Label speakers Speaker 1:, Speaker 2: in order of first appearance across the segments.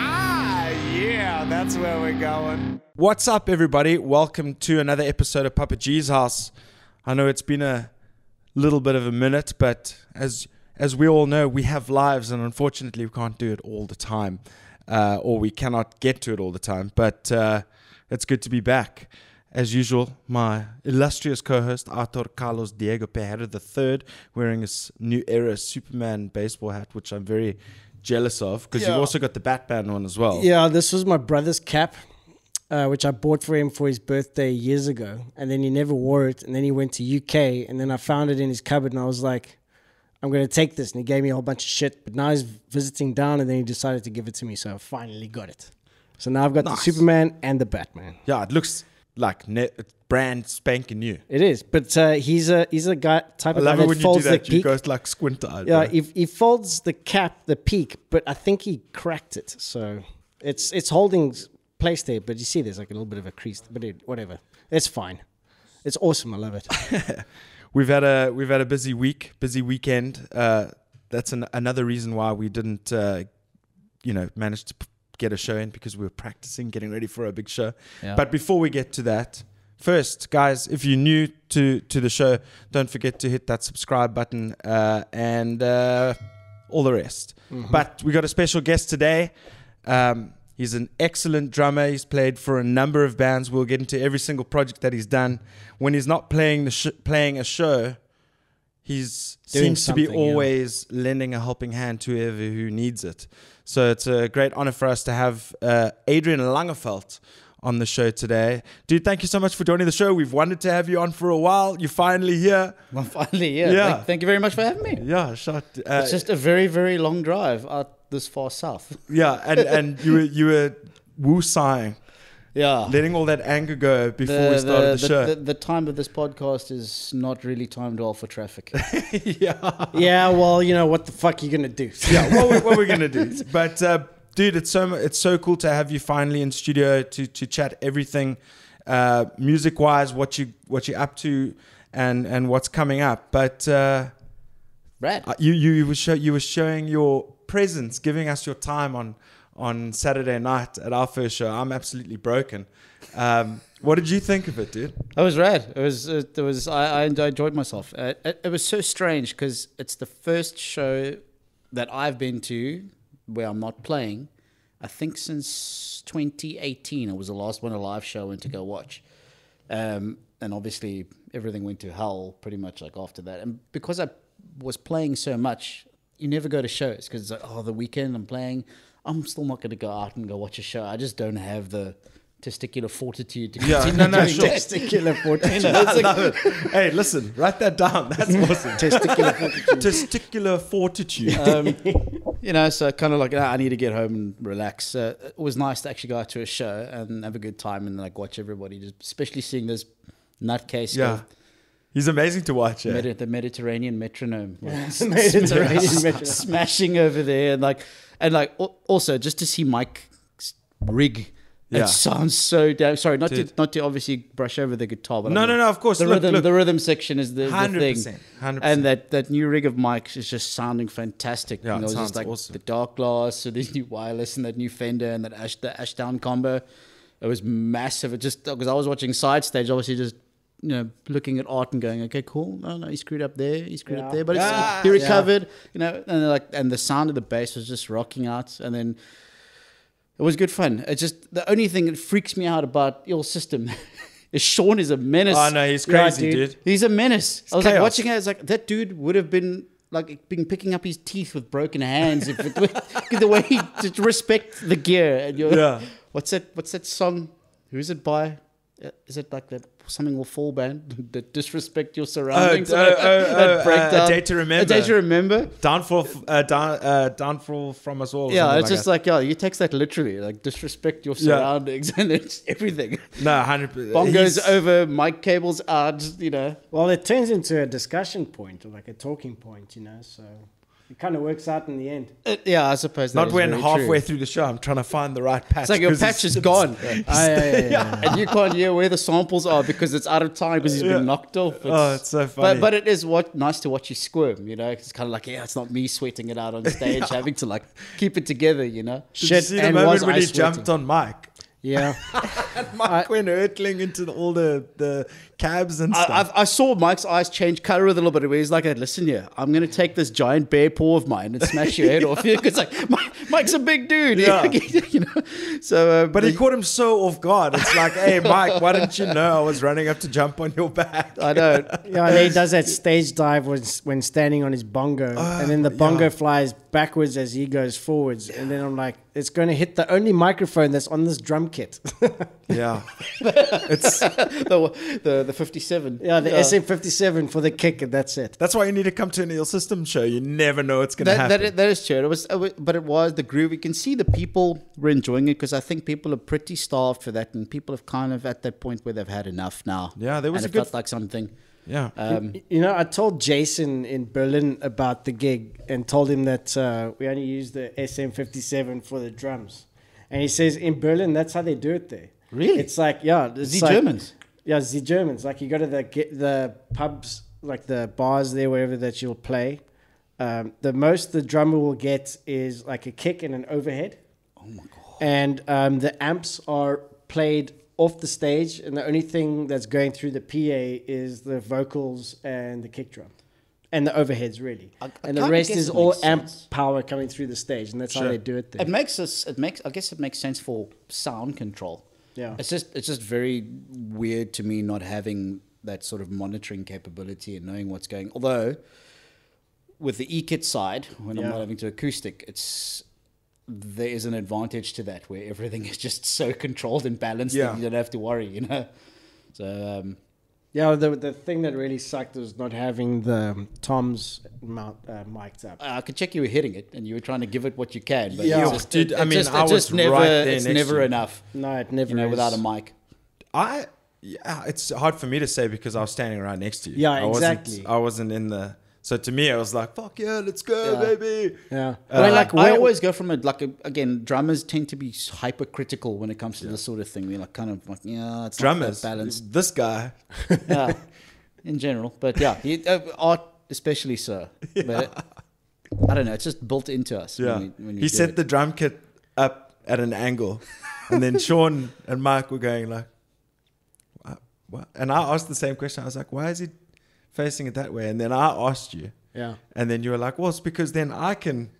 Speaker 1: Ah, That's where we're going.
Speaker 2: What's up, everybody? Welcome to another episode of Papa G's House. I know it's been a little bit of a minute, but as as we all know, we have lives, and unfortunately, we can't do it all the time, uh, or we cannot get to it all the time. But uh, it's good to be back. As usual, my illustrious co-host Arthur Carlos Diego Pereira III, wearing his new era Superman baseball hat, which I'm very jealous of because
Speaker 1: Yeah.
Speaker 2: you've also got the Batman one as well.
Speaker 3: Yeah, this was my brother's cap, uh, which I bought for him for his birthday years ago, and then he never wore it, and then he went to UK, and then I found it in his cupboard, and I was like, I'm gonna take this, and he gave me a whole bunch of shit, but now he's visiting down, and then he decided to give it to me, so I finally got it. So now I've got
Speaker 2: Nice.
Speaker 3: the Superman and the Batman.
Speaker 2: Yeah, it looks like ne- brand spanking new.
Speaker 3: It is, but uh, he's a he's a guy type
Speaker 2: I
Speaker 3: of guy
Speaker 2: love it when
Speaker 3: that
Speaker 2: you do
Speaker 3: folds
Speaker 2: that.
Speaker 3: the
Speaker 2: You
Speaker 3: peak.
Speaker 2: guys like squint eyed.
Speaker 3: Yeah, he, he folds the cap, the peak, but I think he cracked it, so it's it's holding s- place there. But you see, there's like a little bit of a crease, but it, whatever, it's fine. It's awesome. I love it.
Speaker 2: we've had a we've had a busy week, busy weekend. Uh, that's an, another reason why we didn't, uh, you know, manage to p- get a show in because we were practicing, getting ready for a big show. But before we get to that, first, guys, if you're new to to the show, don't forget to hit that subscribe button uh, and uh, all the rest. But we got a special guest today. Um, he's an excellent drummer. He's played for a number of bands. We'll get into every single project that he's done. When he's not playing the sh- playing a show, he's
Speaker 3: Doing
Speaker 2: seems to be
Speaker 3: something, yeah.
Speaker 2: always lending a helping hand to whoever who needs it. So it's a great honor for us to have uh, Adrian Langerfeld on the show today. Dude, thank you so much for joining the show. We've wanted to have you on for a while. You're finally here.
Speaker 4: Well, finally, yeah.
Speaker 2: Yeah.
Speaker 4: Thank, thank you very much for having me.
Speaker 2: Yeah, shot. Uh,
Speaker 4: It's just a very, very long drive out this far south.
Speaker 2: yeah, and, and you were you were woo sighing,
Speaker 4: Yeah.
Speaker 2: letting all that anger go before
Speaker 4: the,
Speaker 2: we started the,
Speaker 4: the-
Speaker 2: show.
Speaker 4: the- the time of this podcast is not really timed well for traffic.
Speaker 2: yeah.
Speaker 3: yeah, well, you know what the fuck you gonna do?
Speaker 2: yeah, what, we- what we're gonna do. But uh, dude, it's so mu- it's so cool to have you finally in studio to to chat everything, uh, music wise, what you what you're up to, and and what's coming up. But uh,
Speaker 4: Brad.
Speaker 2: uh, you you were show, you were showing your presence, giving us your time on on Saturday night at our first show. I'm absolutely broken. Um, what did you think of it, dude?
Speaker 4: It was rad. It was. It, it was. I, I enjoyed myself. Uh, it, it was so strange because it's the first show that I've been to where I'm not playing. I think since 2018, it was the last one a live show I went to go watch. Um, and obviously, everything went to hell pretty much like after that. And because I was playing so much, you never go to shows because it's like, oh, the weekend I'm playing. I'm still not going to go out and go watch a show. I just don't have the testicular fortitude to
Speaker 2: Yeah,
Speaker 4: continue
Speaker 2: no, no,
Speaker 4: doing
Speaker 2: sure.
Speaker 4: that.
Speaker 3: Testicular fortitude.
Speaker 2: I love it. Hey, listen, write that down. That's awesome.
Speaker 4: testicular fortitude.
Speaker 2: Testicular fortitude.
Speaker 4: You know, so kind of like ah, I need to get home and relax. Uh, it was nice to actually go out to a show and have a good time and like watch everybody, just especially seeing this nutcase.
Speaker 2: yeah.
Speaker 4: go
Speaker 2: He's amazing to watch. eh?
Speaker 4: Medi- the Mediterranean metronome, like,
Speaker 3: Mediterranean
Speaker 4: s-
Speaker 3: metronome.
Speaker 4: smashing over there, and like, and like, al- also just to see Mike's rig.
Speaker 2: Yeah.
Speaker 4: It sounds so damn. Sorry, not to
Speaker 2: Dude.
Speaker 4: not to obviously brush over the guitar, but I
Speaker 2: No,
Speaker 4: mean,
Speaker 2: no, no, of course.
Speaker 4: The
Speaker 2: Look,
Speaker 4: rhythm,
Speaker 2: look.
Speaker 4: the rhythm section is the, the thing,
Speaker 2: 100%, 100%.
Speaker 4: and that that new rig of Mike's is just sounding fantastic.
Speaker 2: Yeah, it
Speaker 4: you know, it's
Speaker 2: sounds
Speaker 4: just like
Speaker 2: awesome.
Speaker 4: the dark glass, so this new wireless and that new Fender and that Ash the Ashdown combo. It was massive. It just because I was watching side stage, obviously just you know looking at art and going, okay, cool. No, no, he screwed up there, he screwed up
Speaker 3: Yeah.
Speaker 4: there, but it's,
Speaker 2: Yeah.
Speaker 4: he recovered. You know, and then, like and the sound of the bass was just rocking out, and then. It was good fun. It's just the only thing that freaks me out about your system is Sean is a menace.
Speaker 2: Oh no, he's
Speaker 3: Yeah,
Speaker 2: crazy,
Speaker 3: dude.
Speaker 2: dude.
Speaker 4: He's a menace. I was
Speaker 2: chaos.
Speaker 4: like watching it. It's like that dude would have been like been picking up his teeth with broken hands if it, the way he just respect the gear. And you're,
Speaker 2: Yeah.
Speaker 4: What's that? What's that song? Who is it by? Uh, Is it like that something will fall band that disrespect your surroundings?
Speaker 2: oh, oh,
Speaker 4: that
Speaker 2: oh, uh, A Day to Remember.
Speaker 4: A day to remember.
Speaker 2: Downfall, f- uh, down, uh, downfall from us all. or
Speaker 4: Yeah,
Speaker 2: something
Speaker 4: it's just
Speaker 2: that.
Speaker 4: like yeah, you takes that literally, like disrespect your
Speaker 2: Yeah.
Speaker 4: surroundings and it's everything.
Speaker 2: no, hundred percent.
Speaker 4: Bongos over, mic cables out, you know.
Speaker 3: well, it turns into a discussion point or like a talking point, you know. So it kind of works out in the end.
Speaker 4: It- Uh, yeah, I suppose. that
Speaker 2: Not
Speaker 4: is
Speaker 2: when
Speaker 4: very
Speaker 2: halfway
Speaker 4: True.
Speaker 2: through the show, I'm trying to find the right patch.
Speaker 4: It's like your
Speaker 2: 'cause
Speaker 4: patch is gone,
Speaker 3: Ah, yeah, yeah, yeah, yeah.
Speaker 4: and you can't hear where the samples are because it's out of time because he's
Speaker 2: Yeah.
Speaker 4: been knocked off. It's,
Speaker 2: Oh, it's so funny.
Speaker 4: But, but it is what nice to watch you squirm. You know, it's kind of like yeah, it's not me sweating it out on stage, having to like keep it together. You know,
Speaker 2: Did you
Speaker 3: Shit,
Speaker 2: see the
Speaker 3: and
Speaker 2: moment
Speaker 3: was
Speaker 2: when
Speaker 3: I
Speaker 2: he
Speaker 3: sweating?
Speaker 2: jumped on Mike?
Speaker 3: Yeah.
Speaker 2: Mike went hurtling into the, all the, the cabs and stuff.
Speaker 4: I, I've, I saw Mike's eyes change color a little bit. Where he's like, "Hey, "Listen here, I'm going to take this giant bear paw of mine and smash your head off." Because like, Mike, Mike's a big dude.
Speaker 2: Yeah.
Speaker 4: you know. So, uh,
Speaker 2: but he
Speaker 4: the-
Speaker 2: caught him so off guard. It's like, hey, Mike, why didn't you know I was running up to jump on your back?
Speaker 4: I know.
Speaker 3: Yeah, and he does that stage dive when, when standing on his bongo, and then the bongo
Speaker 2: yeah.
Speaker 3: flies backwards as he goes forwards, and then I'm like, it's going to hit the only microphone that's on this drum kit.
Speaker 2: Yeah. it's
Speaker 4: the, the the 57.
Speaker 3: yeah, the SM57 for the kick, and that's it.
Speaker 2: That's why you need to come to an Neil System show. You never know what's going to
Speaker 4: That,
Speaker 2: happen.
Speaker 4: that, is- that is true. It was, it was- but it was the groove. You can see the people were enjoying it because I think people are pretty starved for that, and people have kind of at that point where they've had enough now.
Speaker 2: Yeah, there was a
Speaker 4: and it
Speaker 2: good-
Speaker 4: felt like something.
Speaker 2: yeah.
Speaker 4: Um,
Speaker 3: You know, I told Jason in Berlin about the gig and told him that uh, we only use the SM57 for the drums. And he says in Berlin, that's how they do it there.
Speaker 4: Really?
Speaker 3: It's like, yeah. It's
Speaker 4: the
Speaker 3: like-
Speaker 4: Germans.
Speaker 3: Yeah, it's the Germans. Like, you go to the, get the pubs, like the bars there, wherever that you'll play. Um, the most the drummer will get is like a kick and an overhead
Speaker 4: Oh my god.
Speaker 3: and um, the amps are played off the stage, and the only thing that's going through the PA is the vocals and the kick drum, and the overheads really,
Speaker 4: I- I
Speaker 3: and the
Speaker 4: kinda
Speaker 3: rest
Speaker 4: guess
Speaker 3: is
Speaker 4: it
Speaker 3: all
Speaker 4: makes
Speaker 3: amp
Speaker 4: sense.
Speaker 3: power coming through the stage, and that's how
Speaker 2: Sure.
Speaker 3: they do it. There.
Speaker 4: It makes us. It makes. I guess it makes sense for sound control.
Speaker 3: Yeah.
Speaker 4: It's just. It's just very weird to me not having that sort of monitoring capability and knowing what's going. Although, with the e kit side, when I'm
Speaker 3: Yeah.
Speaker 4: not having to acoustic, it's there is an advantage to that where everything is just so controlled and balanced
Speaker 2: Yeah.
Speaker 4: that you don't have to worry. You know. So um,
Speaker 3: Yeah, the the thing that really sucked was not having the um, toms mount uh, mic'd up.
Speaker 4: I could check you were hitting it and you were trying to give it what you can. But
Speaker 3: Yeah.
Speaker 4: it's just,
Speaker 2: Dude, I
Speaker 4: it's
Speaker 2: mean,
Speaker 4: just,
Speaker 2: I
Speaker 4: it's
Speaker 2: was
Speaker 4: just never.
Speaker 2: right there
Speaker 4: it's
Speaker 2: next
Speaker 4: never
Speaker 2: to you.
Speaker 4: enough.
Speaker 3: No, it never
Speaker 4: You know,
Speaker 3: is.
Speaker 4: without a mic.
Speaker 2: I yeah, it's hard for me to say because I was standing right next to you.
Speaker 3: Yeah,
Speaker 2: I
Speaker 3: exactly.
Speaker 2: Wasn't, I wasn't in the. So to me, I was like, "Fuck yeah, let's go,
Speaker 4: Yeah.
Speaker 2: baby."
Speaker 3: Yeah,
Speaker 2: Uh,
Speaker 3: Well,
Speaker 4: I-
Speaker 3: like
Speaker 4: I
Speaker 3: where-
Speaker 4: always go from a like a, again, drummers tend to be hypercritical when it comes to this sort of thing. They're like kind of like yeah, it's
Speaker 2: Drummers,
Speaker 4: not that balanced
Speaker 2: this guy.
Speaker 4: yeah, in general. But yeah, he, uh, art especially so. But I don't know, it's just built into us.
Speaker 2: Yeah,
Speaker 4: when we, when we
Speaker 2: he
Speaker 4: do
Speaker 2: set
Speaker 4: it.
Speaker 2: the drum kit up at an angle, and then Sean and Mike were going like, "What?" what?" And I asked the same question. I was like, "Why is he facing it that way?" And then I asked you,
Speaker 3: yeah,
Speaker 2: and then you were like, "Well, it's because then I can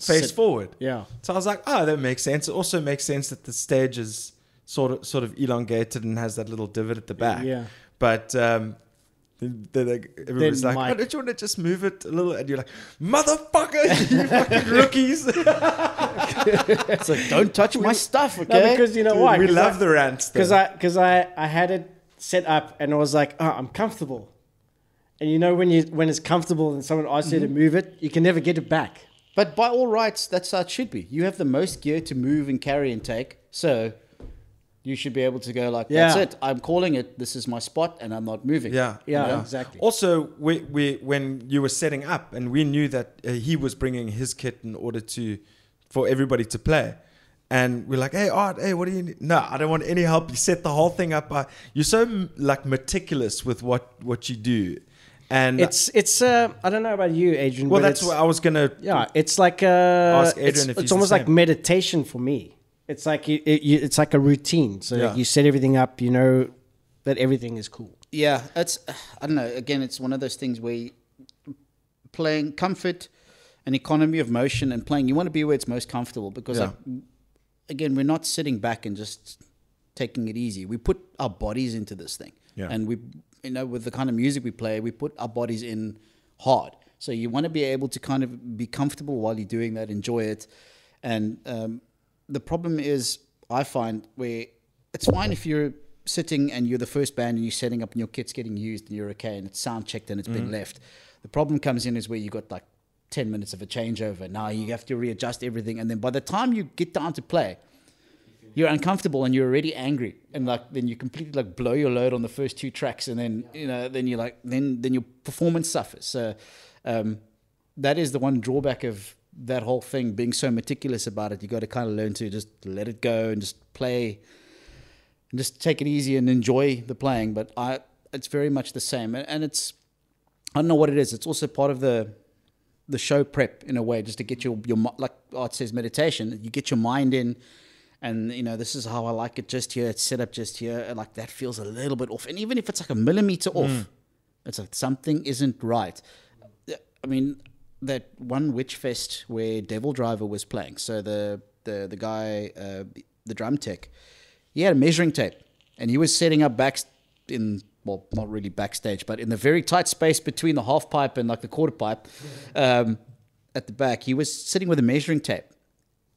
Speaker 2: face
Speaker 3: Sit-
Speaker 2: forward."
Speaker 3: yeah,
Speaker 2: So I was like, oh, that makes sense. It also makes sense that the stage is sort of sort of elongated and has that little divot at the back.
Speaker 3: yeah.
Speaker 2: But um, then, then like, everybody's
Speaker 3: Then
Speaker 2: like,
Speaker 3: Mike-
Speaker 2: oh, don't you want to just move it a little? And you're like, motherfucker, you fucking rookies.
Speaker 4: It's like don't touch my stuff, okay?
Speaker 3: No, because you know why?
Speaker 2: we
Speaker 3: 'Cause
Speaker 2: love
Speaker 3: I-
Speaker 2: the rants.
Speaker 3: because
Speaker 2: though.
Speaker 3: I because I I had it set up and I was like, oh, I'm comfortable. And you know when you when it's comfortable and someone asks
Speaker 2: Mm-hmm.
Speaker 3: you to move it, you can never get it back.
Speaker 4: but by all rights, that's how it should be. You have the most gear to move and carry and take, so you should be able to go like,
Speaker 3: Yeah.
Speaker 4: that's it. I'm calling it. This is my spot, and I'm not moving.
Speaker 2: Yeah,
Speaker 3: Yeah, exactly.
Speaker 2: Also, we, we when you were setting up, and we knew that uh, he was bringing his kit in order to for everybody to play, and we're like, "Hey, Art, hey, what do you need? No, I don't want any help. You set the whole thing up. I, you're so m- like meticulous with what what you do, and
Speaker 3: It's it's uh, I don't know about you, Adrian.
Speaker 2: well,
Speaker 3: but
Speaker 2: that's
Speaker 3: it's-
Speaker 2: what I was gonna.
Speaker 3: yeah, it's like uh,
Speaker 2: Ask Adrian
Speaker 3: it's,
Speaker 2: if
Speaker 3: it's
Speaker 2: he's the
Speaker 3: almost like
Speaker 2: same.
Speaker 3: meditation for me. It's like you, it, you, it's like a routine. So
Speaker 2: Yeah.
Speaker 3: you set everything up, you know that everything is cool.
Speaker 4: Yeah, it's I don't know. Again, it's one of those things where you- playing comfort and economy of motion and playing, you want to be where it's most comfortable because,
Speaker 2: Yeah.
Speaker 4: like, again, we're not sitting back and just taking it easy. We put our bodies into this thing,
Speaker 2: Yeah.
Speaker 4: and we, you know, with the kind of music we play, we put our bodies in hard. So you want to be able to kind of be comfortable while you're doing that, enjoy it, and um, the problem is, I find where it's fine if you're sitting and you're the first band and you're setting up and your kit's getting used and you're okay and it's sound checked and it's been left. The problem comes in is where you got like 10 minutes of a changeover. Now you have to readjust everything. And then by the time you get down to play, you're uncomfortable and you're already angry. And like, then you completely like blow your load on the first two tracks. And then, you know, then you're like, then, then your performance suffers. So, um, that is the one drawback of that whole thing being so meticulous about it. You got to kind of learn to just let it go and just play and just take it easy and enjoy the playing. But I, it's very much the same, and, and it's I don't know what it is. It's also part of the the show prep in a way, just to get your your mi- like Art says meditation. You get your mind in, and you know this is how I like it just here. It's set up just here. and, Like that feels a little bit off. And even if it's like a millimeter off, it's like something isn't right. I mean, that one witch fest where Devil Driver was playing. So the the the guy, uh, the drum tech, he had a measuring tape, and he was setting up back in well, not really backstage, but in the very tight space between the half pipe and like the quarter pipe, um, at the back, he was sitting with a measuring tape,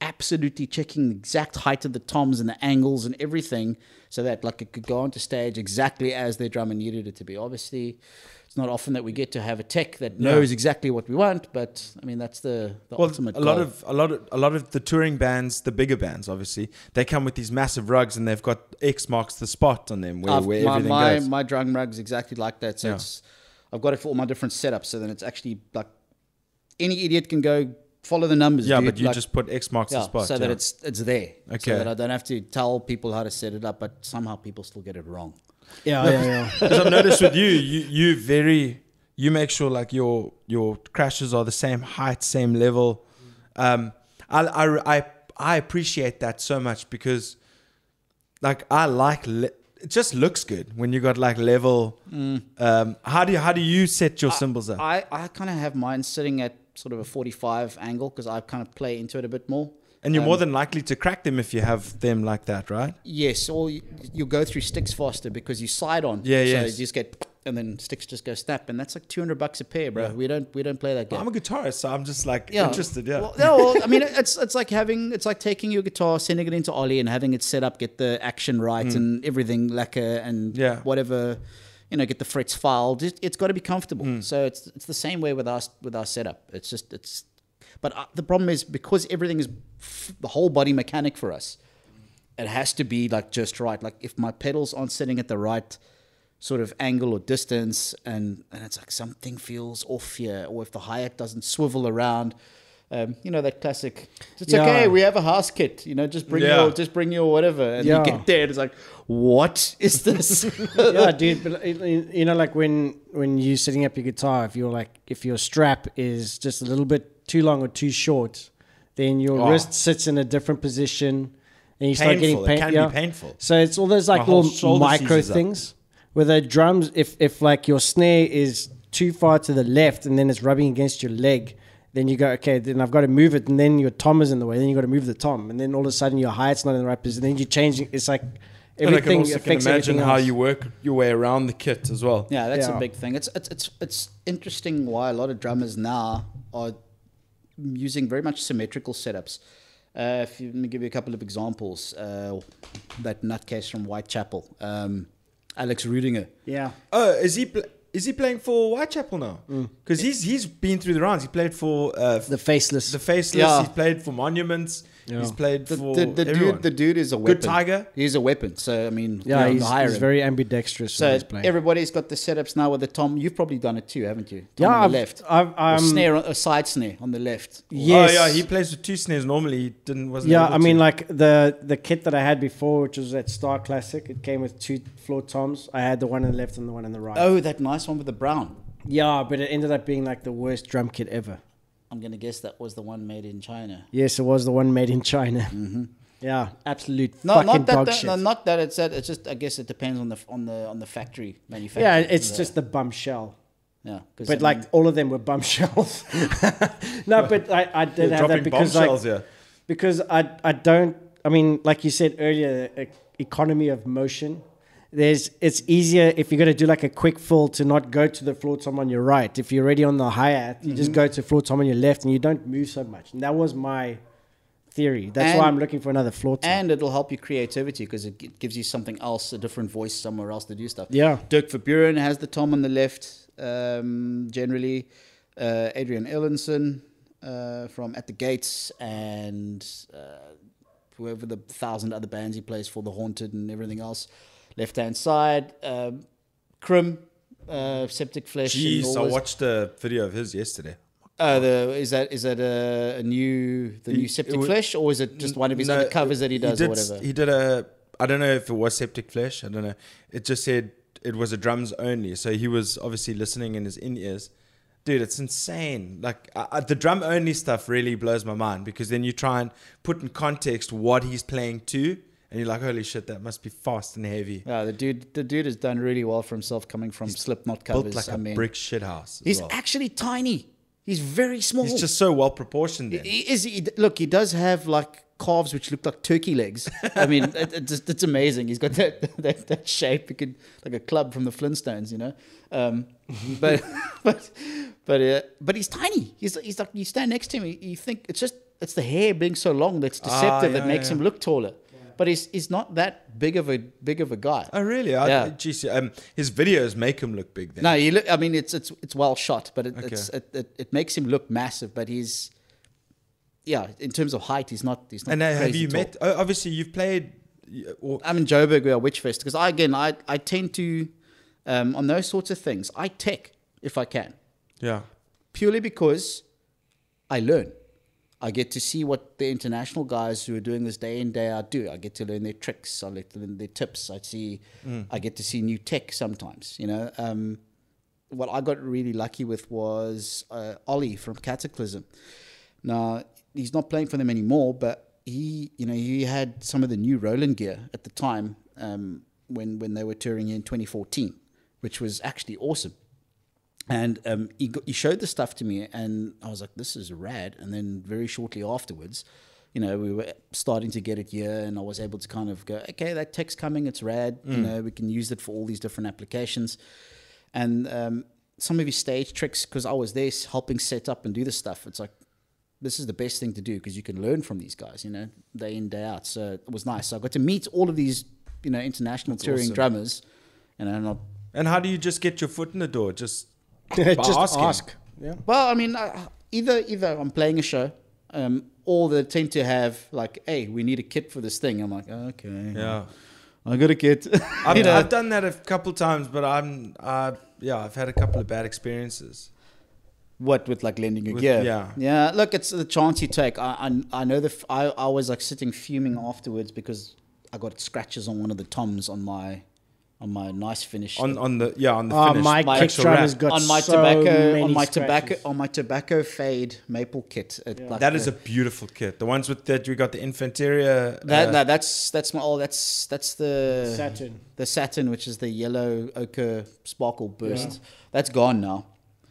Speaker 4: absolutely checking the exact height of the toms and the angles and everything, so that like it could go onto stage exactly as their drummer needed it to be. Obviously, it's not often that we get to have a tech that knows exactly what we want, but I mean that's the, the
Speaker 2: Well,
Speaker 4: ultimate
Speaker 2: a lot
Speaker 4: goal.
Speaker 2: of a lot of a lot of the touring bands, the bigger bands, obviously, they come with these massive rugs and they've got X marks the spot on them where,
Speaker 4: I've-
Speaker 2: where
Speaker 4: my
Speaker 2: everything
Speaker 4: my,
Speaker 2: goes.
Speaker 4: my drum rug's exactly like that. So
Speaker 2: Yeah.
Speaker 4: it's I've got it for all my different setups. So then it's actually like any idiot can go follow the numbers.
Speaker 2: yeah,
Speaker 4: dude.
Speaker 2: but you
Speaker 4: Like,
Speaker 2: just put X marks
Speaker 4: yeah,
Speaker 2: the spot
Speaker 4: so that
Speaker 2: yeah.
Speaker 4: it's it's there.
Speaker 2: Okay.
Speaker 4: So that I don't have to tell people how to set it up, but somehow people still get it wrong.
Speaker 3: Yeah, yeah, yeah.
Speaker 2: Because I've noticed with you, you you very you make sure like your your crashes are the same height, same level. Um, I I I, I appreciate that so much because, like, I like le- it just looks good when you got like level. Um, how do you, how do you set your symbols up?
Speaker 4: I, I kind of have mine sitting at sort of a 45 angle because I kind of play into it a bit more.
Speaker 2: and you're more than likely to crack them if you have them like that, right?
Speaker 4: Yes, or you, you go through sticks faster because you side on.
Speaker 2: Yeah,
Speaker 4: so
Speaker 2: yes.
Speaker 4: you just get and then sticks just go snap, and that's like two hundred bucks a pair, bro. We don't we don't play that game.
Speaker 2: I'm a guitarist, so I'm just like interested. Yeah.
Speaker 4: Well, no, well, I mean it's it's like having it's like taking your guitar, sending it into Ollie, and having it set up, get the action right and everything lacquer and
Speaker 2: Mm. Yeah.
Speaker 4: whatever, you know, get the frets filed. It, it's got to be comfortable.
Speaker 2: Mm.
Speaker 4: So it's it's the same way with our with our setup. It's just it's, but uh, the problem is because everything is f- the whole body mechanic for us. It has to be like just right. Like if my pedals aren't sitting at the right sort of angle or distance and and it's like something feels off here or if the hi-hat doesn't swivel around um, you know that classic it's
Speaker 3: Yeah.
Speaker 4: okay we have a house kit you know just bring
Speaker 2: Yeah.
Speaker 4: your just bring your whatever and
Speaker 3: Yeah.
Speaker 4: you get there and it's like what is this
Speaker 3: yeah, dude. But it- it- you know, like when when you're setting up your guitar, if you're like if your strap is just a little bit too long or too short, then your
Speaker 2: Oh.
Speaker 3: wrist sits in a different position, and you start
Speaker 2: Painful.
Speaker 3: getting
Speaker 2: It
Speaker 3: pain.
Speaker 2: can be
Speaker 3: yeah.
Speaker 2: painful.
Speaker 3: So it's all those
Speaker 2: My
Speaker 3: like
Speaker 2: whole
Speaker 3: little
Speaker 2: shoulder
Speaker 3: micro
Speaker 2: seizes up.
Speaker 3: things. With the drums, if if like your snare is too far to the left and then it's rubbing against your leg. Then you go okay. Then I've got to move it, and then your tom is in the way. Then you got to move the tom, and then all of a sudden your hi hat's not in the right position. Then you're changing. It's like everything
Speaker 2: and I can also can
Speaker 3: affects
Speaker 2: imagine
Speaker 3: everything
Speaker 2: how
Speaker 3: else.
Speaker 2: you work your way around the kit as well.
Speaker 4: yeah that's
Speaker 3: Yeah.
Speaker 4: a big thing it's, it's it's it's interesting why a lot of drummers now are using very much symmetrical setups uh, if you, let me give you a couple of examples uh, that nutcase from whitechapel um, alex rudinger
Speaker 3: Yeah.
Speaker 2: Oh, is he pl- is he playing for Whitechapel now?
Speaker 4: Mm.
Speaker 2: Because he's he's been through the rounds. He played for uh,
Speaker 3: The
Speaker 2: the,
Speaker 3: faceless.
Speaker 2: Faceless.
Speaker 4: Yeah.
Speaker 2: He played for Monuments.
Speaker 3: Yeah.
Speaker 2: He's played
Speaker 4: the,
Speaker 2: for
Speaker 4: the, the
Speaker 2: everyone.
Speaker 4: dude the dude is a weapon.
Speaker 2: Good Tiger.
Speaker 4: He's a weapon. So I mean,
Speaker 3: yeah,
Speaker 4: you know,
Speaker 3: he's,
Speaker 4: hire
Speaker 3: he's
Speaker 4: him.
Speaker 3: very ambidextrous. when
Speaker 4: So
Speaker 3: he's playing.
Speaker 4: everybody's got the setups now with the tom. You've probably done it too, haven't you? Tom
Speaker 3: yeah,
Speaker 4: on
Speaker 3: I've,
Speaker 4: the left.
Speaker 3: I've,
Speaker 4: Or
Speaker 3: um,
Speaker 4: snare, a side snare on the left.
Speaker 3: Yes.
Speaker 2: Oh yeah, he plays with two snares. Normally, he didn't wasn't.
Speaker 3: yeah,
Speaker 2: able
Speaker 3: I mean,
Speaker 2: to.
Speaker 3: like the the kit that I had before, which was that Star Classic, it came with two floor toms. I had the one on the left and the one on the right.
Speaker 4: Oh, that nice one with the brown.
Speaker 3: Yeah, but it ended up being like the worst drum kit ever.
Speaker 4: I'm gonna guess that was the one made in China.
Speaker 3: Yes, it was the one made in China. Yeah, absolute
Speaker 4: No,
Speaker 3: fucking
Speaker 4: not that.
Speaker 3: dog
Speaker 4: that
Speaker 3: shit.
Speaker 4: no, not that. It's that. It's just. I guess it depends on the on the on the factory manufacturer.
Speaker 3: yeah, it's just the bum shell.
Speaker 4: Yeah, 'cause,
Speaker 3: But
Speaker 4: I
Speaker 3: like
Speaker 4: mean,
Speaker 3: all of them were bum shells. no, but I, I did
Speaker 2: You're
Speaker 3: have that
Speaker 2: dropping
Speaker 3: because like,
Speaker 2: bombshells here.
Speaker 3: because I I don't I mean like you said earlier e- economy of motion there's it's easier if you're going to do like a quick fill to not go to the floor tom on your right if you're already on the hi-hat you just go to floor tom on your left and you don't move so much and that was my theory that's why
Speaker 4: And-
Speaker 3: I'm looking for another floor tom
Speaker 4: and it'll help your creativity because it gi- gives you something else, a different voice somewhere else to do stuff.
Speaker 3: yeah
Speaker 4: Dirk Verburen has the tom on the left, um, generally. Uh, Adrian Ellenson uh, from At the Gates and uh, whoever the thousand other bands he plays for, The Haunted and everything else. Left hand side, um, Krim, uh, Septic Flesh. and
Speaker 2: Jeez,
Speaker 4: all
Speaker 2: I
Speaker 4: those-
Speaker 2: watched a video of his yesterday.
Speaker 4: Uh, the, is that is that a, a new the
Speaker 2: He-
Speaker 4: new
Speaker 2: it
Speaker 4: Septic
Speaker 2: was-
Speaker 4: Flesh or is it just one of his
Speaker 2: No,
Speaker 4: other covers that he does
Speaker 2: did,
Speaker 4: or whatever?
Speaker 2: He did a. I don't know if it was septic flesh. I don't know. It just said it was a drums only. So he was obviously listening in his in ears, dude, it's insane. Like I, I, the drum only stuff really blows my mind because then you try and put in context what he's playing to, and you're like, holy shit, that must be fast and heavy.
Speaker 4: Yeah, the dude, the dude has done really well for himself coming from Slipknot
Speaker 2: Built
Speaker 4: covers.
Speaker 2: like a
Speaker 4: I mean,
Speaker 2: brick shit house. as
Speaker 4: he's
Speaker 2: well.
Speaker 4: actually tiny. He's very small.
Speaker 2: he's just so well proportioned. Then.
Speaker 4: He is. He, look, he does have like calves which look like turkey legs. I mean, it, it just, it's amazing. He's got that, that that shape. He could like a club from the Flintstones, you know. Um, but but but uh, but he's tiny. He's he's like you stand next to him, you, you think it's just it's the hair being so long that's
Speaker 2: Ah,
Speaker 4: deceptive that
Speaker 2: yeah,
Speaker 4: makes
Speaker 2: yeah.
Speaker 4: him look taller. But he's he's not that big of a big of a guy.
Speaker 2: Oh really? I,
Speaker 4: Yeah.
Speaker 2: Geez, um, his videos make him look big. Then
Speaker 4: No, you look. I mean, it's it's it's well shot, but it,
Speaker 2: Okay.
Speaker 4: it's, it, it it makes him look massive. But he's, yeah, in terms of height, he's not. He's not.
Speaker 2: And uh, have
Speaker 4: crazy
Speaker 2: you
Speaker 4: tall.
Speaker 2: met? Oh, obviously, you've played. y- Or,
Speaker 4: I'm in Joburg. We are Witchfest because I again, I I tend to, um, on those sorts of things, I tech if I can,
Speaker 2: yeah.
Speaker 4: purely because I learn. I get to see what the international guys who are doing this day in day out do. I get to learn their tricks. I get to learn their tips. I see. I get to see new tech sometimes. You know. Um, what I got really lucky with was uh, Ollie from Cataclysm. Now he's not playing for them anymore, but he, you know, he had some of the new Roland gear at the time um, when when they were touring here in 2014, which was actually awesome. And um, he, got, he showed the stuff to me, and I was like, "This is rad." And then very shortly afterwards, you know, we were starting to get it here, and I was able to kind of go, "Okay, that tech's coming. It's rad. You know, we can use it for all these different applications." And um, some of his stage tricks, because I was there helping set up and do this stuff. It's like this is the best thing to do because you can learn from these guys, you know, day in day out. So it was nice. So I got to meet all of these, you know, international touring
Speaker 2: awesome.
Speaker 4: drummers, you know, and I
Speaker 2: And how do you just get your foot in the door? Just
Speaker 3: Just
Speaker 2: asking.
Speaker 3: ask. Yeah.
Speaker 4: Well, I mean, I- either either I'm playing a show, um, or they tend to have like, "Hey, we need a kit for this thing." I'm like, "Okay,
Speaker 2: yeah.
Speaker 4: I got a kit."
Speaker 2: I've,
Speaker 4: You know.
Speaker 2: I've done that a couple times, but I'm uh, yeah, I've had a couple of bad experiences.
Speaker 4: what with like lending your
Speaker 2: With-
Speaker 4: gear?
Speaker 2: yeah.
Speaker 4: yeah. Look, it's the chance you take. I I, I know the f- I, I was like sitting fuming afterwards because I got scratches on one of the toms on my on my nice finish
Speaker 2: On on the yeah on the
Speaker 3: Oh,
Speaker 4: Ah,
Speaker 2: finish,
Speaker 3: my
Speaker 2: the
Speaker 3: kick
Speaker 2: actual
Speaker 3: drum
Speaker 2: wrap.
Speaker 3: has got
Speaker 4: on my
Speaker 3: so
Speaker 4: tobacco
Speaker 3: many
Speaker 4: on my
Speaker 3: scratches.
Speaker 4: tobacco on my tobacco fade maple kit. It, like,
Speaker 2: That is
Speaker 4: uh,
Speaker 2: a beautiful kit. The ones with that we got the Infanteria.
Speaker 4: that
Speaker 2: uh,
Speaker 4: no, that's that's my oh that's that's the
Speaker 3: Saturn.
Speaker 4: the satin, which is the yellow ochre sparkle burst, that's gone now.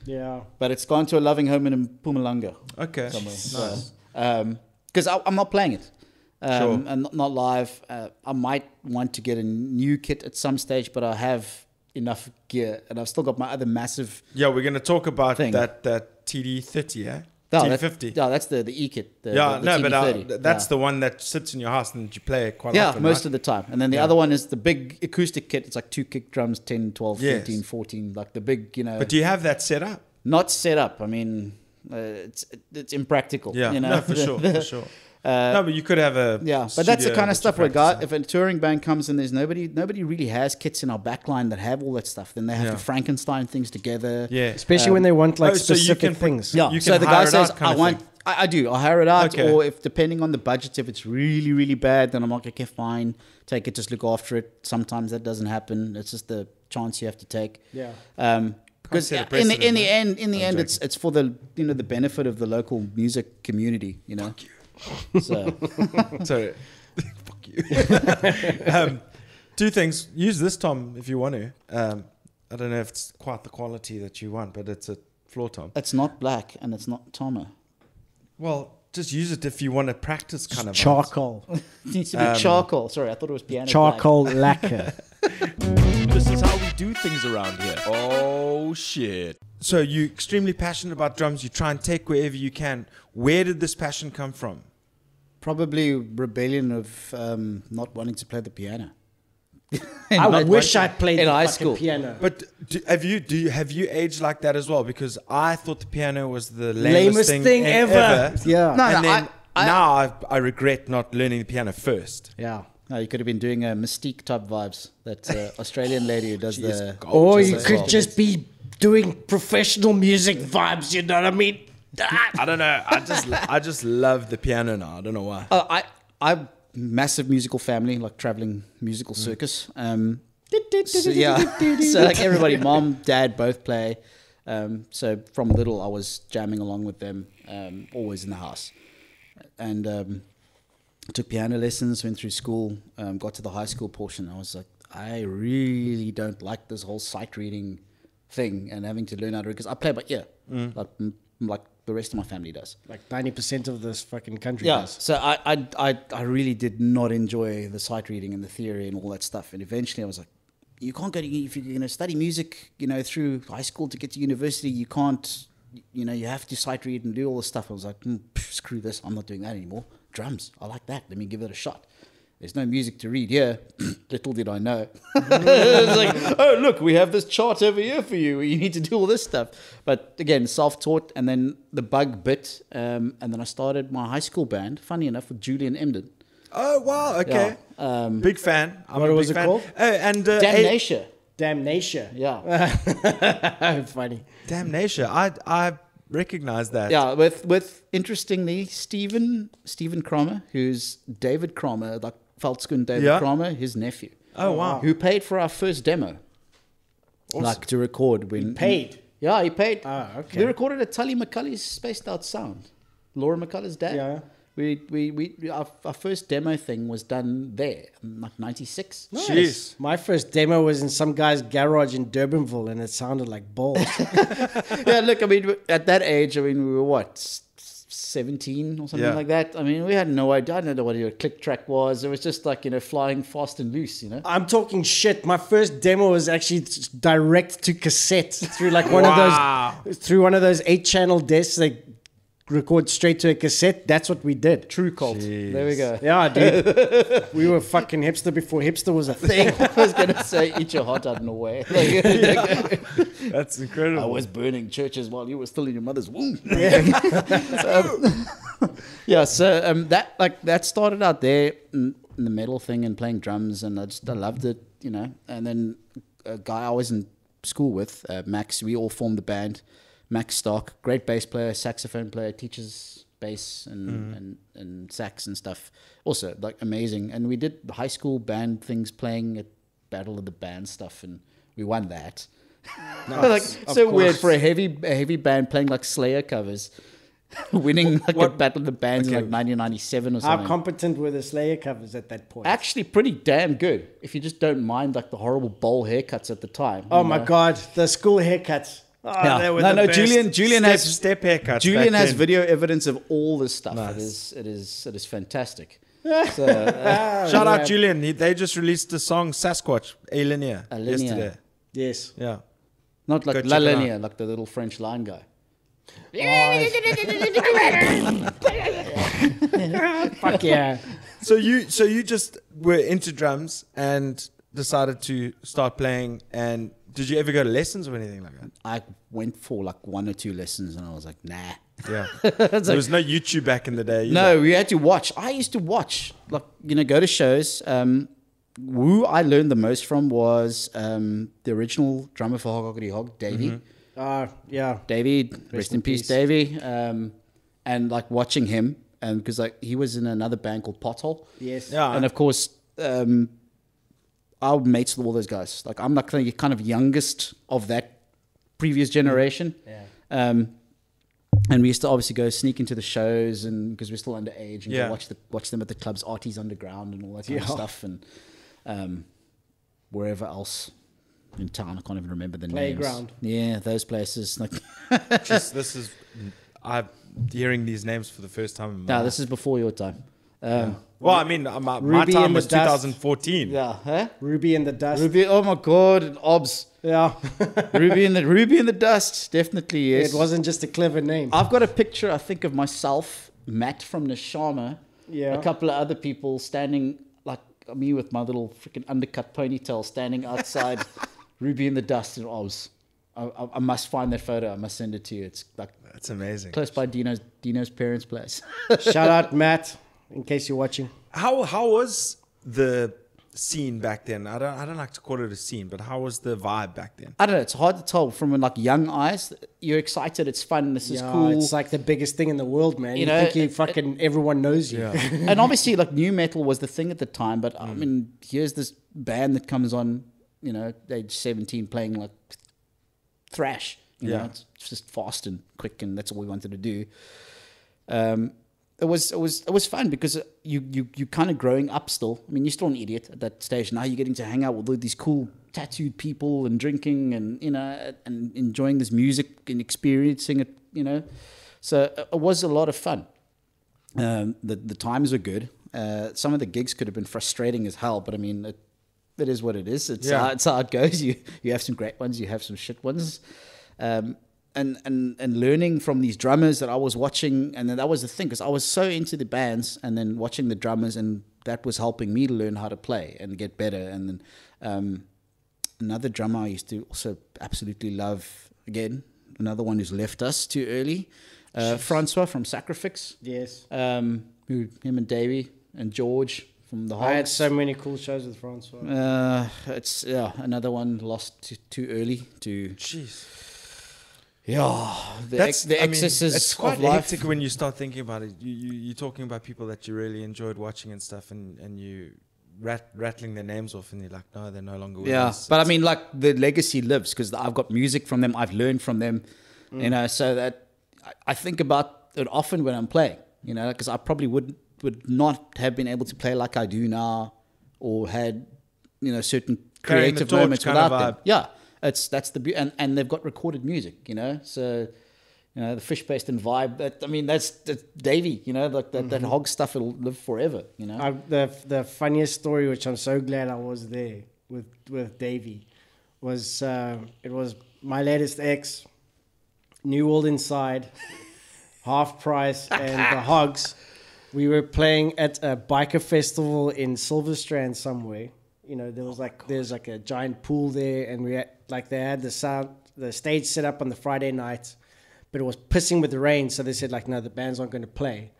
Speaker 3: Yeah.
Speaker 4: But it's gone to a loving home in Pumalanga
Speaker 2: okay.
Speaker 4: somewhere. Because I'm not playing it. Um,
Speaker 2: Sure.
Speaker 4: And not, not live. Uh, I might want to get a new kit at some stage, but I have enough gear and I've still got my other massive.
Speaker 2: Yeah, we're gonna talk about
Speaker 4: Thing.
Speaker 2: that that TD thirty, eh?
Speaker 4: No,
Speaker 2: TD
Speaker 4: that-
Speaker 2: fifty.
Speaker 4: No, that's the, the E kit. The,
Speaker 2: yeah,
Speaker 4: the- the
Speaker 2: no, but uh,
Speaker 4: TD30.
Speaker 2: th- that's
Speaker 4: Yeah.
Speaker 2: the one that sits in your house and you play it quite
Speaker 4: yeah,
Speaker 2: often.
Speaker 4: most
Speaker 2: right?
Speaker 4: of the time. And then the
Speaker 2: Yeah.
Speaker 4: other one is the big acoustic kit. It's like two kick drums, 10, 12,
Speaker 2: Yes.
Speaker 4: 13, 14, like the big, you know.
Speaker 2: But do you have that set up?
Speaker 4: not set up. I mean, uh, it's it's impractical.
Speaker 2: Yeah,
Speaker 4: you know?
Speaker 2: no, for sure, for sure.
Speaker 4: Uh,
Speaker 2: no, but you could have a
Speaker 4: yeah, but that's the
Speaker 2: studio
Speaker 4: kind
Speaker 2: that
Speaker 4: of
Speaker 2: you
Speaker 4: stuff where,
Speaker 2: practice
Speaker 4: God, if a touring band comes and there's nobody, nobody really has kits in our backline that have all that stuff. Then they have
Speaker 2: Yeah.
Speaker 4: to Frankenstein things together.
Speaker 2: in. yeah,
Speaker 3: Especially when they want like
Speaker 2: oh, so you
Speaker 3: specific
Speaker 2: can put-
Speaker 3: things.
Speaker 4: yeah.
Speaker 2: You
Speaker 4: so
Speaker 2: can
Speaker 4: the
Speaker 2: hire
Speaker 4: guy
Speaker 2: it
Speaker 4: says,
Speaker 2: out kind
Speaker 4: "I
Speaker 2: of
Speaker 4: want."
Speaker 2: thing.
Speaker 4: I, I do. I hire it out,
Speaker 2: Okay.
Speaker 4: or if depending on the budget, if it's really, really bad, then I'm like, okay, fine, take it, just look after it. Sometimes that doesn't happen. It's just the chance you have to take.
Speaker 3: Yeah.
Speaker 4: Um, because
Speaker 2: set a
Speaker 4: in the in
Speaker 2: precedent,
Speaker 4: the
Speaker 2: eh?
Speaker 4: end, in the
Speaker 2: I'm
Speaker 4: end,
Speaker 2: joking.
Speaker 4: it's it's for the you know the benefit of the local music community. You know. So
Speaker 2: So, fuck you. um, two things. Use this, Tom, if you want to. Um, I don't know if it's quite the quality that you want, but it's a floor tom.
Speaker 4: it's not black and it's not Tama.
Speaker 2: Well, just use it if you want to practice kind of
Speaker 3: Charcoal.
Speaker 4: It needs to be
Speaker 2: Um,
Speaker 4: charcoal. Sorry, I thought it was piano. black.
Speaker 3: Charcoal lacquer.
Speaker 1: This is how we do things around here. Oh shit.
Speaker 2: art. So you're extremely passionate about drums. You try and take wherever you can. Where did this passion come from?
Speaker 4: Probably rebellion of um, not wanting to play the piano.
Speaker 3: I
Speaker 4: Not
Speaker 3: wish I
Speaker 4: wanting-
Speaker 3: played
Speaker 4: in
Speaker 3: the
Speaker 4: high
Speaker 3: fucking
Speaker 4: school.
Speaker 3: piano.
Speaker 2: But do, have you do you, have you aged like that as well? Because I thought the piano was the lamest,
Speaker 3: Lamest
Speaker 2: thing,
Speaker 3: thing
Speaker 2: e-
Speaker 3: ever. Yeah.
Speaker 4: No,
Speaker 2: and
Speaker 4: no,
Speaker 2: then
Speaker 4: I- I-
Speaker 2: now I, I regret not learning the piano first.
Speaker 4: Yeah. No, you could have been doing a mystique type vibes. That uh, Australian lady who does
Speaker 2: Jeez,
Speaker 4: the.
Speaker 2: God,
Speaker 3: Or
Speaker 2: just
Speaker 3: you
Speaker 2: as
Speaker 3: could
Speaker 2: well.
Speaker 3: just be doing professional music vibes, you know what I mean? Ah!
Speaker 2: I don't know. I just I just love the piano now. I don't know why.
Speaker 4: Uh, I I massive musical family, like traveling musical circus. Um, so, yeah, so like everybody, mom, dad, both play. Um, so from little, I was jamming along with them, um, always in the house, and um, took piano lessons. Went through school, um, got to the high school portion. I was like, I really don't like this whole sight reading thing and having to learn how to read because I play by ear, like, like the rest of my family does.
Speaker 3: Like ninety percent of this fucking country
Speaker 4: Yeah.
Speaker 3: does.
Speaker 4: So I, I, I, I really did not enjoy the sight reading and the theory and all that stuff. And eventually I was like, you can't go to, if you're going to study music, you know, through high school to get to university, you can't, you know, you have to sight read and do all this stuff. I was like, mm, pff, screw this. I'm not doing that anymore. Drums. I like that. Let me give it a shot. There's no music to read here. Little did I know. it's like, oh, look, we have this chart over here for you. You need to do all this stuff. But again, self taught. And then the bug bit. Um, and then I started my high school band, funny enough, with Julian Emden.
Speaker 2: Oh wow, okay.
Speaker 4: Yeah. Um,
Speaker 2: big fan. I'm
Speaker 3: What
Speaker 2: a big
Speaker 3: was it
Speaker 2: fan.
Speaker 3: called?
Speaker 2: Oh, and uh, A-
Speaker 4: Damnation.
Speaker 3: Damnation.
Speaker 4: yeah.
Speaker 3: Funny.
Speaker 2: Damnation. I I recognize that.
Speaker 4: Yeah. With, with interestingly, Stephen, Stephen Cromer, who's David Cromer, like Feldskun David
Speaker 2: Yeah.
Speaker 4: Cromer, his nephew.
Speaker 2: Oh wow.
Speaker 4: Who paid for our first demo. Like to record when
Speaker 3: Paid.
Speaker 4: Yeah, he paid.
Speaker 3: Ah, okay.
Speaker 4: We recorded at Tully McCully's Spaced Out Sound. Laura McCully's dad.
Speaker 3: Yeah.
Speaker 4: We, we, we our, our first demo thing was done there, like 96.
Speaker 2: Jeez.
Speaker 3: My first demo was in some guy's garage in Durbanville, and it sounded like balls.
Speaker 4: yeah, look, I mean, at that age, I mean, we were what, s- 17 or something
Speaker 2: Yeah.
Speaker 4: like that? I mean, we had no idea. I don't know what a click track was. It was just like, you know, flying fast and loose, you know?
Speaker 3: I'm talking shit. My first demo was actually s- direct to cassette through like one
Speaker 2: Wow.
Speaker 3: of those through one of those eight channel discs. They record straight to a cassette. That's what we did.
Speaker 4: True cult. There we go.
Speaker 3: Yeah, dude. we were fucking hipster before hipster was a thing.
Speaker 4: I was going to say, eat your heart out and away.
Speaker 2: That's
Speaker 4: I
Speaker 2: incredible.
Speaker 4: was burning churches while you were still in your mother's womb. Um, yeah, so um, that like that started out there in, in the metal thing and playing drums, and I just I loved it, you know. And then a guy I was in school with, uh, Max, we all formed the band. Max Stark, great bass player, saxophone player, teaches bass and, and, and sax and stuff. Also, like amazing. And we did high school band things, playing at Battle of the Band stuff, and we won that. like so weird for a heavy a heavy band playing like Slayer covers, winning like a battle of the bands in like 1997 or
Speaker 3: How
Speaker 4: something.
Speaker 3: competent were the Slayer covers at that point?
Speaker 4: Actually, pretty damn good if you just don't mind like the horrible bowl haircuts at the time.
Speaker 3: oh
Speaker 4: you
Speaker 3: my
Speaker 4: know.
Speaker 3: god, the school haircuts. Oh,
Speaker 4: Yeah.
Speaker 3: they were
Speaker 4: No,
Speaker 3: the
Speaker 4: no,
Speaker 3: best.
Speaker 4: Julian. Julian
Speaker 2: step,
Speaker 4: has
Speaker 2: step haircut.
Speaker 4: Julian
Speaker 2: back
Speaker 4: has
Speaker 2: then.
Speaker 4: video evidence of all this stuff. It is it is it is fantastic. so, uh,
Speaker 2: Shout out Julian. He, they just released the song Sasquatch Alinia
Speaker 4: Alienia.
Speaker 2: yesterday.
Speaker 3: Yes.
Speaker 2: Yeah.
Speaker 4: not
Speaker 2: Go
Speaker 4: like
Speaker 2: check
Speaker 4: La
Speaker 2: it out.
Speaker 4: Linea, like the little French line guy.
Speaker 3: Fuck yeah.
Speaker 2: So you so you just were into drums and decided to start playing and did you ever go to lessons or anything like that?
Speaker 4: I went for like one or two lessons and I was like, nah.
Speaker 2: Yeah. there was no YouTube back in the day.
Speaker 4: No, we had to watch. I used to watch, like you know, go to shows. Um, who I learned the most from was um, the original drummer for Hog Hoggity Hog, Davey.
Speaker 2: Mm-hmm.
Speaker 3: Ah, yeah.
Speaker 4: Davey, rest, in,
Speaker 3: in
Speaker 4: peace,
Speaker 3: peace.
Speaker 4: Davey. Um, and like watching him, and because like he was in another band called Pothole.
Speaker 3: Yes.
Speaker 2: Yeah.
Speaker 4: And of course, um, I'm mates with all those guys. Like I'm like the kind of youngest of that previous generation.
Speaker 3: Yeah.
Speaker 4: Um, and we used to obviously go sneak into the shows, and because we're still underage, and
Speaker 2: Yeah.
Speaker 4: go watch the watch them at the clubs, Artie's Underground, and all that kind of
Speaker 3: Yeah.
Speaker 4: stuff, and um, wherever else in town. I can't even remember the
Speaker 3: Playground.
Speaker 4: names. Yeah, those places. Like,
Speaker 2: Just, this is I'm hearing these names for the first time in my
Speaker 4: no,
Speaker 2: life.
Speaker 4: this is before your time. Um,
Speaker 2: Well, I mean uh, my, my
Speaker 3: Ruby in
Speaker 2: time
Speaker 3: the
Speaker 2: was
Speaker 3: Dust.
Speaker 2: 2014.
Speaker 4: yeah. Huh?
Speaker 3: Ruby in the dust.
Speaker 4: Ruby. Oh my God, and obs.
Speaker 3: Yeah.
Speaker 4: Ruby in the Ruby in the dust. Definitely yes.
Speaker 3: it wasn't just a clever name.
Speaker 4: I've got a picture, I think, of myself, Matt from Neshama,
Speaker 3: Yeah.
Speaker 4: a couple of other people standing, like me with my little freaking undercut ponytail, standing outside Ruby in the Dust in Oz. I, I, I must find that photo. I must send it to you. It's like
Speaker 2: That's amazing.
Speaker 4: close by Dino's Dino's parents' place.
Speaker 3: Shout out Matt, in case you're watching.
Speaker 2: How how was the scene back then? I don't I don't like to call it a scene, but how was the vibe back then?
Speaker 4: I don't know. It's hard to tell from like young eyes. You're excited. It's fun. This is
Speaker 3: yeah,
Speaker 4: cool.
Speaker 3: It's like the biggest thing in the world, man. You,
Speaker 4: know,
Speaker 3: think you
Speaker 4: it-
Speaker 3: fucking everyone knows you.
Speaker 4: and obviously, like new metal was the thing at the time. But I mean, here's this band that comes on, you know, age seventeen, playing like thrash You
Speaker 2: Yeah.
Speaker 4: know, it's it's just fast and quick, and that's all we wanted to do. Um, it was it was it was fun because you you you kind of growing up still. I mean, you're still an idiot at that stage. Now you're getting to hang out with all these cool tattooed people and drinking and you know and enjoying this music and experiencing it. You know, so it- it was a lot of fun. Um, the the times were good. Uh, some of the gigs could have been frustrating as hell, but I mean, it, it is what it is. It's
Speaker 2: Yeah.
Speaker 4: how, it's how it goes. You you have some great ones, you have some shit ones, um, and and and learning from these drummers that I was watching, and then that was the thing because I was so into the bands, and then watching the drummers, and that was helping me to learn how to play and get better, and then. Um, another drummer I used to also absolutely love again, another one who's left us too early, uh, Francois from Sacrifix.
Speaker 3: Yes.
Speaker 4: Um, who, him and Davey and George from the
Speaker 3: I had
Speaker 4: Hogs.
Speaker 3: so many cool shows with Francois.
Speaker 4: uh, it's yeah, another one lost t- too early to
Speaker 2: Jeez.
Speaker 4: yeah. The ex- the
Speaker 2: I mean,
Speaker 4: excesses
Speaker 2: it's quite
Speaker 4: of life.
Speaker 2: hectic when you start thinking about it. You, you you're talking about people that you really enjoyed watching and stuff, and and you rat, rattling their names off, and you're like, no, they're no longer. With
Speaker 4: Yeah,
Speaker 2: us.
Speaker 4: but I mean, like the legacy lives because I've got music from them. I've learned from them,
Speaker 2: Mm.
Speaker 4: you know. So that I, I think about it often when I'm playing, you know, because I probably would would not have been able to play like I do now, or had you know certain
Speaker 2: Carrying the
Speaker 4: creative
Speaker 2: torch
Speaker 4: moments
Speaker 2: kind of
Speaker 4: without them.
Speaker 2: vibe.
Speaker 4: Yeah, it's that's the beauty, and and they've got recorded music, you know. So you know the fish paste and vibe. That I mean, that's, that's Davy, you know, like that that
Speaker 2: Mm-hmm.
Speaker 4: hog stuff. It'll live forever, you know.
Speaker 3: I, the the funniest story, which I'm so glad I was there with with Davey, was uh, it was my latest ex, New World Inside, Half Price, and the Hogs. We were playing at a biker festival in Silverstrand somewhere. You know, there was like there's like a giant pool there, and we had, like they had the sound the stage set up on the Friday night, but it was pissing with rain, so they said like no, the bands aren't going to play.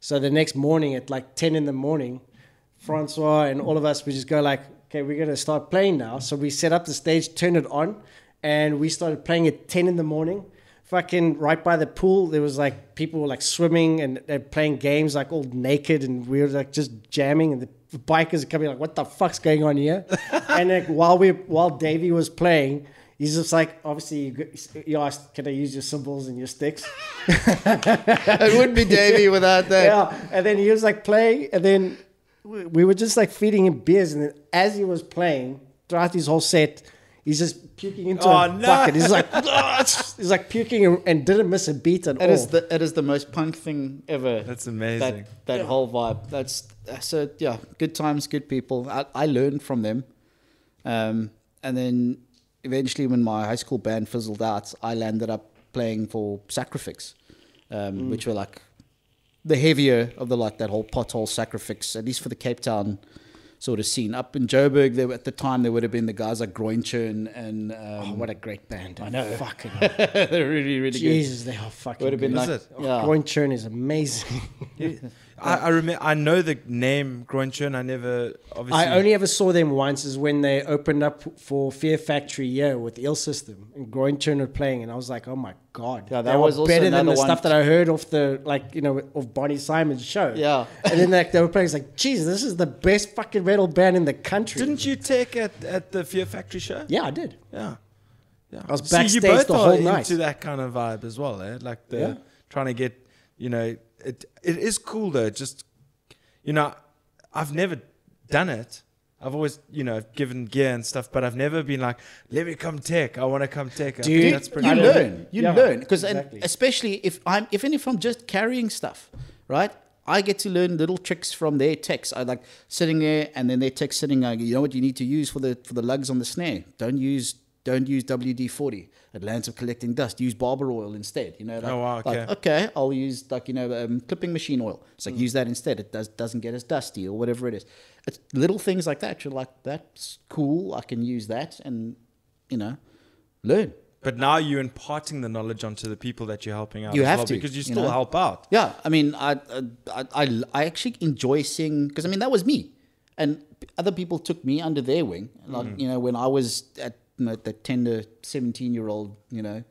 Speaker 3: So the next morning at like 10 in the morning, Francois and all of us, we just go like, okay, we're going to start playing now. So we set up the stage, turned it on, and we started playing at 10 in the morning. Fucking right by the pool, there was like people were like swimming and they're playing games like all naked, and we were like just jamming, and the bikers are coming like, what the fuck's going on here? and like while we while Davey was playing, he's just like, obviously, you go- he asked, can I use your cymbals and your sticks?
Speaker 4: it wouldn't be Davy without that.
Speaker 3: yeah. And then he was like playing, and then we we were just like feeding him beers. And then as he was playing throughout his whole set, he's just puking into
Speaker 2: Oh,
Speaker 3: a
Speaker 2: no.
Speaker 3: bucket. He's like, he's like puking and, and didn't miss a beat at
Speaker 4: It
Speaker 3: all.
Speaker 4: is the it is the most punk thing ever.
Speaker 2: Oh. That's amazing.
Speaker 4: That, that whole vibe. That's so yeah. Good times, good people. I, I learned from them, um, and then eventually when my high school band fizzled out, I landed up playing for Sacrifix, um, which were like the heavier of the like that whole pothole Sacrifix, at least for the Cape Town sort of scene. Up in Joburg, they were, at the time there would have been the guys like Groinchurn and um,
Speaker 3: oh, what a great band.
Speaker 4: I know.
Speaker 3: Fucking
Speaker 4: they're really really
Speaker 3: Jesus, they are fucking.
Speaker 4: good. Would have been
Speaker 3: good.
Speaker 2: Is
Speaker 4: like
Speaker 2: it?
Speaker 4: yeah.
Speaker 3: Groin churn is amazing.
Speaker 2: I, I remember. I know the name Groenchurn. I never obviously.
Speaker 3: I only ever saw them once is when they opened up for Fear Factory Year with Ill System and Groin Churn were playing and I was like, oh my god,
Speaker 4: Yeah, that
Speaker 3: they
Speaker 4: was
Speaker 3: were
Speaker 4: also
Speaker 3: better than
Speaker 4: another
Speaker 3: the
Speaker 4: one.
Speaker 3: stuff that I heard off the like you know of Bonnie Simon's show.
Speaker 4: Yeah.
Speaker 3: and then like they were playing, it's like, Jesus, this is the best fucking metal band in the country.
Speaker 2: didn't you take at at the Fear Factory show?
Speaker 3: Yeah, I did.
Speaker 2: Yeah. Yeah.
Speaker 3: I was
Speaker 2: you
Speaker 3: backstage
Speaker 2: both
Speaker 3: the
Speaker 2: are
Speaker 3: whole
Speaker 2: into
Speaker 3: night.
Speaker 2: that kind of vibe as well, eh? Like the
Speaker 3: Yeah.
Speaker 2: trying to get, you know, it it is cool though. Just, you know, I've never done it. I've always, you know, given gear and stuff, but I've never been like, let me come tech. I want to come tech. I think
Speaker 3: Dude,
Speaker 2: that's pretty
Speaker 4: you
Speaker 3: cool.
Speaker 4: learn. You
Speaker 3: Yeah,
Speaker 4: learn because
Speaker 3: exactly.
Speaker 4: especially if I'm even if I'm just carrying stuff, right? I get to learn little tricks from their techs. I like sitting there and then their tech sitting. Like, you know what you need to use for the for the lugs on the snare. Don't use don't use WD forty. It lands up collecting dust. Use barber oil instead. You know. Like,
Speaker 2: Oh, wow,
Speaker 4: like,
Speaker 2: okay. Mm.
Speaker 4: okay, I'll use like you know um, clipping machine oil. It's like use that instead. It does doesn't get as dusty or whatever it is. It's little things like that. You're like that's cool. I can use that and you know learn.
Speaker 2: But now you're imparting the knowledge onto the people that you're helping out.
Speaker 4: You
Speaker 2: as
Speaker 4: have
Speaker 2: well,
Speaker 4: to,
Speaker 2: because you
Speaker 4: you
Speaker 2: still
Speaker 4: know?
Speaker 2: help out.
Speaker 4: Yeah, I mean, I I, I, I actually enjoy seeing because I mean that was me, and p- other people took me under their wing. Like
Speaker 3: Mm.
Speaker 4: you know, when I was at you know, the tender seventeen year old, you know,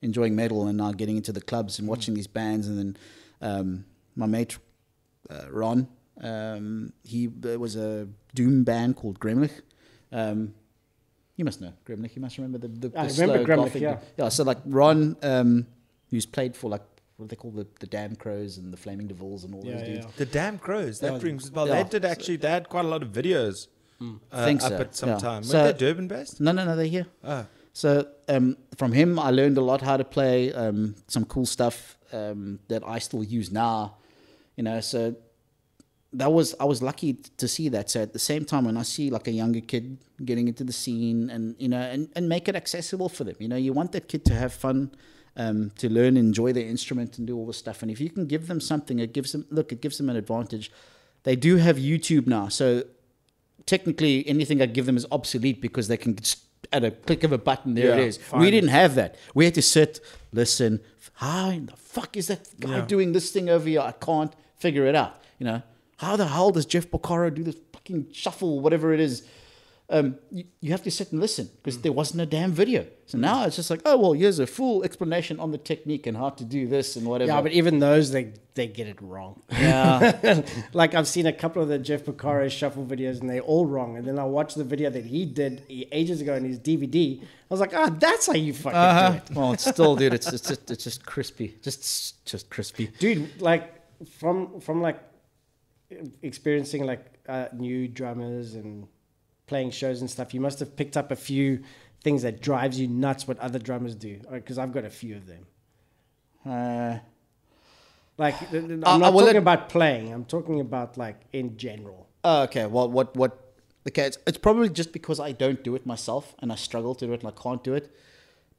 Speaker 4: enjoying metal and now getting into the clubs
Speaker 3: Mm.
Speaker 4: and watching these bands, and then um, my mate uh, Ron, um, he there was a doom band called Gremlich. Um, You must know Gremlich. You must remember the the, the
Speaker 3: I
Speaker 4: slow
Speaker 3: remember Gremlich,
Speaker 4: gothic-
Speaker 3: yeah.
Speaker 4: yeah. So like Ron, um, who's played for like what do they call the the Damn Crows and the Flaming Devils and all
Speaker 3: Yeah,
Speaker 4: those
Speaker 3: yeah.
Speaker 4: dudes.
Speaker 2: The Damn Crows. That
Speaker 4: Yeah.
Speaker 2: brings. Well,
Speaker 4: Yeah.
Speaker 2: they did actually. They had quite a lot of videos. Uh,
Speaker 4: Think
Speaker 2: up
Speaker 4: so,
Speaker 2: at some
Speaker 4: yeah.
Speaker 2: time. Were
Speaker 4: So-
Speaker 2: they Durban based?
Speaker 4: No, no, no, they're here.
Speaker 2: Oh.
Speaker 4: So um, from him, I learned a lot how to play um, some cool stuff um, that I still use now. You know, so that was I was lucky to see that. So at the same time, when I see like a younger kid getting into the scene, and you know, and, and make it accessible for them. You know, you want that kid to have fun. Um, to learn, enjoy their instrument, and do all this stuff, and if you can give them something, it gives them look, it gives them an advantage. They do have YouTube now, so technically anything I give them is obsolete because they can just at a click of a button there it
Speaker 2: Yeah,
Speaker 4: is.
Speaker 2: find
Speaker 4: We
Speaker 2: it.
Speaker 4: didn't have that. We had to sit, listen. f- How in the fuck is that guy
Speaker 2: Yeah.
Speaker 4: doing this thing over here? I can't figure it out. You know, how the hell does Jeff Porcaro do this fucking shuffle, whatever it is? Um, you, you have to sit and listen because there wasn't a damn video. So now it's just like, oh well, here's a full explanation on the technique and how to do this and whatever.
Speaker 3: Yeah, but even those they they get it wrong.
Speaker 4: yeah,
Speaker 3: like I've seen a couple of the Jeff Picaro shuffle videos and they're all wrong. And then I watched the video that he did ages ago in his DVD. I was like, ah, that's how you fucking do it.
Speaker 4: well, it's still, dude, it's it's just, it's just crispy, just just crispy.
Speaker 3: dude like from from like experiencing like uh, new drummers and playing shows and stuff you must have picked up a few things that drives you nuts what other drummers do because i've got a few of them
Speaker 4: Uh,
Speaker 3: like th- th- i'm
Speaker 4: I- I
Speaker 3: not
Speaker 4: will
Speaker 3: talking
Speaker 4: let-
Speaker 3: about playing i'm talking about like in general
Speaker 4: Oh, okay. Well, what, what, okay. It's, it's probably just because I don't do it myself and I struggle to do it and I can't do it.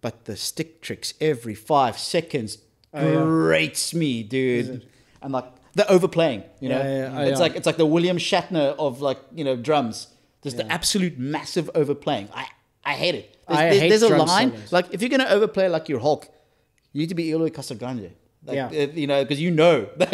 Speaker 4: But the stick tricks every five seconds
Speaker 3: Oh, yeah.
Speaker 4: grates me, dude. And like the overplaying, you know,
Speaker 3: Yeah, yeah, yeah. Oh,
Speaker 4: it's
Speaker 3: yeah.
Speaker 4: like it's like the William Shatner of like you know drums. Just the
Speaker 3: Yeah.
Speaker 4: absolute massive overplaying. I I hate it. There's,
Speaker 3: I
Speaker 4: there's,
Speaker 3: hate
Speaker 4: there's a
Speaker 3: drum
Speaker 4: line
Speaker 3: solos.
Speaker 4: like if you're gonna overplay like your Hulk, you need to be Eloy Casagrande. Like,
Speaker 3: Yeah.
Speaker 4: uh, you know, because you know that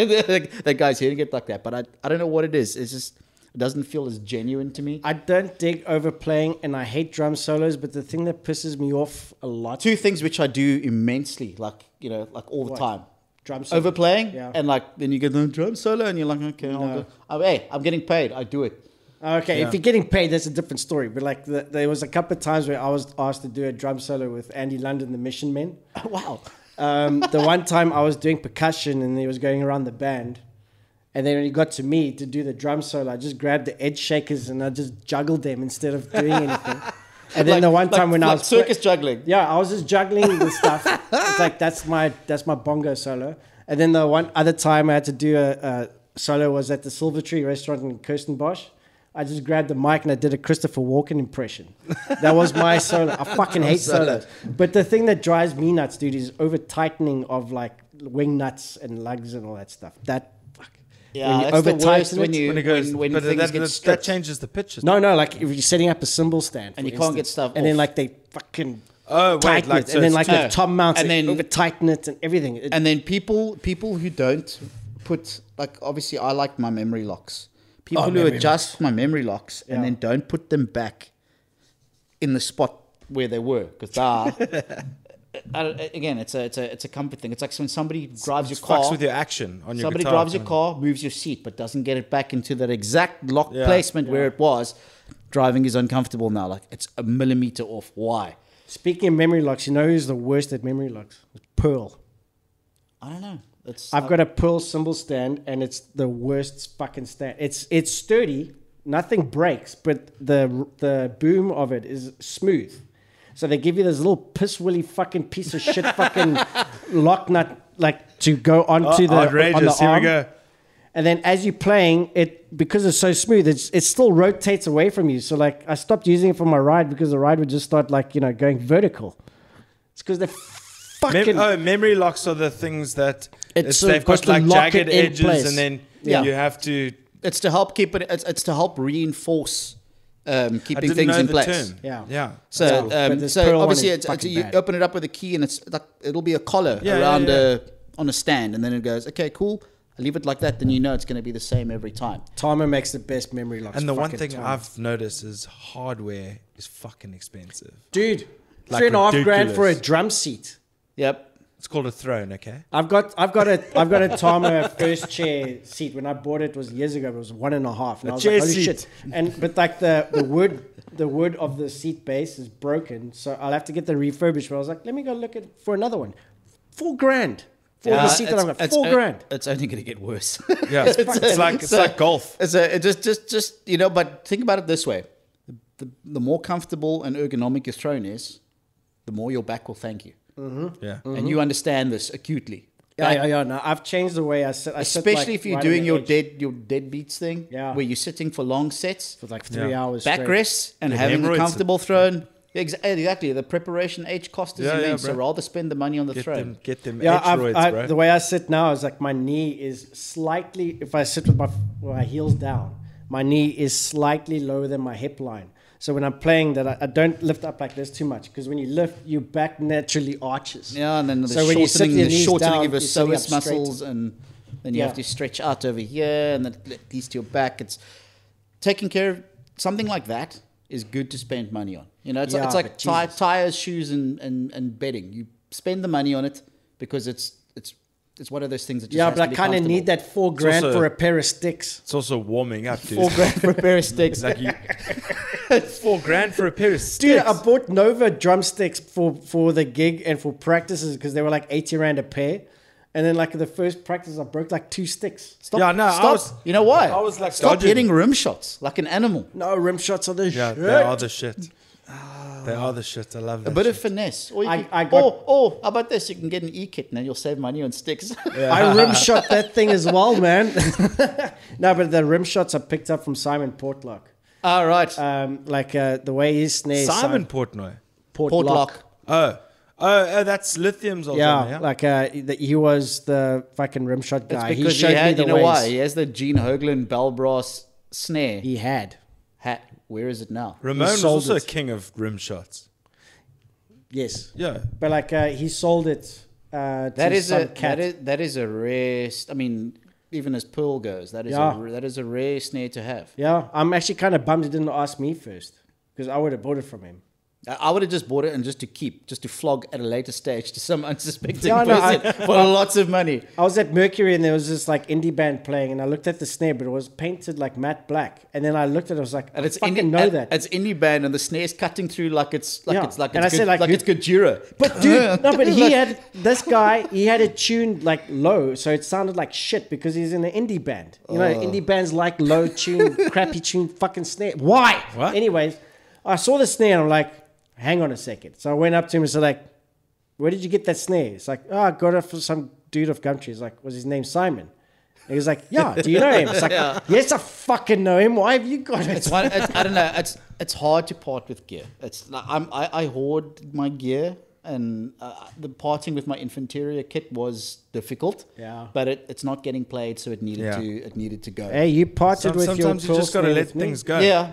Speaker 4: that guy's hitting it like that. But I, I don't know what it is. It's just it doesn't feel as genuine to me.
Speaker 3: i don't dig overplaying and i hate drum solos but the thing that pisses me off a lot
Speaker 4: Two things which I do immensely, like you know, like all the
Speaker 3: What?
Speaker 4: time.
Speaker 3: drum solos
Speaker 4: Overplaying
Speaker 3: Yeah.
Speaker 4: and like then you get the drum solo and you're like, okay, I'll
Speaker 3: No.
Speaker 4: go. Oh, hey, I'm getting paid. I do it.
Speaker 3: Okay,
Speaker 2: Yeah.
Speaker 3: if you're getting paid, that's a different story. But like, the, there was a couple of times where I was asked to do a drum solo with Andy London, the Mission Men.
Speaker 4: wow.
Speaker 3: Um, the one time I was doing percussion and he was going around the band, and then when he got to me to do the drum solo, I just grabbed the edge shakers and I just juggled them instead of doing anything. And then
Speaker 4: Like-
Speaker 3: the one
Speaker 4: like-
Speaker 3: time when I
Speaker 4: like
Speaker 3: was pla-
Speaker 4: circus juggling.
Speaker 3: yeah, I was just juggling the stuff. It's like that's my that's my bongo solo. And then the one other time I had to do a, a solo was at the Silver Tree restaurant in Kirstenbosch. I just grabbed the mic and I did a Christopher Walken impression. That was my solo. I fucking hate solos. But the thing that drives me nuts, dude, is over tightening of like wing nuts and lugs and all that stuff. That fuck.
Speaker 4: Yeah, that's the
Speaker 3: over-tighten
Speaker 4: worst when
Speaker 3: it-
Speaker 4: you-
Speaker 2: When it goes,
Speaker 4: When- when
Speaker 2: but
Speaker 4: things
Speaker 2: that,
Speaker 4: get
Speaker 2: that- that
Speaker 4: stripped.
Speaker 2: changes the picture.
Speaker 3: No, no, like if you're setting up a cymbal stand,
Speaker 4: And
Speaker 3: for
Speaker 4: you can't get
Speaker 3: instance,
Speaker 4: stuff
Speaker 3: and then
Speaker 4: off.
Speaker 3: like they fucking
Speaker 2: Oh, wait,
Speaker 3: tighten
Speaker 2: like,
Speaker 3: it,
Speaker 2: so
Speaker 3: and then
Speaker 2: it's
Speaker 3: like
Speaker 4: no.
Speaker 3: the tom mounts, and
Speaker 4: And then-
Speaker 3: then over tighten it and everything. It-
Speaker 4: and then people people who don't put like obviously I like my memory locks.
Speaker 2: Oh,
Speaker 4: People who
Speaker 3: memory
Speaker 4: adjust my memory locks and
Speaker 3: Yeah.
Speaker 4: then don't put them back in the spot where they were because again it's a it's a it's a comfort thing. It's like when somebody drives your
Speaker 2: fucks
Speaker 4: car
Speaker 2: with your action on your
Speaker 4: somebody
Speaker 2: guitar.
Speaker 4: drives your car, moves your seat, but doesn't get it back into that exact lock
Speaker 2: Yeah.
Speaker 4: placement where it was. Driving is uncomfortable now. Like it's a millimeter off. Why?
Speaker 3: speaking of memory locks, you know who's the worst at memory locks? Pearl.
Speaker 4: I don't know. It's
Speaker 3: I've got a Pearl cymbal stand, and it's the worst fucking stand. It's it's sturdy, nothing breaks, but the the boom of it is smooth. So they give you this little piss willy fucking piece of shit fucking lock nut like to go onto the on the
Speaker 2: Uh, outrageous. Here we
Speaker 3: arm.
Speaker 2: go.
Speaker 3: And then as you're playing it, because it's so smooth, it's, it still rotates away from you. So like I stopped using it for my ride because the ride would just start like you know going vertical. It's because they're
Speaker 2: Mem-
Speaker 3: fucking
Speaker 2: oh, memory locks are the things that
Speaker 3: It's
Speaker 2: it's,
Speaker 3: so
Speaker 2: they've
Speaker 3: supposed
Speaker 2: got
Speaker 3: to
Speaker 2: like
Speaker 3: lock it
Speaker 2: jagged
Speaker 3: in
Speaker 2: edges,
Speaker 3: place.
Speaker 2: and then
Speaker 4: Yeah.
Speaker 2: you have to.
Speaker 4: It's to help keep it. It's, it's to help reinforce um,
Speaker 2: I
Speaker 4: keeping
Speaker 2: didn't
Speaker 4: things
Speaker 2: know
Speaker 4: in
Speaker 2: the
Speaker 4: place.
Speaker 2: term.
Speaker 3: Yeah.
Speaker 2: yeah.
Speaker 4: So,
Speaker 3: Yeah, but
Speaker 4: um,
Speaker 3: this
Speaker 4: so
Speaker 3: pearl one
Speaker 4: obviously,
Speaker 3: is
Speaker 4: it's, it's,
Speaker 3: fucking
Speaker 4: you
Speaker 3: bad.
Speaker 4: open it up with a key, and it's like it'll be a collar
Speaker 2: Yeah, yeah,
Speaker 4: around
Speaker 2: yeah.
Speaker 4: A, on a stand, and then it goes, okay, cool. I leave it like that, then you know it's going to be the same every time.
Speaker 3: timer makes the best memory locks.
Speaker 2: And the one
Speaker 3: Fucking
Speaker 2: thing
Speaker 3: timer.
Speaker 2: I've noticed is hardware is fucking expensive.
Speaker 3: dude,
Speaker 2: Like
Speaker 3: three and a half grand for a
Speaker 2: ridiculous.
Speaker 3: drum seat.
Speaker 4: Yep.
Speaker 2: It's called a throne, okay?
Speaker 3: I've got I've got a I've got a Tama first chair seat. When I bought it, it was years ago, but it was one and a half. And
Speaker 2: A
Speaker 3: I was
Speaker 2: chair
Speaker 3: like, holy
Speaker 2: seat.
Speaker 3: shit. And but like the, the wood the wood of the seat base is broken, so I'll have to get the refurbished. But I was like, let me go look at for another one. Four grand. For the
Speaker 4: Uh,
Speaker 3: seat that
Speaker 4: it's-
Speaker 3: I've got.
Speaker 4: it's
Speaker 3: Four
Speaker 4: o-
Speaker 3: grand.
Speaker 4: It's only going to get worse.
Speaker 2: Yeah, it's, it's like it's like golf.
Speaker 4: It's a, it just, just, just you know. But think about it this way: the, the more comfortable and ergonomic your throne is, the more your back will thank you,
Speaker 2: Yeah,
Speaker 4: and you understand this acutely.
Speaker 3: Mm-hmm. Yeah,
Speaker 4: Back-
Speaker 3: yeah, yeah. No, I've changed the way I sit. I sit, like,
Speaker 4: Especially if you're
Speaker 3: right on
Speaker 4: doing
Speaker 3: the
Speaker 4: your
Speaker 3: edge
Speaker 4: dead your dead beats thing,
Speaker 3: Yeah.
Speaker 4: where you're sitting for long sets,
Speaker 3: for like three
Speaker 2: Yeah.
Speaker 3: hours. straight.
Speaker 4: backrests, and
Speaker 2: The
Speaker 4: having a
Speaker 2: hemorrhoids.
Speaker 4: comfortable throne. Exa- Exactly, the preparation each cost is
Speaker 2: Yeah, yeah,
Speaker 4: immense. so
Speaker 2: bro.
Speaker 4: rather spend the money on the
Speaker 2: get
Speaker 4: throne.
Speaker 2: them, get them
Speaker 3: Yeah,
Speaker 2: edgeroids,
Speaker 3: I've, I,
Speaker 2: bro.
Speaker 3: the way I sit now is like my knee is slightly. If I sit with my, with my heels down, my knee is slightly lower than my hip line. So when I'm playing, that I, I don't lift up like this too much because when you lift, your back naturally arches.
Speaker 4: Yeah, and then the
Speaker 3: So when you sit
Speaker 4: shortening,
Speaker 3: your
Speaker 4: the
Speaker 3: knees
Speaker 4: shortening
Speaker 3: down,
Speaker 4: of your
Speaker 3: you're sitting
Speaker 4: psoas
Speaker 3: up straight.
Speaker 4: muscles, and then you
Speaker 3: Yeah.
Speaker 4: have to stretch out over here, and then it leads to your back. It's taking care of something like that is good to spend money on. You know, it's,
Speaker 3: Yeah,
Speaker 4: it's
Speaker 3: but
Speaker 4: like ti-
Speaker 3: Jesus.
Speaker 4: tires, shoes, and, and and bedding. You spend the money on it because it's it's it's one of those things that just
Speaker 3: yeah,
Speaker 4: has
Speaker 3: but I
Speaker 4: to be
Speaker 3: kind of need
Speaker 4: comfortable.
Speaker 3: that four grand
Speaker 2: also-
Speaker 3: for a pair of sticks.
Speaker 2: it's also warming up, dude.
Speaker 4: four grand for a pair of sticks.
Speaker 2: It's like you, it's four grand for a pair of
Speaker 3: Dude,
Speaker 2: sticks.
Speaker 3: I bought Nova drumsticks for for the gig and for practices because they were like eighty rand a pair, and then like the first practice, I broke like two sticks.
Speaker 4: Stop,
Speaker 2: Yeah, no, I
Speaker 4: stop.
Speaker 2: was-
Speaker 4: you know why?
Speaker 2: I was like
Speaker 4: stop
Speaker 2: dodging.
Speaker 4: hitting rim shots like an animal.
Speaker 3: No rim shots on this.
Speaker 2: yeah,
Speaker 3: Yeah,
Speaker 2: they are the shit. They are the shit. I love
Speaker 4: A
Speaker 2: that.
Speaker 4: bit
Speaker 2: shit.
Speaker 4: of finesse. Or you
Speaker 3: I-
Speaker 4: can-
Speaker 3: I got-
Speaker 4: or, or how about this? You can get an e kit and then you'll save money on sticks.
Speaker 3: I rim shot that thing as well, man. no, but the rim shots I picked up from Simon Portlock.
Speaker 4: All right.
Speaker 3: Um, like uh, the way his snare.
Speaker 2: Simon Portnoy.
Speaker 4: Port
Speaker 3: Portlock.
Speaker 4: lock.
Speaker 2: Oh, oh, oh that's lithium's old
Speaker 3: Yeah,
Speaker 2: drummer, yeah.
Speaker 3: like uh, the, he was the fucking rim shot
Speaker 4: It's
Speaker 3: guy. he
Speaker 4: because he,
Speaker 3: showed me
Speaker 4: had,
Speaker 3: the
Speaker 4: you know
Speaker 3: ways.
Speaker 4: why? He has the Gene Hoglan bell brass snare
Speaker 3: He had.
Speaker 4: hat. Where is it now?
Speaker 2: Ramon was
Speaker 3: sold
Speaker 2: also
Speaker 3: it.
Speaker 2: a king of rim shots.
Speaker 3: Yes,
Speaker 2: Yeah,
Speaker 3: but like uh, he sold it. Uh, to
Speaker 4: That is
Speaker 3: some
Speaker 4: a
Speaker 3: cat.
Speaker 4: that is, that is a rare. st- I mean, even as Pearl goes, that is
Speaker 3: Yeah.
Speaker 4: a, r- that is a rare snare to have.
Speaker 3: yeah, I'm actually kind of bummed he didn't ask me first because I would have bought it from him.
Speaker 4: I would have just bought it and just to keep, just to flog at a later stage to some unsuspecting
Speaker 3: Yeah, no, I-
Speaker 4: person for lots of money.
Speaker 3: I was at Mercury and there was this like indie band playing, and I looked at the snare, but it was painted like matte black. And then I looked at it, I was like, I
Speaker 4: And it's
Speaker 3: fucking
Speaker 4: indie,
Speaker 3: know
Speaker 4: and-
Speaker 3: that.
Speaker 4: It's indie band and the snare's cutting through like it's like
Speaker 3: Yeah.
Speaker 4: it's like
Speaker 3: And
Speaker 4: it's
Speaker 3: I said,
Speaker 4: good,
Speaker 3: like,
Speaker 4: like,
Speaker 3: you-
Speaker 4: it's Gojira.
Speaker 3: But dude, no, but he had this guy. He had it tuned like low, so it sounded like shit because he's in an indie band. You know,
Speaker 2: Oh.
Speaker 3: indie bands like low tuned, crappy tuned, fucking snare. Why?
Speaker 2: What?
Speaker 3: Anyways, I saw the snare and I'm like, hang on a second. So I went up to him and said, like, where did you get that snare? It's like, oh, I got it from some dude of Gumtree. It's like, was his name Simon? And he was like, yeah. Do you know him? It's like, yes, I fucking know him. Why have you got it?
Speaker 4: It's one, it's, I don't know. It's it's hard to part with gear. It's like I'm, I I hoard my gear, and uh, the parting with my Infanteria kit was difficult.
Speaker 3: Yeah.
Speaker 4: but it, it's not getting played, so it needed
Speaker 2: Yeah.
Speaker 4: to it needed to go.
Speaker 3: Hey, you parted
Speaker 2: Some-
Speaker 3: with your
Speaker 2: sometimes you
Speaker 3: tool
Speaker 2: just got to
Speaker 3: snare
Speaker 2: let
Speaker 3: with me.
Speaker 2: things go.
Speaker 4: Yeah,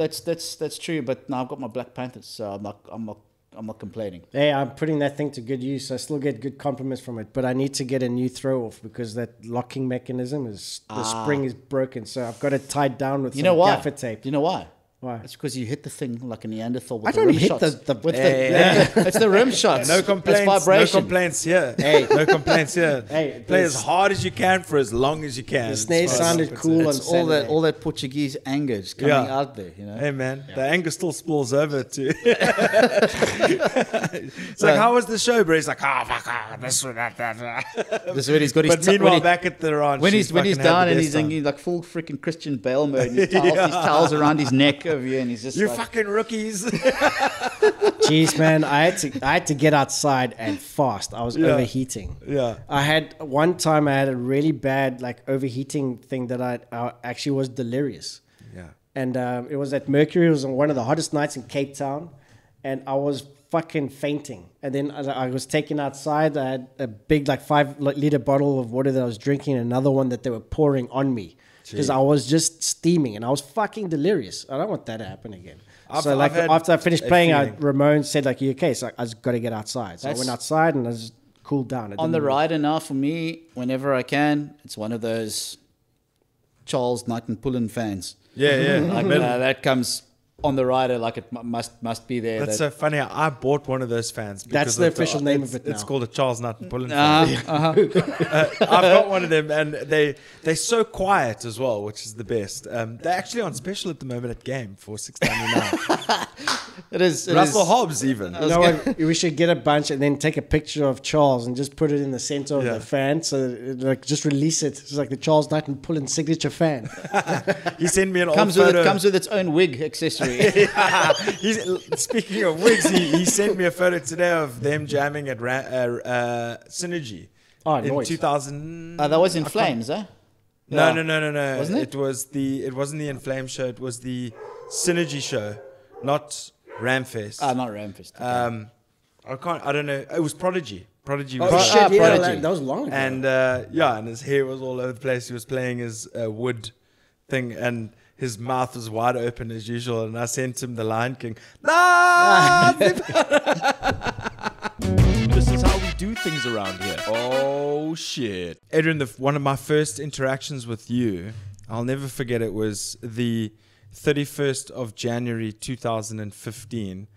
Speaker 4: that's that's that's true. But now I've got my Black Panthers, so I'm not I'm not I'm not complaining.
Speaker 3: Hey, I'm putting that thing to good use. I still get good compliments from it, but I need to get a new throw off because that locking mechanism is the spring is broken. So I've got it tied down with
Speaker 4: Ah. You
Speaker 3: some
Speaker 4: know why?
Speaker 3: gaffer tape.
Speaker 4: You know why?
Speaker 3: Why?
Speaker 4: It's because you hit the thing like a Neanderthal. With
Speaker 3: I
Speaker 4: the
Speaker 3: don't
Speaker 4: rim
Speaker 3: hit
Speaker 4: shots.
Speaker 3: the- the-
Speaker 4: With
Speaker 2: Hey,
Speaker 4: the- it's the rim shots.
Speaker 2: No
Speaker 4: It's
Speaker 2: complaints. No
Speaker 4: vibration.
Speaker 2: complaints here.
Speaker 3: Hey.
Speaker 2: no complaints here.
Speaker 3: Hey,
Speaker 2: play
Speaker 3: there's-
Speaker 2: as hard as you can for as long as you can.
Speaker 3: The snare
Speaker 2: It's fine.
Speaker 3: sounded cool on
Speaker 4: It's all
Speaker 3: Saturday.
Speaker 4: that all that Portuguese anger is coming
Speaker 2: Yeah.
Speaker 4: out there, you know.
Speaker 2: Hey man, the anger still spills over too. it's like, how was the show, bro? He's like, ah, fuck, ah, this one, that, that. that."
Speaker 4: This is when he's got his
Speaker 2: But
Speaker 4: t-
Speaker 2: meanwhile,
Speaker 4: when he-
Speaker 2: back at the ranch,
Speaker 4: when he's when he's
Speaker 2: fucking had
Speaker 4: down
Speaker 2: the
Speaker 4: and
Speaker 2: best
Speaker 4: he's in
Speaker 2: time.
Speaker 4: like full freaking Christian Bale mode, and his towels, his towels around his neck over here, and he's just
Speaker 2: you
Speaker 4: like,
Speaker 2: fucking rookies.
Speaker 3: Jeez, man, I had to I had to get outside and fast. I was
Speaker 2: Yeah.
Speaker 3: overheating.
Speaker 2: Yeah.
Speaker 3: I had one time I had a really bad like overheating thing that I, I actually was delirious.
Speaker 2: yeah.
Speaker 3: and um, it was at Mercury. It was on one of the hottest nights in Cape Town, and I was fucking fainting. And then I, I was taken outside. I had a big like five li- liter bottle of water that I was drinking, and another one that they were pouring on me because I was just steaming and I was fucking delirious. I don't want that to happen again.
Speaker 2: I've-
Speaker 3: so like
Speaker 2: I've had
Speaker 3: after I finished
Speaker 2: that
Speaker 3: playing, I,
Speaker 2: feeling.
Speaker 3: Ramon said like, "You okay?" So I just got to get outside. So I
Speaker 4: That's-
Speaker 3: went outside and I just cooled down. I
Speaker 4: on the
Speaker 3: didn't-
Speaker 4: rider now for me, whenever I can, it's one of those Charles Knight and Pullen fans.
Speaker 2: Yeah, yeah.
Speaker 4: like, uh, that comes on the rider, like it mu- must must be there.
Speaker 2: That's
Speaker 4: that-
Speaker 2: so funny. I bought one of those fans. because
Speaker 3: the
Speaker 2: it's-
Speaker 3: official name of
Speaker 2: it's-
Speaker 3: it
Speaker 2: It's
Speaker 3: now.
Speaker 2: called a Charles Knight and Pullen fan.
Speaker 4: Uh, uh-huh.
Speaker 2: I've got one of them, and they they're so quiet as well, which is the best. Um, they're actually on special at the moment at Game for six ninety nine.
Speaker 4: It is. it
Speaker 2: Russell
Speaker 4: is-
Speaker 2: Hobbs even.
Speaker 3: You know what? We should get a bunch and then take a picture of Charles and just put it in the center of
Speaker 2: Yeah.
Speaker 3: the fan. So that it, like just release it. It's like the Charles Knight and Pullen signature fan.
Speaker 2: He sent me an
Speaker 4: comes
Speaker 2: old
Speaker 4: with
Speaker 2: photo.
Speaker 4: it, comes with its own wig accessory.
Speaker 2: He's, speaking of wigs, he, he sent me a photo today of them jamming at Ra- uh, uh, Synergy.
Speaker 3: Oh,
Speaker 2: in
Speaker 3: nice.
Speaker 2: 2000.
Speaker 4: uh, that was in flames, huh?
Speaker 2: No,
Speaker 4: Yeah.
Speaker 2: no, no, no, no.
Speaker 4: Wasn't it?
Speaker 2: It was the. It wasn't the Inflame show. It was the Synergy show, not Ramfest.
Speaker 4: Ah, not Ramfest.
Speaker 2: um, I can't. I don't know. It was Prodigy. Prodigy.
Speaker 3: Oh,
Speaker 2: was-
Speaker 3: shit,
Speaker 4: ah,
Speaker 3: yeah,
Speaker 4: Prodigy.
Speaker 3: like, that was long ago.
Speaker 2: and uh, yeah, and his hair was all over the place. He was playing his uh, wood thing, and his mouth was wide open as usual. And I sent him the Lion King. Lion
Speaker 1: This is how we do things around here. Oh shit.
Speaker 2: Adrian, the, one of my first interactions with you, I'll never forget it, was the 31st of January 2015.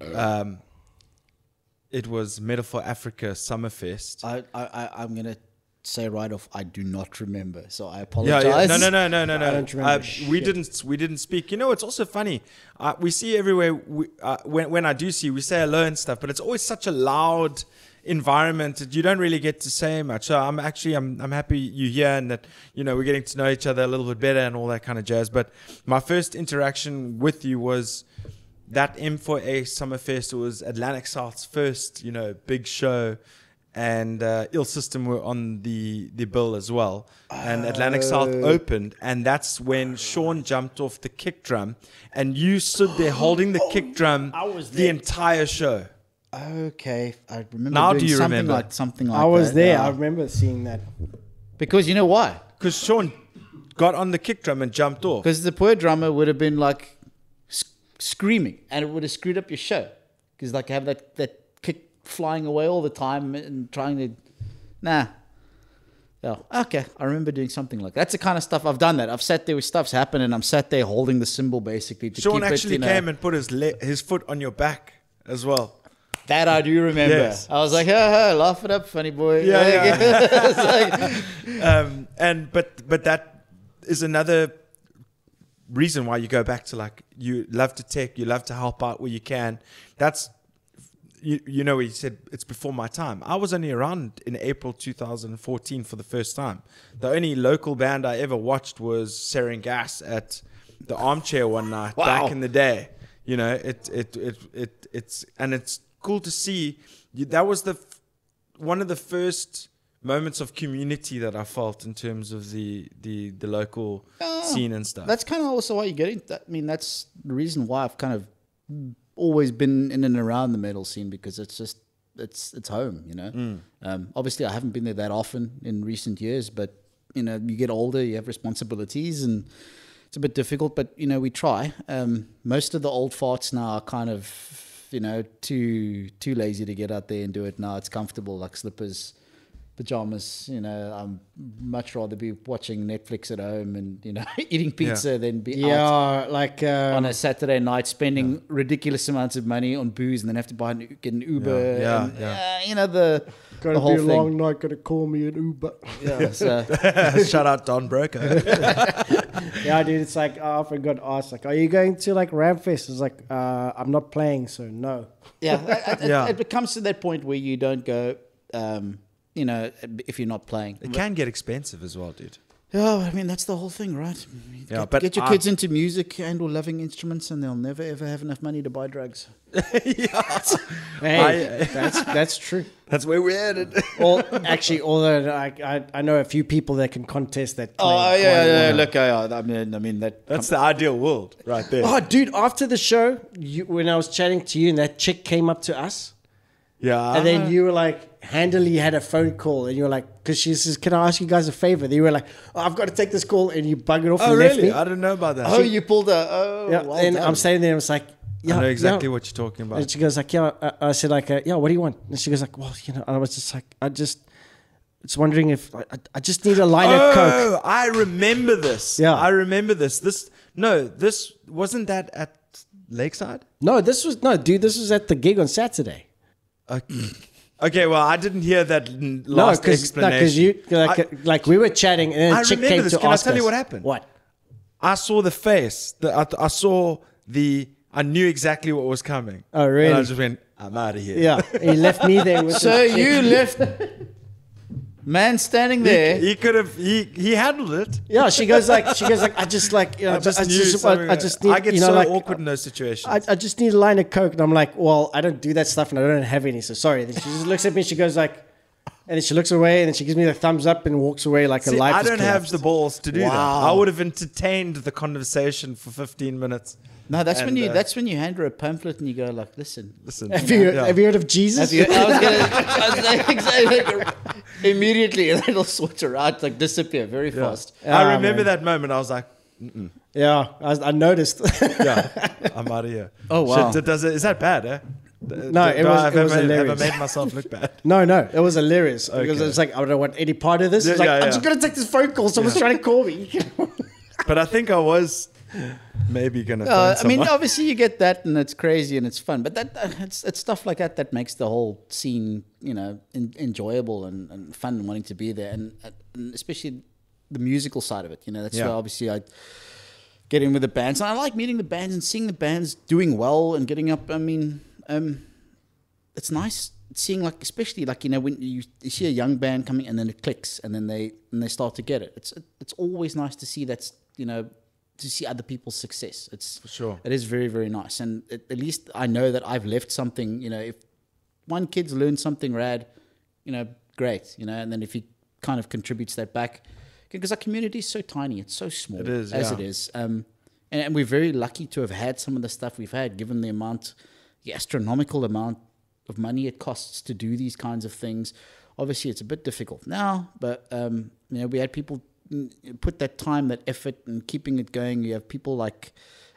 Speaker 1: Uh.
Speaker 2: Um, it was Metal for Africa Summerfest.
Speaker 4: I, I, I, I'm gonna say right off, I do not remember, so I
Speaker 2: Yeah,
Speaker 4: apologize.
Speaker 2: yeah. No, no, no, no, no, no. Uh,
Speaker 3: I don't remember
Speaker 2: we
Speaker 3: shit.
Speaker 2: didn't. We didn't speak. You know, it's also funny. Uh, we see everywhere. We, uh, when when I do see, we say hello and stuff. But it's always such a loud environment that you don't really get to say much. So I'm actually I'm I'm happy you're here and that you know we're getting to know each other a little bit better and all that kind of jazz. But my first interaction with you was that M4A Summerfest was Atlantic South's first, you know, big show, and uh, Ill System were on the the bill as well. And Atlantic South
Speaker 4: Oh.
Speaker 2: opened, and that's when Sean jumped off the kick drum, and you stood there holding the kick drum
Speaker 3: I was
Speaker 2: the
Speaker 3: there.
Speaker 2: entire show.
Speaker 4: Okay, I remember.
Speaker 2: Now
Speaker 4: doing
Speaker 2: do you
Speaker 4: something
Speaker 2: remember?
Speaker 4: Like, something like
Speaker 3: I was
Speaker 4: that,
Speaker 3: there.
Speaker 4: yeah.
Speaker 3: I remember seeing that.
Speaker 4: because you know why?
Speaker 2: Because Sean got on the kick drum and jumped off.
Speaker 4: Because the poor drummer would have been like sc- screaming, and it would have screwed up your show. Because like have that that kick flying away all the time and trying to, nah. Oh, okay. I remember doing something like that's the kind of stuff I've done. That I've sat there with stuff's happened, and I'm sat there holding the symbol basically to
Speaker 2: Sean
Speaker 4: keep
Speaker 2: actually
Speaker 4: it. You know,
Speaker 2: came and put his le- his foot on your back as well.
Speaker 4: That I do remember.
Speaker 2: Yes.
Speaker 4: I was like, ha, ha, laugh it up, funny boy.
Speaker 2: Yeah, yeah.
Speaker 4: It's like-
Speaker 2: um, and but but that is another reason why you go back to like you love to tech, you love to help out where you can. That's you, you know he said it's before my time. I was only around in April 2014 for the first time. The only local band I ever watched was Serengas at the Armchair one night back in the day. You know, it it it it it's and it's cool to see. You, that was the f- one of the first moments of community that I felt in terms of the the the local
Speaker 4: Ah,
Speaker 2: scene and stuff.
Speaker 4: That's kind of also why you get into that. I mean, that's the reason why I've kind of always been in and around the metal scene because it's just it's it's home, you know. Um, obviously, I haven't been there that often in recent years, but you know, you get older, you have responsibilities, and it's a bit difficult. But you know, we try. Um, most of the old farts now are kind of you know too too lazy to get out there and do it now. It's comfortable like slippers pajamas. You know, I'm much rather be watching Netflix at home and you know eating pizza than be out
Speaker 3: Yeah, like uh,
Speaker 4: on a Saturday night spending ridiculous amounts of money on booze and then have to buy an, U- get an Uber.
Speaker 2: Yeah, yeah,
Speaker 4: and,
Speaker 2: yeah.
Speaker 4: uh, you know the,
Speaker 3: gonna
Speaker 4: the whole
Speaker 3: be a
Speaker 4: thing. uh,
Speaker 3: long night. Gonna call me an Uber.
Speaker 4: yeah, so-
Speaker 2: Shout out Don Broker.
Speaker 3: yeah, dude. It's like oh, I often got asked, like, "Are you going to like Ramfest?" It's like, uh, "I'm not playing, so no."
Speaker 4: yeah, I- I- it-
Speaker 2: Yeah.
Speaker 4: It, becomes to that point where you don't go. Um, you know, if you're not playing,
Speaker 2: it can get expensive as well, dude.
Speaker 4: Oh, I mean that's the whole thing, right? Get,
Speaker 2: Yeah, but
Speaker 4: get your
Speaker 2: I-
Speaker 4: kids into music and or loving instruments, and they'll never ever have enough money to buy drugs.
Speaker 3: Hey, that's that's true.
Speaker 2: That's where we're headed.
Speaker 3: All, actually, although I, I I know a few people that can contest that. Claim
Speaker 4: Oh
Speaker 3: quite
Speaker 4: yeah,
Speaker 3: well.
Speaker 4: yeah, yeah. Look, I, I mean, I mean that.
Speaker 2: That's the ideal world right there.
Speaker 3: Oh, dude! After the show, you, when I was chatting to you, and that chick came up to us,
Speaker 2: Yeah.
Speaker 3: and then you were like, handily had a phone call, and you were like, because she says, "Can I ask you guys a favor?" Then you were like, oh, "I've got to take this call," and you buggered off
Speaker 2: oh,
Speaker 3: and
Speaker 2: really? I
Speaker 3: left me.
Speaker 2: didn't know about that.
Speaker 4: oh, you pulled a. Oh,
Speaker 3: Yeah,
Speaker 4: well
Speaker 3: and
Speaker 4: done.
Speaker 3: I'm standing there, and it's like, yeah,
Speaker 2: I know
Speaker 3: yeah.
Speaker 2: exactly what you're talking about.
Speaker 3: And she goes like, yeah. I, I said like, uh, yeah. What do you want? And she goes like, well, you know. I was just like, I just, just wondering if I, I- I just need a line of coke.
Speaker 2: Oh, I remember this.
Speaker 3: Yeah.
Speaker 2: I remember this. This no, this wasn't that at Lakeside?
Speaker 3: No, this was no, dude. This was at the gig on Saturday.
Speaker 2: Okay. okay, well, I didn't hear that n-
Speaker 3: No,
Speaker 2: last
Speaker 3: because
Speaker 2: explanation.
Speaker 3: you like, uh, like we were chatting and then
Speaker 2: I
Speaker 3: a chick
Speaker 2: remember
Speaker 3: came
Speaker 2: this.
Speaker 3: to
Speaker 2: Can I
Speaker 3: ask
Speaker 2: tell you
Speaker 3: us-
Speaker 2: what happened?
Speaker 3: What?
Speaker 2: I saw the face. The, I, I saw the. I knew exactly what was coming.
Speaker 3: Oh, really?
Speaker 2: And I just went, I'm out of here.
Speaker 3: Yeah, he left me there. With
Speaker 4: So
Speaker 3: this chick.
Speaker 4: you left man standing there.
Speaker 2: He could have. He he handled it.
Speaker 3: Yeah, she goes like she goes like I just like you know
Speaker 2: I just
Speaker 3: I
Speaker 2: knew.
Speaker 3: just,
Speaker 2: something-
Speaker 3: I, I just need
Speaker 2: I get
Speaker 3: you know
Speaker 2: so
Speaker 3: like
Speaker 2: awkward in those situations.
Speaker 3: I, I just need a line of coke and I'm like well I don't do that stuff and I don't have any so sorry. Then she just looks at me. and She goes like, and then she looks away and then she gives me the thumbs up and walks away like
Speaker 2: See,
Speaker 3: a life.
Speaker 2: I
Speaker 3: has
Speaker 2: don't have
Speaker 3: collapsed.
Speaker 2: the balls to do that. I
Speaker 4: Wow.
Speaker 2: would have entertained the conversation for 15 minutes.
Speaker 4: No, that's when
Speaker 2: And,
Speaker 4: you
Speaker 2: uh,
Speaker 4: that's when you hand her a pamphlet and you go like, listen.
Speaker 2: Listen,
Speaker 3: Have you,
Speaker 2: yeah.
Speaker 3: have you heard of Jesus?
Speaker 4: Have you, I was gonna, I was like, exactly, like, immediately, and it'll switch her out, like disappear very
Speaker 2: Yeah.
Speaker 4: fast.
Speaker 2: I
Speaker 3: Ah,
Speaker 2: remember
Speaker 3: man.
Speaker 2: that moment. I was like,
Speaker 3: yeah, I, was- I noticed.
Speaker 2: yeah, I'm out of here.
Speaker 4: Oh, wow.
Speaker 2: Shit, does it, is that bad? Eh?
Speaker 3: No,
Speaker 2: I've
Speaker 3: it was- it was
Speaker 2: ever, ever
Speaker 3: hilarious.
Speaker 2: made myself look bad.
Speaker 3: No, no, it was hilarious because
Speaker 2: Okay.
Speaker 3: it's like I don't want any part of this.
Speaker 2: Yeah,
Speaker 3: It's like
Speaker 2: yeah,
Speaker 3: I'm
Speaker 2: yeah.
Speaker 3: just gonna take this phone call. Someone's trying to call me.
Speaker 2: But I think I was maybe gonna.
Speaker 4: Uh,
Speaker 2: find
Speaker 4: I mean,
Speaker 2: someone.
Speaker 4: obviously, you get that, and it's crazy and it's fun. But that uh, it's, it's stuff like that that makes the whole scene, you know, en- enjoyable and, and fun and wanting to be there, and, uh, and especially the musical side of it. You know, that's
Speaker 2: Yeah.
Speaker 4: where obviously I get in with the bands, and I like meeting the bands and seeing the bands doing well and getting up. I mean, um, it's nice seeing like especially like you know when you, you see a young band coming and then it clicks and then they and they start to get it it's it's always nice to see that's you know to see other people's success it's for
Speaker 2: sure.
Speaker 4: it is very very nice and at, at least i know that i've left something you know if one kid's learned something rad you know great you know and then if he kind of contributes that back because our community is so tiny it's so small
Speaker 2: It is,
Speaker 4: as
Speaker 2: yeah.
Speaker 4: it is um and, and we're very lucky to have had some of the stuff we've had given the amount the astronomical amount of money it costs to do these kinds of things. Obviously, it's a bit difficult now, but um, you know we had people mm, put that time, that effort, and keeping it going. You have people like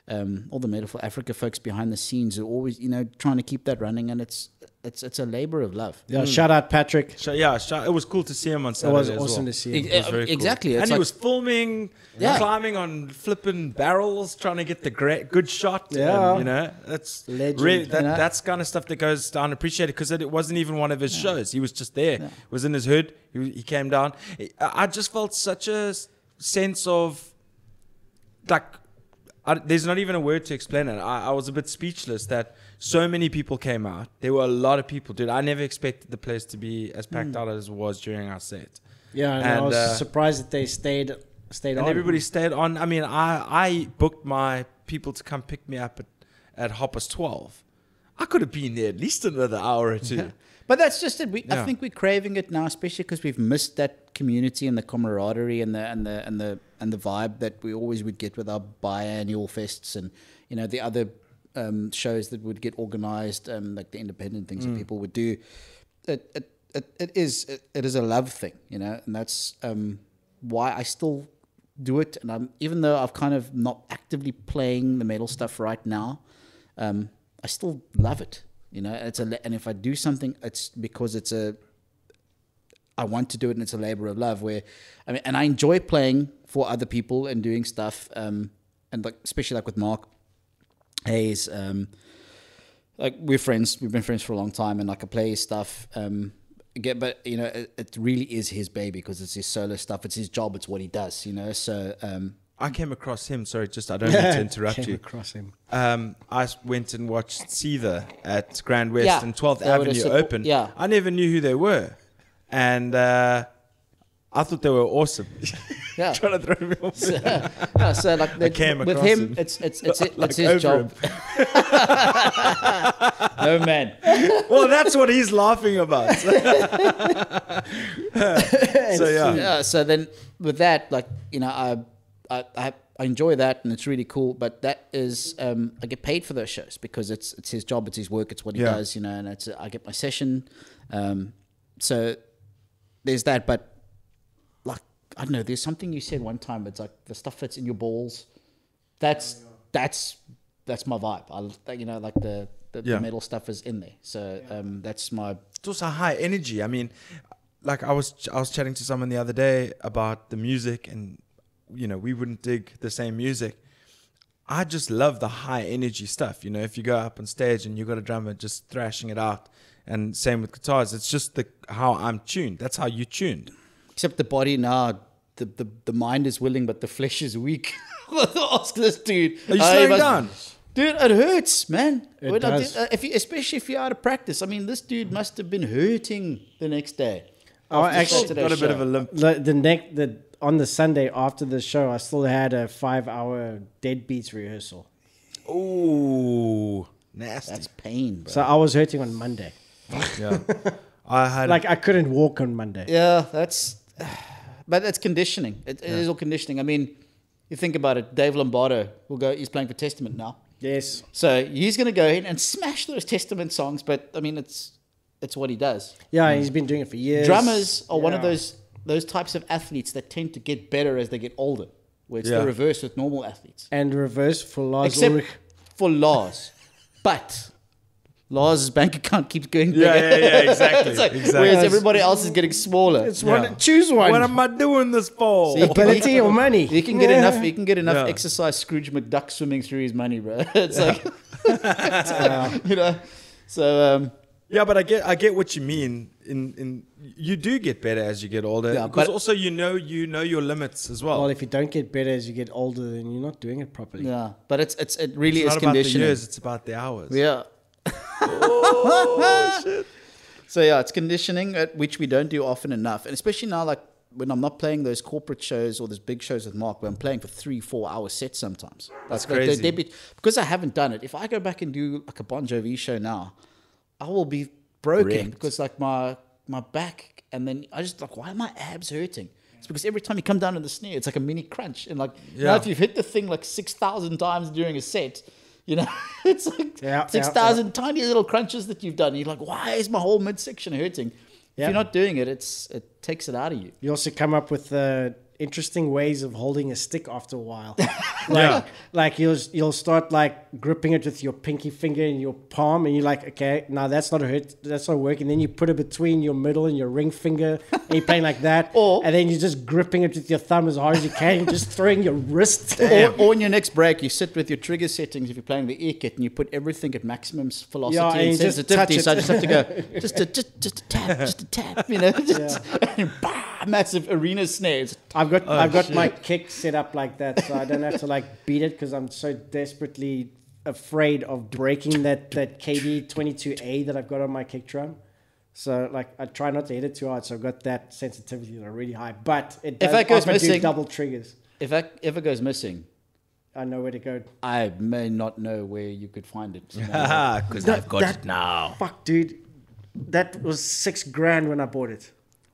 Speaker 4: um, all the Metaphor Africa folks behind the scenes who are always you know trying to keep that running, and it's it's it's a labor of love.
Speaker 3: yeah, shout out Patrick.
Speaker 2: So, yeah, so it was cool to see him on
Speaker 3: It
Speaker 2: Saturday.
Speaker 3: was
Speaker 2: as
Speaker 3: awesome
Speaker 2: well.
Speaker 3: to see.
Speaker 4: E-
Speaker 3: you.
Speaker 2: It was very cool.
Speaker 4: exactly.
Speaker 2: and
Speaker 4: It's
Speaker 2: he
Speaker 4: like-
Speaker 2: was filming,
Speaker 4: Yeah.
Speaker 2: climbing on flipping barrels, trying to get the great, good shot.
Speaker 3: Yeah.
Speaker 2: and, you know, that's
Speaker 3: Legend,
Speaker 2: really that,
Speaker 4: you know?
Speaker 2: that's kind of stuff that goes down appreciated because it, it wasn't even one of his shows. He was just there, was in his hood. He, he came down. I I just felt such a s- sense of like I, there's not even a word to explain it. I, I was a bit speechless that so many people came out. There were a lot of people, dude. I never expected the place to be as
Speaker 4: Hmm.
Speaker 2: packed out as it was during our set.
Speaker 3: Yeah, and, I
Speaker 2: And,
Speaker 3: was
Speaker 2: uh,
Speaker 3: surprised that they stayed stayed
Speaker 2: And
Speaker 3: on.
Speaker 2: everybody stayed on. I mean, I, I booked my people to come pick me up at, at Hoppers 12. I could have been there at least another hour or two.
Speaker 4: But that's just it. We, I
Speaker 2: Yeah.
Speaker 4: think we're craving it now, especially because we've missed that community and the camaraderie and the and the and the and the vibe that we always would get with our biannual fests and you know the other um, shows that would get organised, um, like the independent things that people would do. It it, it, it is it, it is a love thing, you know, and that's um, why I still do it. And I'm even though I've kind of not actively playing the metal stuff right now, um, I still love it. You know, it's a la- and if I do something, it's because it's a I want to do it and it's a labor of love. Where I mean, and I enjoy playing for other people and doing stuff. Um, and like especially like with Mark Hayes, um, like we're friends. We've been friends for a long time, and like I play his stuff. Um, get, but you know, it, it really is his baby because it's his solo stuff. It's his job. It's what he does. You know, so um,
Speaker 2: I came across him. Sorry, just I don't mean to interrupt
Speaker 3: Came
Speaker 2: you.
Speaker 3: across him.
Speaker 2: Um, I s- went and watched Seether at Grand West
Speaker 4: Yeah,
Speaker 2: and 12th
Speaker 4: they were
Speaker 2: Avenue
Speaker 4: just-
Speaker 2: Open.
Speaker 4: yeah.
Speaker 2: I never knew who they were. And uh, I thought they were awesome.
Speaker 4: yeah.
Speaker 2: Trying to throw me off.
Speaker 4: so, no, so like that-
Speaker 2: came
Speaker 4: with
Speaker 2: across
Speaker 4: him,
Speaker 2: him.
Speaker 4: it's it's it's, it's
Speaker 2: Like over
Speaker 4: his job. no man,
Speaker 2: well, that's what he's laughing about. so, yeah.
Speaker 4: yeah. So then with that, like you know, I, I I I enjoy that and it's really cool. But that is um, I get paid for those shows because it's it's his job, it's his work, it's what he
Speaker 2: Yeah.
Speaker 4: does, you know. And it's I get my session. Um, so there's that. But like I don't know, there's something you said one time. It's like the stuff that's in your balls. That's that's that's my vibe. I you know like the the,
Speaker 2: Yeah.
Speaker 4: the metal stuff is in there. So um, that's my
Speaker 2: it's also high energy. I mean, like I was I was chatting to someone the other day about the music, and you know we wouldn't dig the same music. I just love the high energy stuff. You know, if you go up on stage and you've got a drummer just thrashing it out, and same with guitars, it's just the how I'm tuned. That's how you tuned.
Speaker 4: Except the body now, the, the, the mind is willing, but the flesh is weak. Ask this dude.
Speaker 2: Are you
Speaker 4: Uh, he
Speaker 2: slowing
Speaker 4: must-
Speaker 2: down?
Speaker 4: Dude, it hurts, man.
Speaker 3: It
Speaker 4: When I
Speaker 3: does.
Speaker 4: did- uh, if you, especially if you're out of practice. I mean, this dude must have been hurting the next day.
Speaker 3: Oh,
Speaker 4: after
Speaker 3: actually-
Speaker 4: Saturday's
Speaker 2: got a bit
Speaker 4: show.
Speaker 2: of a limp.
Speaker 3: The, the next the on the Sunday after the show, I still had a five hour dead beats rehearsal.
Speaker 2: Ooh, nasty.
Speaker 4: That's pain, bro.
Speaker 3: So I was hurting on Monday.
Speaker 2: yeah, I had
Speaker 3: Like I couldn't walk on Monday.
Speaker 4: Yeah, that's. But that's conditioning. It, it is all conditioning. I mean, you think about it. Dave Lombardo will go. He's playing for Testament now,
Speaker 3: Yes.
Speaker 4: so he's going to go in and smash those Testament songs. But I mean, it's it's what he does.
Speaker 2: Mm.
Speaker 3: Yeah, he's been doing it for years.
Speaker 4: Drummers are one of
Speaker 3: Yeah.
Speaker 4: those those types of athletes that tend to get better as they get older, where it's
Speaker 2: Yeah.
Speaker 4: the reverse with normal athletes,
Speaker 3: And reverse for Lars
Speaker 4: except
Speaker 3: Ulrich.
Speaker 4: for Lars. but Lars's bank account keeps getting bigger.
Speaker 2: Yeah, yeah, yeah, exactly,
Speaker 4: It's like-
Speaker 2: exactly.
Speaker 4: Whereas everybody else is getting smaller.
Speaker 3: It's
Speaker 2: Yeah.
Speaker 3: one. Choose one.
Speaker 2: What am I doing this for?
Speaker 4: See?
Speaker 3: Ability or money?
Speaker 4: He can get enough. He can get enough
Speaker 2: Yeah.
Speaker 4: exercise. Scrooge McDuck swimming through his money, bro. It's like, it's like, you know. So um,
Speaker 2: Yeah, but I get I get what you mean. In in you do get better as you get older.
Speaker 4: Yeah,
Speaker 2: because
Speaker 4: but-
Speaker 2: also you know you know your limits as well.
Speaker 3: Well, if you don't get better as you get older, then you're not doing it properly.
Speaker 4: yeah, but it's it's it really
Speaker 2: it's not about
Speaker 4: is
Speaker 2: the
Speaker 4: conditioning.
Speaker 2: years, it's about the hours.
Speaker 4: Yeah.
Speaker 2: Oh,
Speaker 4: So yeah, it's conditioning at which we don't do often enough, and especially now, like when I'm not playing those corporate shows or those big shows with Mark, where I'm playing for three, four hour sets sometimes. That's
Speaker 2: crazy.
Speaker 4: because I haven't done it. If I go back and do like a Bon Jovi show now, I will be broken
Speaker 2: Wrecked.
Speaker 4: because like my my back, and then I just like, why are my abs hurting? It's because every time you come down on the snare, it's like a mini crunch, and like now
Speaker 2: Yeah.
Speaker 4: if you've hit the thing like six thousand times during a set. You know, it's like
Speaker 3: Yeah, yeah,
Speaker 4: six thousand tiny little crunches that you've done. You're like, why is my whole midsection hurting? If
Speaker 3: Yeah.
Speaker 4: you're not doing it, it's it takes it out of you.
Speaker 3: You also come up with uh, interesting ways of holding a stick after a while. like,
Speaker 2: Yeah.
Speaker 3: like you'll you'll start like gripping it with your pinky finger and your palm, and you're like, okay, now that's not a hurt, that's not working. Then you put it between your middle and your ring finger, and you're playing like that.
Speaker 4: Or-
Speaker 3: and then you're just gripping it with your thumb as hard as you can, and just throwing your wrist.
Speaker 4: Or, or in your next break, you sit with your trigger settings if you're playing the ear kit, and you put everything at maximum s- velocity
Speaker 3: Yeah, and
Speaker 4: and,
Speaker 3: you just
Speaker 4: sensitivity.
Speaker 3: touch
Speaker 4: So I
Speaker 3: it.
Speaker 4: just have to go just a, just just a tap, just a tap, you know, just, and bah, massive arena snares.
Speaker 3: I've got I've got my kick set up like that, so I don't have to like beat it because I'm so desperately afraid of breaking that that KD 22A that I've got on my kick drum. So like I try not to hit it too hard, so I've got that sensitivity that are really high. But it does
Speaker 4: that goes
Speaker 3: often do
Speaker 4: missing-
Speaker 3: double triggers.
Speaker 4: If that ever goes missing,
Speaker 3: I know where to go.
Speaker 4: I may not know where you could find it. you know.
Speaker 2: because Ah, I've got
Speaker 3: that-
Speaker 2: it now.
Speaker 3: Fuck, dude, that was six grand when I bought it.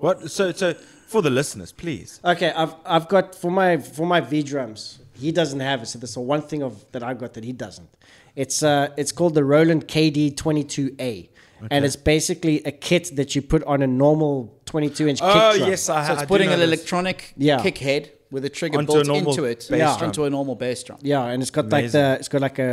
Speaker 2: What? So so for the listeners, please.
Speaker 3: Okay, I've I've got for my for my V drums. He doesn't have it, so that's the one thing of that I've got that he doesn't. It's uh it's called the Roland KD twenty two A, and it's basically a kit that you put on a normal twenty two inch
Speaker 2: Oh
Speaker 3: kick drum.
Speaker 2: yes, I
Speaker 4: so
Speaker 2: have.
Speaker 4: it's putting an electronic
Speaker 3: Yeah.
Speaker 4: kick head with a trigger
Speaker 2: Onto a
Speaker 4: built
Speaker 2: normal
Speaker 4: into it,
Speaker 2: bass
Speaker 3: Yeah.
Speaker 2: drum.
Speaker 4: onto a normal bass drum.
Speaker 3: Yeah, and it's got
Speaker 2: Amazing.
Speaker 3: like the it's got like a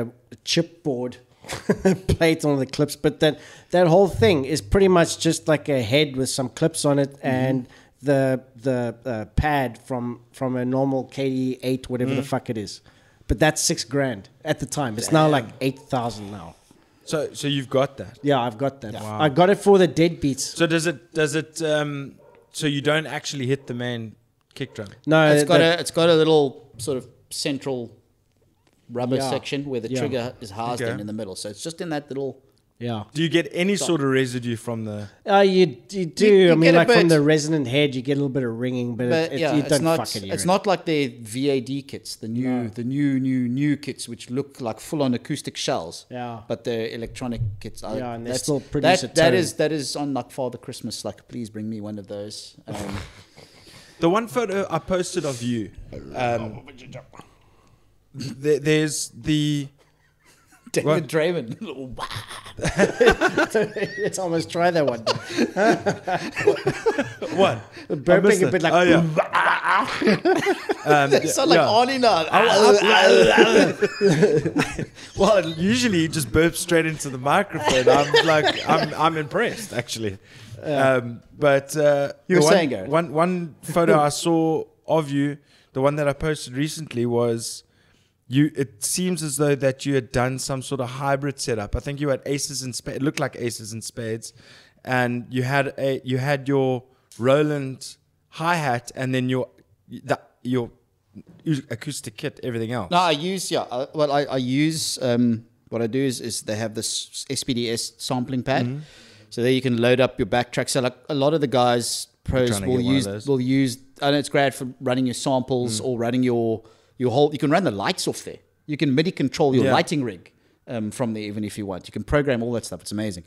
Speaker 3: chipboard plate on the clips, but that that whole thing is pretty much just like a head with some clips on
Speaker 4: Mm-hmm.
Speaker 3: it and the the uh, pad from from a normal KD eight whatever
Speaker 4: Mm.
Speaker 3: the fuck it is. But that's six grand at the time. It's now like eight thousand now.
Speaker 2: So so you've got that.
Speaker 3: Yeah, I've got that.
Speaker 2: Wow.
Speaker 3: I got it for the deadbeats.
Speaker 2: So does it does it um so you don't actually hit the main kick drum?
Speaker 3: No,
Speaker 4: it's got
Speaker 3: the-
Speaker 4: a it's got a little sort of central rubber
Speaker 3: Yeah.
Speaker 4: section where the
Speaker 3: Yeah.
Speaker 4: trigger is housed in
Speaker 2: Okay.
Speaker 4: in the middle. So it's just in that little.
Speaker 3: yeah.
Speaker 2: Do you get any sort of residue from the?
Speaker 3: Uh, you you do.
Speaker 4: you
Speaker 3: I mean,
Speaker 4: get a
Speaker 3: like from
Speaker 4: bit.
Speaker 3: the resonant head, you get a little bit of ringing, but,
Speaker 4: But
Speaker 3: it, it,
Speaker 4: yeah,
Speaker 3: you
Speaker 4: it's
Speaker 3: don't
Speaker 4: not
Speaker 3: fucking hear
Speaker 4: it's
Speaker 3: it.
Speaker 4: not like the VAD kits, the new the new new new kits which look like full on acoustic shells.
Speaker 3: Yeah.
Speaker 4: But they're electronic kits. I-
Speaker 3: Yeah, and they
Speaker 4: that's-
Speaker 3: still produce
Speaker 4: that,
Speaker 3: a
Speaker 4: that
Speaker 3: tone.
Speaker 4: is that is on like Father Christmas. Like, please bring me one of those. Um,
Speaker 2: The one photo I posted of you, um, there, there's the
Speaker 4: David
Speaker 2: What?
Speaker 4: Draymond.
Speaker 3: Let's almost try that one.
Speaker 2: what I missed
Speaker 3: Burping a
Speaker 2: it.
Speaker 3: bit like.
Speaker 2: oh, yeah. um,
Speaker 4: They sound like
Speaker 2: yeah.
Speaker 4: Arnie now.
Speaker 2: Oh, Well, usually you just burp straight into the microphone. I'm like, I'm, I'm impressed actually. Um, but uh,
Speaker 4: You were
Speaker 2: the one,
Speaker 4: saying, Gareth.
Speaker 2: one one photo I saw of you, the one that I posted recently was you it seems as though that you had done some sort of hybrid setup. I think you had aces and spades. It looked like aces and spades, and you had a you had your Roland hi hat and then your the, your acoustic kit, everything else.
Speaker 4: No, I use yeah. I, well, I, I use um, what I do is is they have this SPDS sampling pad,
Speaker 2: Mm-hmm.
Speaker 4: so there you can load up your backtrack. So like a lot of the guys pros
Speaker 2: trying to
Speaker 4: will
Speaker 2: get one of
Speaker 4: use
Speaker 2: those.
Speaker 4: will use. And it's great for running your samples or running your your whole. You can run the lights off there. You can MIDI control your
Speaker 2: Yeah.
Speaker 4: lighting rig um, from there even if you want. You can program all that stuff. It's amazing.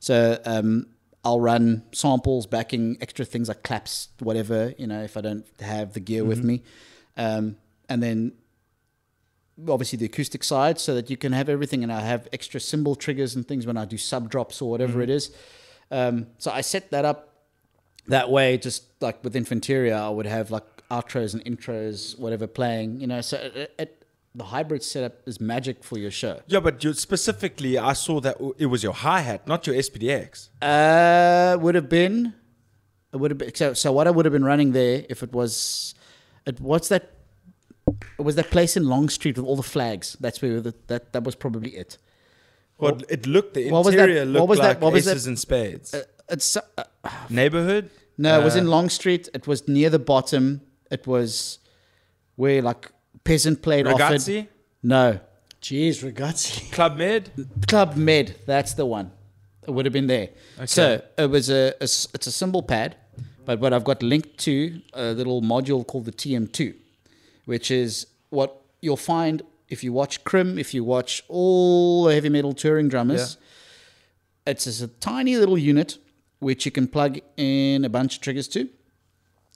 Speaker 4: So um, I'll run samples, backing, extra things like claps, whatever you know. If I don't have the gear with me, um, and then obviously the acoustic side so that you can have everything and I have extra cymbal triggers and things when I do sub drops or whatever it is. Um, so I set that up that way, just like with Infanteria, I would have like outros and intros, whatever playing, you know. So it, it- it, the hybrid setup is magic for your show.
Speaker 2: Yeah, but you, specifically, I saw that it was your hi hat, not your SPDX.
Speaker 4: Uh, would have been, it would have been. So, so what I would have been running there if it was, it what's that? It was that place in Long Street with all the flags. That's where the, that that was probably it.
Speaker 2: Well, it looked the
Speaker 4: What was that-
Speaker 2: interior
Speaker 4: what
Speaker 2: looked
Speaker 4: was that-
Speaker 2: like
Speaker 4: what was that-
Speaker 2: aces and spades.
Speaker 4: It's uh,
Speaker 2: Neighborhood?
Speaker 4: No, it was
Speaker 2: Uh,
Speaker 4: in Long Street. It was near the bottom. It was where like peasant played offered.
Speaker 2: Ragazzi,
Speaker 4: No,
Speaker 3: Jeez, ragazzi.
Speaker 2: Club Med.
Speaker 4: Club Med. That's the one. It would have been there. So it was a, a s- it's a symbol pad, but what I've got linked to a little module called the TM2, which is what you'll find if you watch Crim, if you watch all the heavy metal touring drummers. It's just a tiny little unit which you can plug in a bunch of triggers to.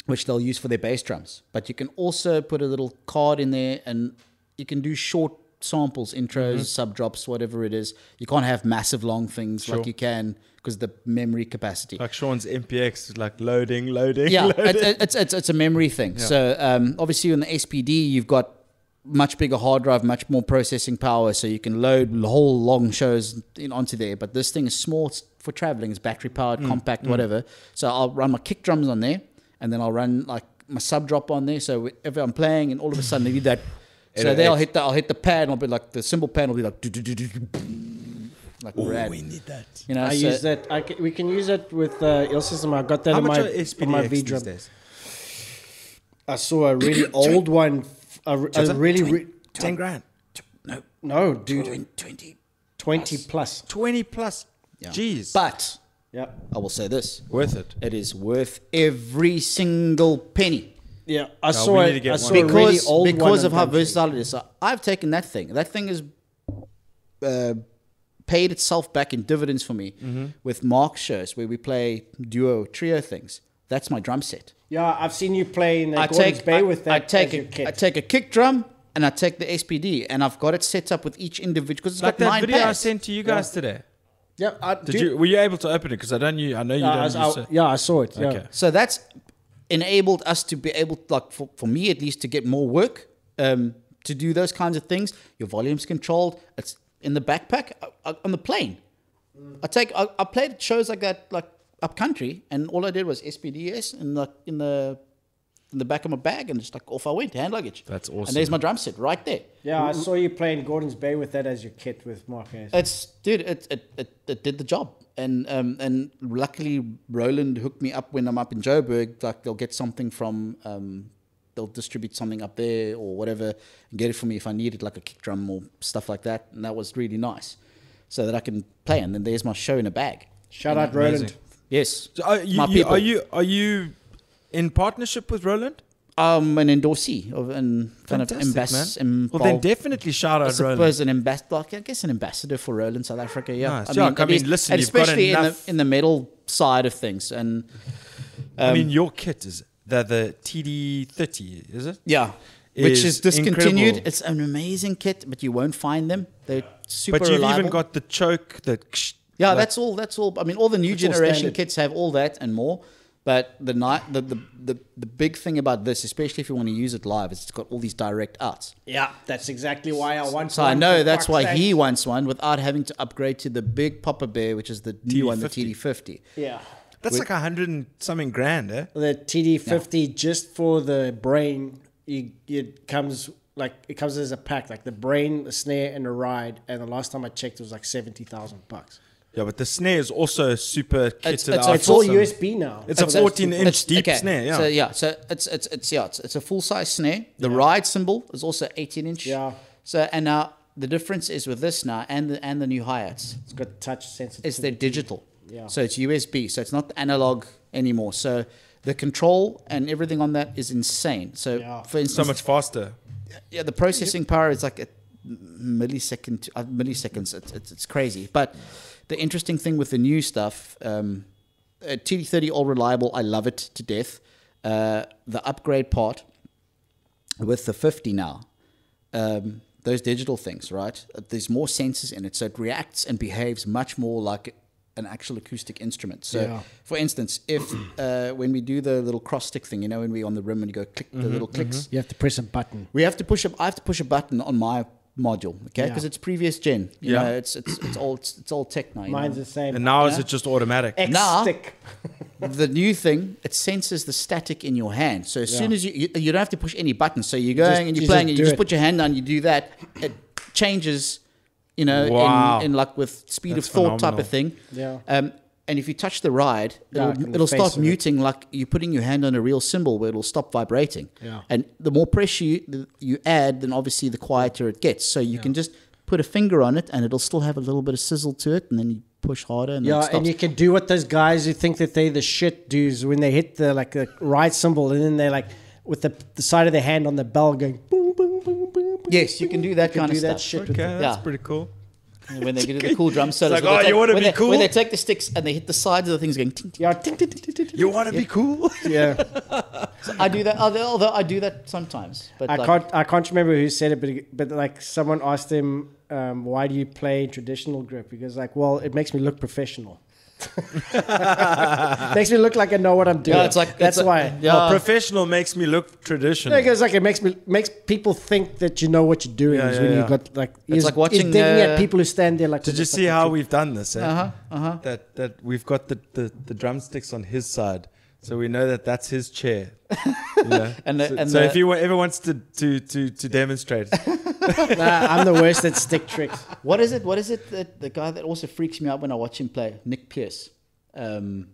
Speaker 4: which they'll use for their bass drums. But you can also put a little card in there and you can do short samples, intros, sub drops, whatever it is. You can't have massive long things like you can because the memory capacity.
Speaker 2: Like Sean's MPX, is like loading, loading.
Speaker 4: Yeah,
Speaker 2: loading.
Speaker 4: it, it- it's, it's, it's a memory thing. So um, obviously on the SPD, you've got much bigger hard drive, much more processing power, so you can load whole long shows in, onto there. But this thing is small it's for traveling. It's battery powered, compact, whatever. So I'll run my kick drums on there, and then I'll run like my sub drop on there. So whenever I'm playing, and all of a sudden they do that. So
Speaker 2: It'll-
Speaker 4: then I'll
Speaker 2: it-
Speaker 4: hit the I'll hit the pad, and I'll be like the cymbal pad will be like do do do do do, like rad.
Speaker 2: need that.
Speaker 4: You know,
Speaker 3: I
Speaker 4: so-
Speaker 3: use that. I can, we can use that with uh, your system. I got that
Speaker 2: How
Speaker 3: in
Speaker 2: much
Speaker 3: my
Speaker 2: are SPDX
Speaker 3: in my V
Speaker 2: these
Speaker 3: drum.
Speaker 2: days?
Speaker 3: I saw a really old one. f- A, r- a
Speaker 2: Just a
Speaker 3: really
Speaker 2: twen-
Speaker 3: re-
Speaker 2: 10 grand.
Speaker 4: no
Speaker 3: no, dude,
Speaker 4: twen- twenty.
Speaker 3: twenty plus.
Speaker 2: 20 plus.
Speaker 4: Yeah.
Speaker 2: Jeez.
Speaker 4: But
Speaker 3: Yeah,
Speaker 4: I will say this.
Speaker 2: Worth it.
Speaker 4: It is worth every single penny.
Speaker 3: yeah. I saw.
Speaker 2: we
Speaker 3: it.
Speaker 2: need to get
Speaker 3: I
Speaker 2: one.
Speaker 3: saw
Speaker 4: Because,
Speaker 3: a really old one
Speaker 4: because of
Speaker 3: on
Speaker 4: how
Speaker 3: Gumtree.
Speaker 4: versatile it is. So I've taken that thing. That thing has uh, paid itself back in dividends for me with Mark shows where we play duo, trio things. That's my drum set.
Speaker 3: Yeah, I've seen you play in the
Speaker 4: I
Speaker 3: Gordon's
Speaker 4: take,
Speaker 3: Bay
Speaker 4: I,
Speaker 3: with that.
Speaker 4: I take
Speaker 3: as your
Speaker 4: a,
Speaker 3: kit.
Speaker 4: I take a kick drum and I take the SPD and I've got it set up with each individual because it's
Speaker 2: Like
Speaker 4: got
Speaker 2: that
Speaker 4: nine
Speaker 2: video I
Speaker 4: pads.
Speaker 2: sent to you guys today.
Speaker 3: yeah, I,
Speaker 2: Did
Speaker 3: dude,
Speaker 2: you? Were you able to open it? Because I don't. You, I know you
Speaker 3: yeah,
Speaker 2: don't.
Speaker 3: I,
Speaker 2: use
Speaker 3: I-
Speaker 2: it.
Speaker 3: yeah, I saw it. Yeah.
Speaker 2: Okay.
Speaker 4: So that's enabled us to be able, like for, for me at least, to get more work, um, to do those kinds of things. Your volume's controlled. It's in the backpack uh, on the plane.
Speaker 2: Mm.
Speaker 4: I take I, I played shows like that, like up country, and all I did was SPDS and like in the in the back of my bag, and just like off I went, hand luggage.
Speaker 2: That's
Speaker 4: And there's
Speaker 2: awesome.
Speaker 4: my drum set right there.
Speaker 3: Yeah, I saw you play in Gordon's Bay with that as your kit with Marquez.
Speaker 4: It's dude, it it, it, it did the job. And um, and luckily Roland hooked me up when I'm up in Joburg. Like they'll get something from um, they'll distribute something up there or whatever and get it for me if I need it, like a kick drum or stuff like that. And that was really nice. So that I can play and then there's my show in a bag.
Speaker 3: Shout out Roland.
Speaker 4: Yes.
Speaker 2: So are, you,
Speaker 4: my
Speaker 2: you,
Speaker 4: people.
Speaker 2: are you? Are you in partnership with Roland?
Speaker 4: I'm an endorsee of an kind
Speaker 2: Fantastic,
Speaker 4: of ambassador.
Speaker 2: man. Well, then definitely shout
Speaker 4: I
Speaker 2: out Roland.
Speaker 4: suppose an ambassador, like, I guess an ambassador for Roland South Africa. Yeah,
Speaker 2: Nice. Yeah, I
Speaker 4: at
Speaker 2: mean, listen,
Speaker 4: and
Speaker 2: you've got
Speaker 4: especially in the
Speaker 2: enough-
Speaker 4: in the metal side of things, and
Speaker 2: I mean, your kit is the the TD thirty, is it?
Speaker 4: yeah, which
Speaker 2: Is
Speaker 4: is discontinued.
Speaker 2: incredible.
Speaker 4: It's an amazing kit, but you won't find them. They're super
Speaker 2: But you've
Speaker 4: reliable.
Speaker 2: even got the choke, the ksh,
Speaker 4: yeah,
Speaker 2: like-
Speaker 4: that's all. That's all. I mean, all the new
Speaker 3: It's all
Speaker 4: generation
Speaker 3: standard.
Speaker 4: kits have all that and more. But the night, the, the the the big thing about this, especially if you want to use it live, is it's got all these direct outs.
Speaker 3: Yeah, that's exactly why I want.
Speaker 4: So I
Speaker 3: one
Speaker 4: know
Speaker 3: for
Speaker 4: that's
Speaker 3: fuck's
Speaker 4: why
Speaker 3: sake.
Speaker 4: he wants one without having to upgrade to the big Papa Bear, which is the new one, the
Speaker 2: TD-50.
Speaker 4: TD50.
Speaker 3: Yeah.
Speaker 2: That's like a hundred and something grand, eh?
Speaker 3: The TD50 just for the brain, you, it comes like it comes as a pack, like the brain, the snare, and the ride. And the last time I checked, it was like seventy thousand bucks.
Speaker 2: Yeah, but the snare is also super kitted
Speaker 4: it's-
Speaker 2: out.
Speaker 3: It's all
Speaker 4: awesome.
Speaker 3: USB now.
Speaker 4: Oh,
Speaker 2: It's a
Speaker 3: But that's
Speaker 2: 14
Speaker 3: the-
Speaker 2: inch deep
Speaker 4: okay,
Speaker 2: snare. Yeah.
Speaker 4: So yeah, so it's it's it's yeah, it's, it's a full size snare. The ride cymbal is also 18 inch.
Speaker 3: Yeah.
Speaker 4: So and now the difference is with this now and the and the new hi-hats
Speaker 3: It's got touch sensitivity.
Speaker 4: is they're digital.
Speaker 3: Yeah.
Speaker 4: So it's USB. So it's not analog anymore. So the control and everything on that is insane. So
Speaker 3: Yeah.
Speaker 2: so
Speaker 4: for instance,
Speaker 2: much faster.
Speaker 4: yeah, the processing power is like a millisecond, to- uh, milliseconds. It's, it's, it's crazy. But the interesting thing with the new stuff, um, uh, TD30 All Reliable, I love it to death. Uh, the upgrade part with the 50 now, um, those digital things, right? Uh, There's more sensors in it, so it reacts and behaves much more like an actual acoustic instrument. So,
Speaker 3: Yeah.
Speaker 4: for instance, if uh, when we do the little cross stick thing, you know, when we on the rim and you go click the little clicks,
Speaker 3: You have to press a button.
Speaker 4: we have to push. A, I have to push a button on my module, okay?
Speaker 3: Yeah.
Speaker 4: Because it's previous gen. You
Speaker 2: Yeah.
Speaker 4: know, it's it's it's old it's old tech now. you
Speaker 3: Mine's
Speaker 4: know?
Speaker 3: the same.
Speaker 2: And now is
Speaker 4: Yeah.
Speaker 2: it just automatic?
Speaker 3: X
Speaker 4: Nah.
Speaker 3: stick.
Speaker 4: the new thing. It senses the static in your hand, so as
Speaker 3: Yeah.
Speaker 4: soon as you, you you don't have to push any buttons. So you're going
Speaker 3: just-
Speaker 4: and you're
Speaker 3: you
Speaker 4: playing,
Speaker 3: just
Speaker 4: and
Speaker 3: do
Speaker 4: you just
Speaker 3: it.
Speaker 4: put your hand down. You do that, it changes. You know,
Speaker 2: Wow.
Speaker 4: in, in like with speed
Speaker 2: That's
Speaker 4: of thought type
Speaker 2: phenomenal.
Speaker 4: of thing.
Speaker 3: Yeah.
Speaker 4: Um, and if you touch the ride,
Speaker 3: Yeah,
Speaker 4: it'll,
Speaker 3: in the
Speaker 4: it'll
Speaker 3: face
Speaker 4: start
Speaker 3: of it.
Speaker 4: muting like you're putting your hand on a real cymbal where it'll stop vibrating.
Speaker 3: Yeah.
Speaker 4: And the more pressure you, you add, then obviously the quieter it gets. So you can just put a finger on it and it'll still have a little bit of sizzle to it, and then you push harder and then it
Speaker 3: Yeah,
Speaker 4: stops.
Speaker 3: and you can do what those guys who think that they the shit dudes when they hit the like the right symbol and then they like with the, the side of their hand on the bell going boom boom boom boom. boom
Speaker 4: yes, you can do that
Speaker 3: You can
Speaker 4: kind
Speaker 3: do
Speaker 4: of
Speaker 3: that
Speaker 4: stuff.
Speaker 3: shit.
Speaker 2: Okay,
Speaker 3: with the-
Speaker 2: that's
Speaker 4: Yeah.
Speaker 2: pretty cool.
Speaker 4: when they do the cool drum solos,
Speaker 2: like,
Speaker 4: when they
Speaker 2: "Oh, you
Speaker 4: take-
Speaker 2: wanna
Speaker 4: when
Speaker 2: be
Speaker 4: they-
Speaker 2: cool?"
Speaker 4: When they take the sticks and they hit the sides of the things, going. Ting, ting.
Speaker 3: Yeah, tick, tick, tick, tick, tick, tick.
Speaker 2: You want to be cool?
Speaker 3: yeah.
Speaker 4: So I do that. Although, although I do that sometimes, but
Speaker 3: I
Speaker 4: like,
Speaker 3: can't I can't remember who said it, but but like someone asked him, um, why do you play traditional grip? He goes like, well, it makes me look professional. makes me look like I know what I'm doing.
Speaker 4: Yeah, it's like
Speaker 3: that's
Speaker 4: it's
Speaker 3: why.
Speaker 4: Like,
Speaker 3: yeah.
Speaker 2: Well,
Speaker 4: yeah,
Speaker 2: professional makes me look traditional.
Speaker 3: It goes like it makes me makes people think that you know what you're doing.
Speaker 2: Yeah,
Speaker 3: is
Speaker 2: yeah,
Speaker 3: when
Speaker 2: yeah.
Speaker 3: you've got like he's,
Speaker 4: like watching,
Speaker 3: he's digging
Speaker 4: uh,
Speaker 3: at people who stand there like.
Speaker 2: Did
Speaker 3: with
Speaker 2: you
Speaker 3: a
Speaker 2: see
Speaker 3: fucking
Speaker 2: how
Speaker 3: chip.
Speaker 2: we've done this? Eh?
Speaker 4: uh-huh, uh-huh.
Speaker 2: That that we've got the, the, the drumsticks on his side, so we know that that's his chair. You know?
Speaker 4: And the-
Speaker 2: so
Speaker 4: and
Speaker 2: so
Speaker 4: the-
Speaker 2: if he wa- ever wants to to to, to demonstrate,
Speaker 3: nah, I'm the worst at stick tricks.
Speaker 4: What is it? What is it that the guy that also freaks me out when I watch him play? Nick Pierce, um,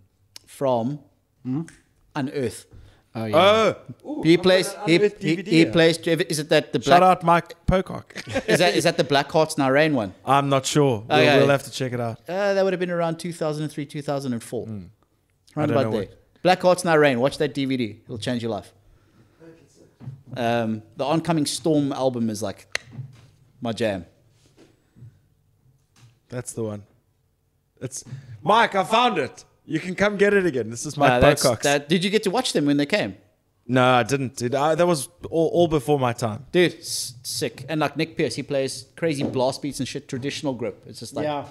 Speaker 4: from
Speaker 2: Hmm?
Speaker 4: Unearth.
Speaker 3: Oh yeah.
Speaker 2: oh,
Speaker 4: He plays. He,
Speaker 2: Unearthed
Speaker 4: he,
Speaker 2: DVD,
Speaker 4: he
Speaker 2: yeah.
Speaker 4: plays. Is it that the
Speaker 2: shout
Speaker 4: black?
Speaker 2: out Mike Pocock.
Speaker 4: Is that is that the Black Hearts Narain one?
Speaker 2: I'm not sure. We'll,
Speaker 4: Okay.
Speaker 2: we'll have to check it out.
Speaker 4: Uh, that would have been around 2003, 2004.
Speaker 2: Hmm. I
Speaker 4: Around
Speaker 2: don't
Speaker 4: about
Speaker 2: know
Speaker 4: there. Black Hearts Now Rain. Watch that DVD. It'll change your life. Um, the Oncoming Storm album is like my jam.
Speaker 2: That's the one. It's Mike. I found it. You can come get it again. This is
Speaker 4: Uh,
Speaker 2: Mike
Speaker 4: that's-
Speaker 2: Pocock.
Speaker 4: that- did you get to watch them when they came?
Speaker 2: no, I didn't. Dude. I, that was all, all before my time.
Speaker 4: Dude, s- sick. And like Nick Pierce, he plays crazy blast beats and shit, traditional grip. It's just like,
Speaker 3: yeah.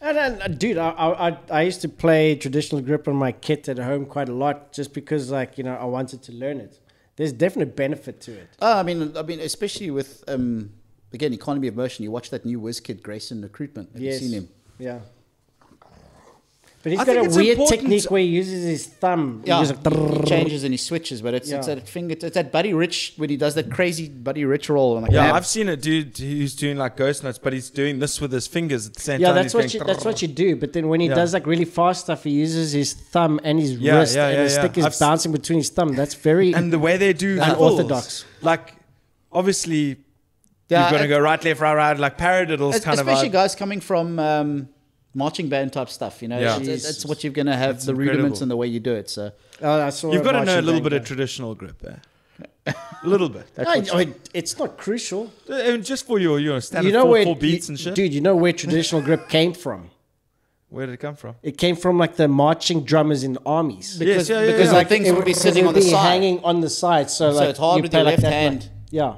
Speaker 3: And then, uh, dude, I, I I- I used to play traditional grip on my kit at home quite a lot, just because like you know I wanted to learn it. There's definite benefit to it.
Speaker 4: Oh, I mean, I mean, especially with, um, again, economy of motion. You watch that new whiz kid, Grayson Recruitment. Have
Speaker 3: yes.
Speaker 4: you seen him?
Speaker 3: Yeah. But he's
Speaker 2: I
Speaker 3: got
Speaker 2: think
Speaker 3: a
Speaker 2: it's
Speaker 3: weird
Speaker 2: important-
Speaker 3: technique where he uses his thumb. He
Speaker 4: Yeah,
Speaker 3: goes like,
Speaker 4: he changes and he switches, but it's, it's
Speaker 3: Yeah.
Speaker 4: that finger. It's that Buddy Rich when he does that crazy Buddy Rich roll. And like
Speaker 2: Yeah,
Speaker 4: that.
Speaker 2: I've seen a dude who's doing like ghost notes, but he's doing this with his fingers at the same
Speaker 3: Yeah,
Speaker 2: time.
Speaker 3: that's
Speaker 2: he's
Speaker 3: what you,
Speaker 2: going
Speaker 3: that's what you do. But then when he
Speaker 2: Yeah.
Speaker 3: does like really fast stuff, he uses his thumb and his
Speaker 2: Yeah,
Speaker 3: wrist,
Speaker 2: yeah,
Speaker 3: and
Speaker 2: yeah,
Speaker 3: the
Speaker 2: yeah.
Speaker 3: stick is
Speaker 2: I've s-
Speaker 3: bouncing between his thumb. That's very
Speaker 2: and the way they do the
Speaker 3: Unorthodox.
Speaker 2: fills, like obviously
Speaker 4: Yeah,
Speaker 2: you're gonna
Speaker 4: it-
Speaker 2: go right, left, right, right, like paradiddles
Speaker 4: es-
Speaker 2: kind of
Speaker 4: especially
Speaker 2: vibe.
Speaker 4: guys coming from um, marching band type stuff. You know,
Speaker 2: Yeah.
Speaker 4: it's, it's, it's
Speaker 3: Jesus.
Speaker 4: what you're gonna have the
Speaker 2: incredible.
Speaker 4: rudiments and the way you do it. So
Speaker 3: Oh, I saw
Speaker 2: You've
Speaker 3: a
Speaker 2: got to know a
Speaker 3: marching
Speaker 2: little
Speaker 3: band
Speaker 2: bit
Speaker 3: guy.
Speaker 2: of traditional grip, eh? a little bit, Uh,
Speaker 3: No, I mean, it's not crucial.
Speaker 2: and just for your your standard
Speaker 3: you know
Speaker 2: four,
Speaker 3: where
Speaker 2: four beats
Speaker 3: you-
Speaker 2: and shit.
Speaker 3: dude. You know where traditional grip came from?
Speaker 2: Where did it come from?
Speaker 3: It came from like the marching drummers in the armies.
Speaker 2: Yes, yeah, yeah,
Speaker 4: because
Speaker 2: yeah.
Speaker 4: like things
Speaker 3: it
Speaker 4: would be
Speaker 3: because
Speaker 4: sitting
Speaker 3: it
Speaker 4: on the
Speaker 3: be
Speaker 4: side,
Speaker 3: hanging on the side. So,
Speaker 4: so
Speaker 3: like
Speaker 4: it's hard
Speaker 3: you
Speaker 4: with
Speaker 3: play
Speaker 4: your
Speaker 3: like
Speaker 4: left
Speaker 3: that, like-
Speaker 4: hand
Speaker 3: yeah,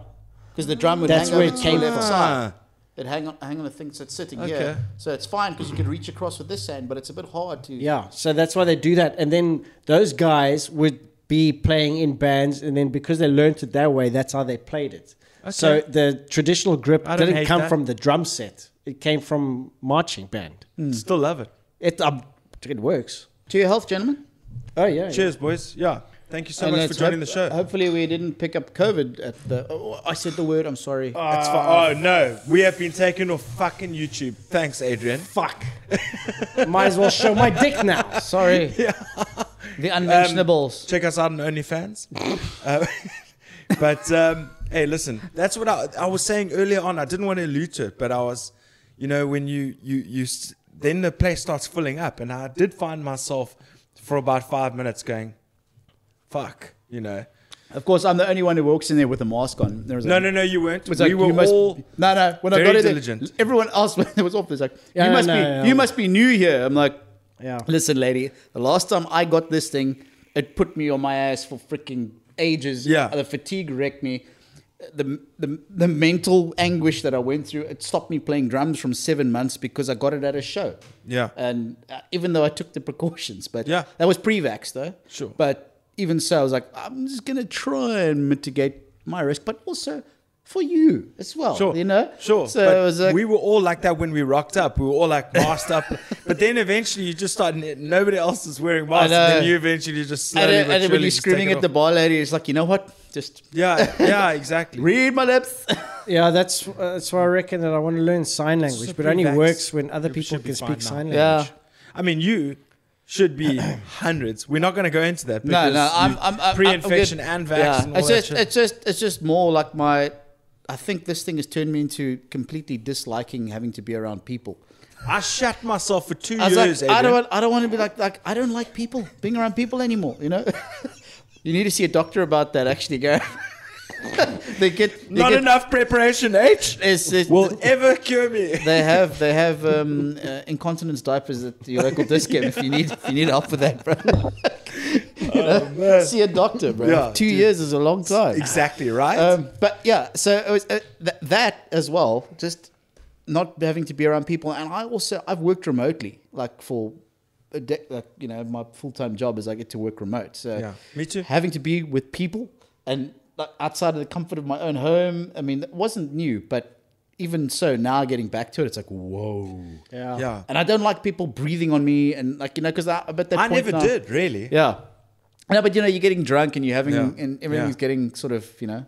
Speaker 4: because the drum would.
Speaker 3: That's
Speaker 4: hang
Speaker 3: where
Speaker 4: over
Speaker 3: it
Speaker 4: to
Speaker 3: came
Speaker 4: your left
Speaker 3: from.
Speaker 4: side. It hang on, hang on the thing, so it's sitting
Speaker 2: Ah. Okay.
Speaker 4: here. So it's fine because you could reach across with this hand, but it's a bit hard to.
Speaker 3: yeah. So that's why they do that. And then those guys would be playing in bands, and then because they learnt it that way, that's how they played it. So
Speaker 2: Okay.
Speaker 3: the traditional grip
Speaker 2: I don't
Speaker 3: didn't
Speaker 2: hate
Speaker 3: come
Speaker 2: that.
Speaker 3: from the drum set. It came from marching band.
Speaker 4: Hmm.
Speaker 2: Still love it.
Speaker 3: It um, it works.
Speaker 4: To your health, gentlemen.
Speaker 3: Oh yeah. yeah.
Speaker 2: Cheers, boys. Yeah. Thank you so
Speaker 4: And
Speaker 2: much for
Speaker 4: let's
Speaker 2: joining
Speaker 4: hope-
Speaker 2: the show.
Speaker 4: Hopefully, we didn't pick up COVID at the. Oh, I said the word. I'm sorry.
Speaker 2: It's for,
Speaker 4: Ah.
Speaker 2: oh no, we have been taken off fucking YouTube. Thanks, Adrian.
Speaker 3: Fuck. Might as well show my dick now.
Speaker 4: sorry. The
Speaker 3: Um,
Speaker 4: unmentionables.
Speaker 2: Check us out on OnlyFans. uh, but um, hey, listen, that's what I, I was saying earlier on. I didn't want to allude to it, but I was, you know, when you you you s- then the place starts filling up, and I did find myself for about five minutes going, "Fuck," you know.
Speaker 4: of course, I'm the only one who walks in there with a mask on. There was
Speaker 2: No,
Speaker 4: like-
Speaker 2: no, no, you weren't.
Speaker 4: It's
Speaker 2: we
Speaker 4: like,
Speaker 2: were
Speaker 4: you must,
Speaker 2: all.
Speaker 4: no, no. When I
Speaker 2: very
Speaker 4: got in,
Speaker 2: diligent.
Speaker 4: there, everyone else when it was off. It's like
Speaker 3: Yeah,
Speaker 4: you
Speaker 3: no,
Speaker 4: must
Speaker 3: no,
Speaker 4: be,
Speaker 3: yeah.
Speaker 4: you must be new here. I'm like,
Speaker 3: Yeah.
Speaker 4: Listen, lady. The last time I got this thing, it put me on my ass for freaking ages.
Speaker 2: Yeah.
Speaker 4: The fatigue wrecked me. The, the the mental anguish that I went through it stopped me playing drums from seven months because I got it at a show.
Speaker 2: Yeah.
Speaker 4: And uh, even though I took the precautions, but
Speaker 2: Yeah.
Speaker 4: that was pre-vax though.
Speaker 2: Sure.
Speaker 4: But even so, I was like, I'm just gonna try and mitigate my risk, but also for you as well.
Speaker 2: Sure.
Speaker 4: Oh, You know.
Speaker 2: Sure.
Speaker 4: So
Speaker 2: but
Speaker 4: it was like,
Speaker 2: we were all like that when we rocked up. We were all like masked up. But then eventually you just start, nobody else is wearing masks.
Speaker 4: know.
Speaker 2: And then you eventually just
Speaker 4: and,
Speaker 2: slowly.
Speaker 4: then-
Speaker 2: but
Speaker 4: and then when
Speaker 2: surely
Speaker 4: you're
Speaker 2: just
Speaker 4: screaming
Speaker 2: take it
Speaker 4: at the
Speaker 2: off.
Speaker 4: bar lady, it's like, you know what? Just
Speaker 2: Yeah, yeah, exactly.
Speaker 4: read my lips.
Speaker 3: Yeah, that's uh, that's why I reckon that I want to learn sign language, but it only
Speaker 2: pre-vax.
Speaker 3: works when other
Speaker 2: You
Speaker 3: people
Speaker 2: should be
Speaker 3: can
Speaker 2: fine
Speaker 3: speak
Speaker 2: now.
Speaker 3: sign language.
Speaker 4: yeah.
Speaker 2: I mean, you should be hundreds. We're not going to go into that.
Speaker 4: No,
Speaker 2: Because
Speaker 4: no. I'm,
Speaker 2: you-
Speaker 4: I'm, I'm
Speaker 2: pre-infection
Speaker 4: I'm
Speaker 2: and
Speaker 4: good.
Speaker 2: vax.
Speaker 4: Yeah.
Speaker 2: And all
Speaker 4: It's
Speaker 2: that
Speaker 4: just,
Speaker 2: shit.
Speaker 4: it's just, it's just more like my. I think this thing has turned me into completely disliking having to be around people.
Speaker 2: I shut myself for two
Speaker 4: I was
Speaker 2: years.
Speaker 4: like, I don't,
Speaker 2: Adrian.
Speaker 4: want, I don't want to be like, like I don't like people being around people anymore. You know, you need to see a doctor about that. Actually, Gareth. they get they
Speaker 2: not
Speaker 4: get,
Speaker 2: enough preparation, H.
Speaker 4: It's, it's,
Speaker 2: Will ever cure me.
Speaker 4: they have they have um, uh, incontinence diapers at your local discount if you need if you need help with that, bro. You know? See a doctor, bro.
Speaker 2: Oh, Yeah,
Speaker 4: Two
Speaker 2: dude.
Speaker 4: years is a long time.
Speaker 2: Exactly, right?
Speaker 4: Um, but yeah, so it was, uh, th- that as well, just not having to be around people. And I also I've worked remotely, like for a de- like you know my full time job is I get to work remote. So
Speaker 2: Yeah, me too.
Speaker 4: Having to be with people and like outside of the comfort of my own home. I mean, it wasn't new, but even so, now getting back to it, it's like whoa.
Speaker 3: Yeah.
Speaker 2: yeah.
Speaker 4: And I don't like people breathing on me and like you know because I but that
Speaker 2: I
Speaker 4: point
Speaker 2: never
Speaker 4: now-
Speaker 2: did, really.
Speaker 4: Yeah. No, but you know, you're getting drunk and you're having,
Speaker 2: Yeah.
Speaker 4: and everything's
Speaker 2: Yeah.
Speaker 4: getting sort of, you know,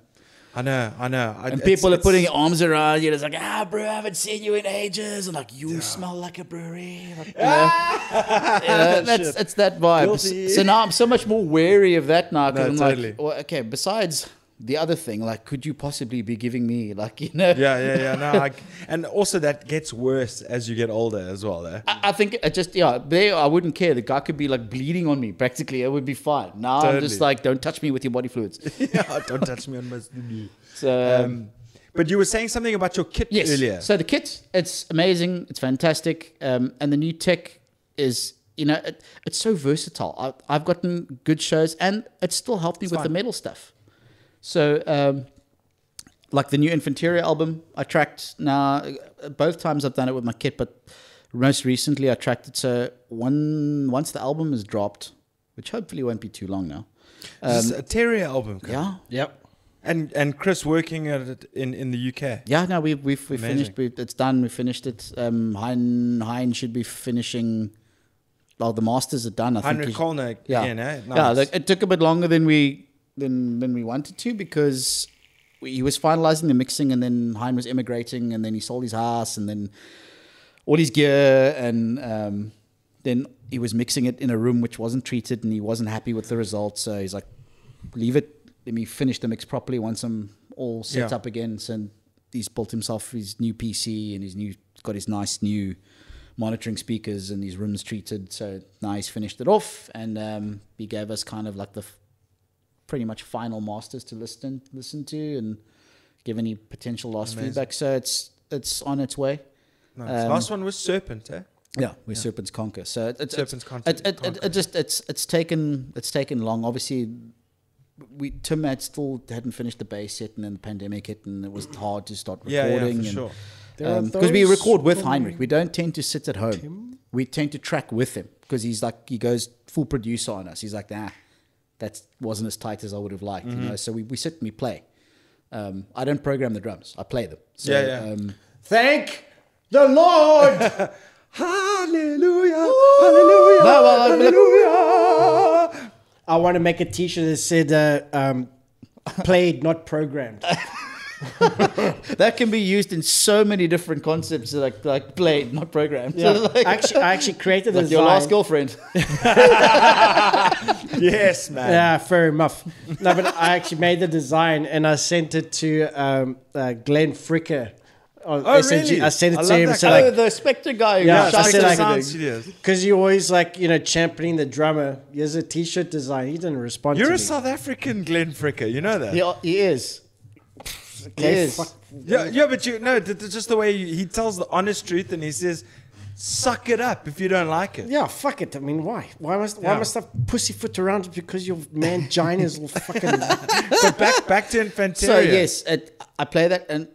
Speaker 2: I know, I know. I,
Speaker 4: and
Speaker 2: it's-
Speaker 4: people are
Speaker 2: it's-
Speaker 4: putting arms around you. and It's like, ah, bro, I haven't seen you in ages. And like, you smell like a brewery. Like, you know? You know, that's it's that vibe.
Speaker 2: Ah! Guilty.
Speaker 4: S- So now I'm so much more wary of that now. 'cause
Speaker 2: No,
Speaker 4: I'm
Speaker 2: totally.
Speaker 4: like, well, okay. Besides the other thing, like, could you possibly be giving me, like, you know?
Speaker 2: Yeah, yeah, yeah. No, I, and also that gets worse as you get older as well. Eh?
Speaker 4: I I think it just yeah, there I wouldn't care. The guy could be like bleeding on me practically. It would be fine. Now I'm
Speaker 2: Totally.
Speaker 4: just like, don't touch me with your body fluids.
Speaker 2: yeah, don't touch me on my snooby.
Speaker 4: So
Speaker 2: Um, but you were saying something about your kit
Speaker 4: Yes.
Speaker 2: earlier.
Speaker 4: So the kit, it's amazing. It's fantastic. Um, and the new tech is, you know, it, it's so versatile. I, I've gotten good shows and it still helped me with the
Speaker 2: fine.
Speaker 4: metal stuff. So, um, like the new Infanteria album, I tracked now, uh, both times I've done it with my kit, but most recently I tracked it. So one, once the album is dropped, which hopefully won't be too long now.
Speaker 2: This is a Terrier album, Chris.
Speaker 4: um, Yeah.
Speaker 3: Yep.
Speaker 2: and and Chris working at it in in the UK.
Speaker 4: Yeah, no, we've we've, we've
Speaker 2: Amazing.
Speaker 4: finished. We've, it's done. We finished it. Um, Hein Hein should be finishing. Well, the masters are done. I think.
Speaker 2: Heinrich
Speaker 4: he's-
Speaker 2: Kollner
Speaker 4: yeah,
Speaker 2: again, eh?
Speaker 4: yeah.
Speaker 2: Nice.
Speaker 4: Like, it took a bit longer than we than than we wanted to because we, he was finalizing the mixing, and then Hein was immigrating, and then he sold his house, and then all his gear, and um, then he was mixing it in a room which wasn't treated, and he wasn't happy with the results. So he's like, "Leave it. Let me finish the mix properly once I'm all set
Speaker 2: Yeah.
Speaker 4: up again." So he's built himself his new PC and his new got his nice new monitoring speakers and his rooms treated. So now he's finished it off, and um, he gave us kind of like the f- pretty much final masters to listen listen to and give any potential last
Speaker 2: Amazing.
Speaker 4: feedback. So it's it's on its way.
Speaker 2: Nice.
Speaker 4: um,
Speaker 2: Last one was Serpent, eh?
Speaker 4: Yeah, we serpents conquer. So it, it's
Speaker 2: Serpents
Speaker 4: it's,
Speaker 2: Conquer-
Speaker 4: it, it, it,
Speaker 2: Conquer.
Speaker 4: it just it's it's taken it's taken long. Obviously, we Tim had still hadn't finished the bass yet, and then the pandemic hit, and it was hard to start
Speaker 2: Yeah,
Speaker 4: recording.
Speaker 2: yeah, for sure.
Speaker 4: and,
Speaker 3: There are
Speaker 4: because we
Speaker 3: those
Speaker 4: record with
Speaker 3: from
Speaker 4: Heinrich. We don't tend to sit at home. We tend to track with him because he's like he goes full producer on us. He's like, nah, that wasn't as tight as I would have liked. You
Speaker 2: Mm-hmm.
Speaker 4: know, so we, we sit and we play. Um, I don't program the drums. I play them. So,
Speaker 2: Yeah, yeah.
Speaker 4: Um,
Speaker 3: Thank the Lord.
Speaker 2: Hallelujah, hallelujah,
Speaker 4: No, well, I-
Speaker 2: hallelujah.
Speaker 3: I want to make a T-shirt that said uh, um, "Played, not programmed."
Speaker 4: That can be used in so many different concepts, like like played, not programmed.
Speaker 3: Yeah,
Speaker 4: like,
Speaker 3: I actually, I actually created
Speaker 4: like
Speaker 3: this.
Speaker 4: your last girlfriend.
Speaker 2: yes, man.
Speaker 3: Yeah, fair enough. No, but I actually made the design and I sent it to um, uh, Glenn Fricker. Oh,
Speaker 2: really?
Speaker 3: I sent it
Speaker 2: I
Speaker 3: to
Speaker 2: love
Speaker 3: him.
Speaker 2: that
Speaker 3: So
Speaker 2: guy.
Speaker 3: like,
Speaker 4: oh, the Spectre guy. who
Speaker 3: Yeah,
Speaker 4: shot
Speaker 3: so I
Speaker 4: the
Speaker 3: said, like-
Speaker 4: sound.
Speaker 3: because you always like you know championing the drummer. Here's a T-shirt design. He didn't respond.
Speaker 2: You're
Speaker 3: to
Speaker 2: a
Speaker 3: me.
Speaker 2: South African Glenn Fricker, you know that.
Speaker 4: He, he is. He
Speaker 3: Okay,
Speaker 4: is.
Speaker 3: fuck.
Speaker 2: Yeah, yeah, but you no, th- th- just the way you, he tells the honest truth, and he says, "Suck it up if you don't like it."
Speaker 3: Yeah, fuck it. I mean, why? Why must why
Speaker 2: Yeah.
Speaker 3: must I pussyfoot around it because your man is all fucking
Speaker 2: But back back to Infanteria.
Speaker 4: So yes, it, I play that, and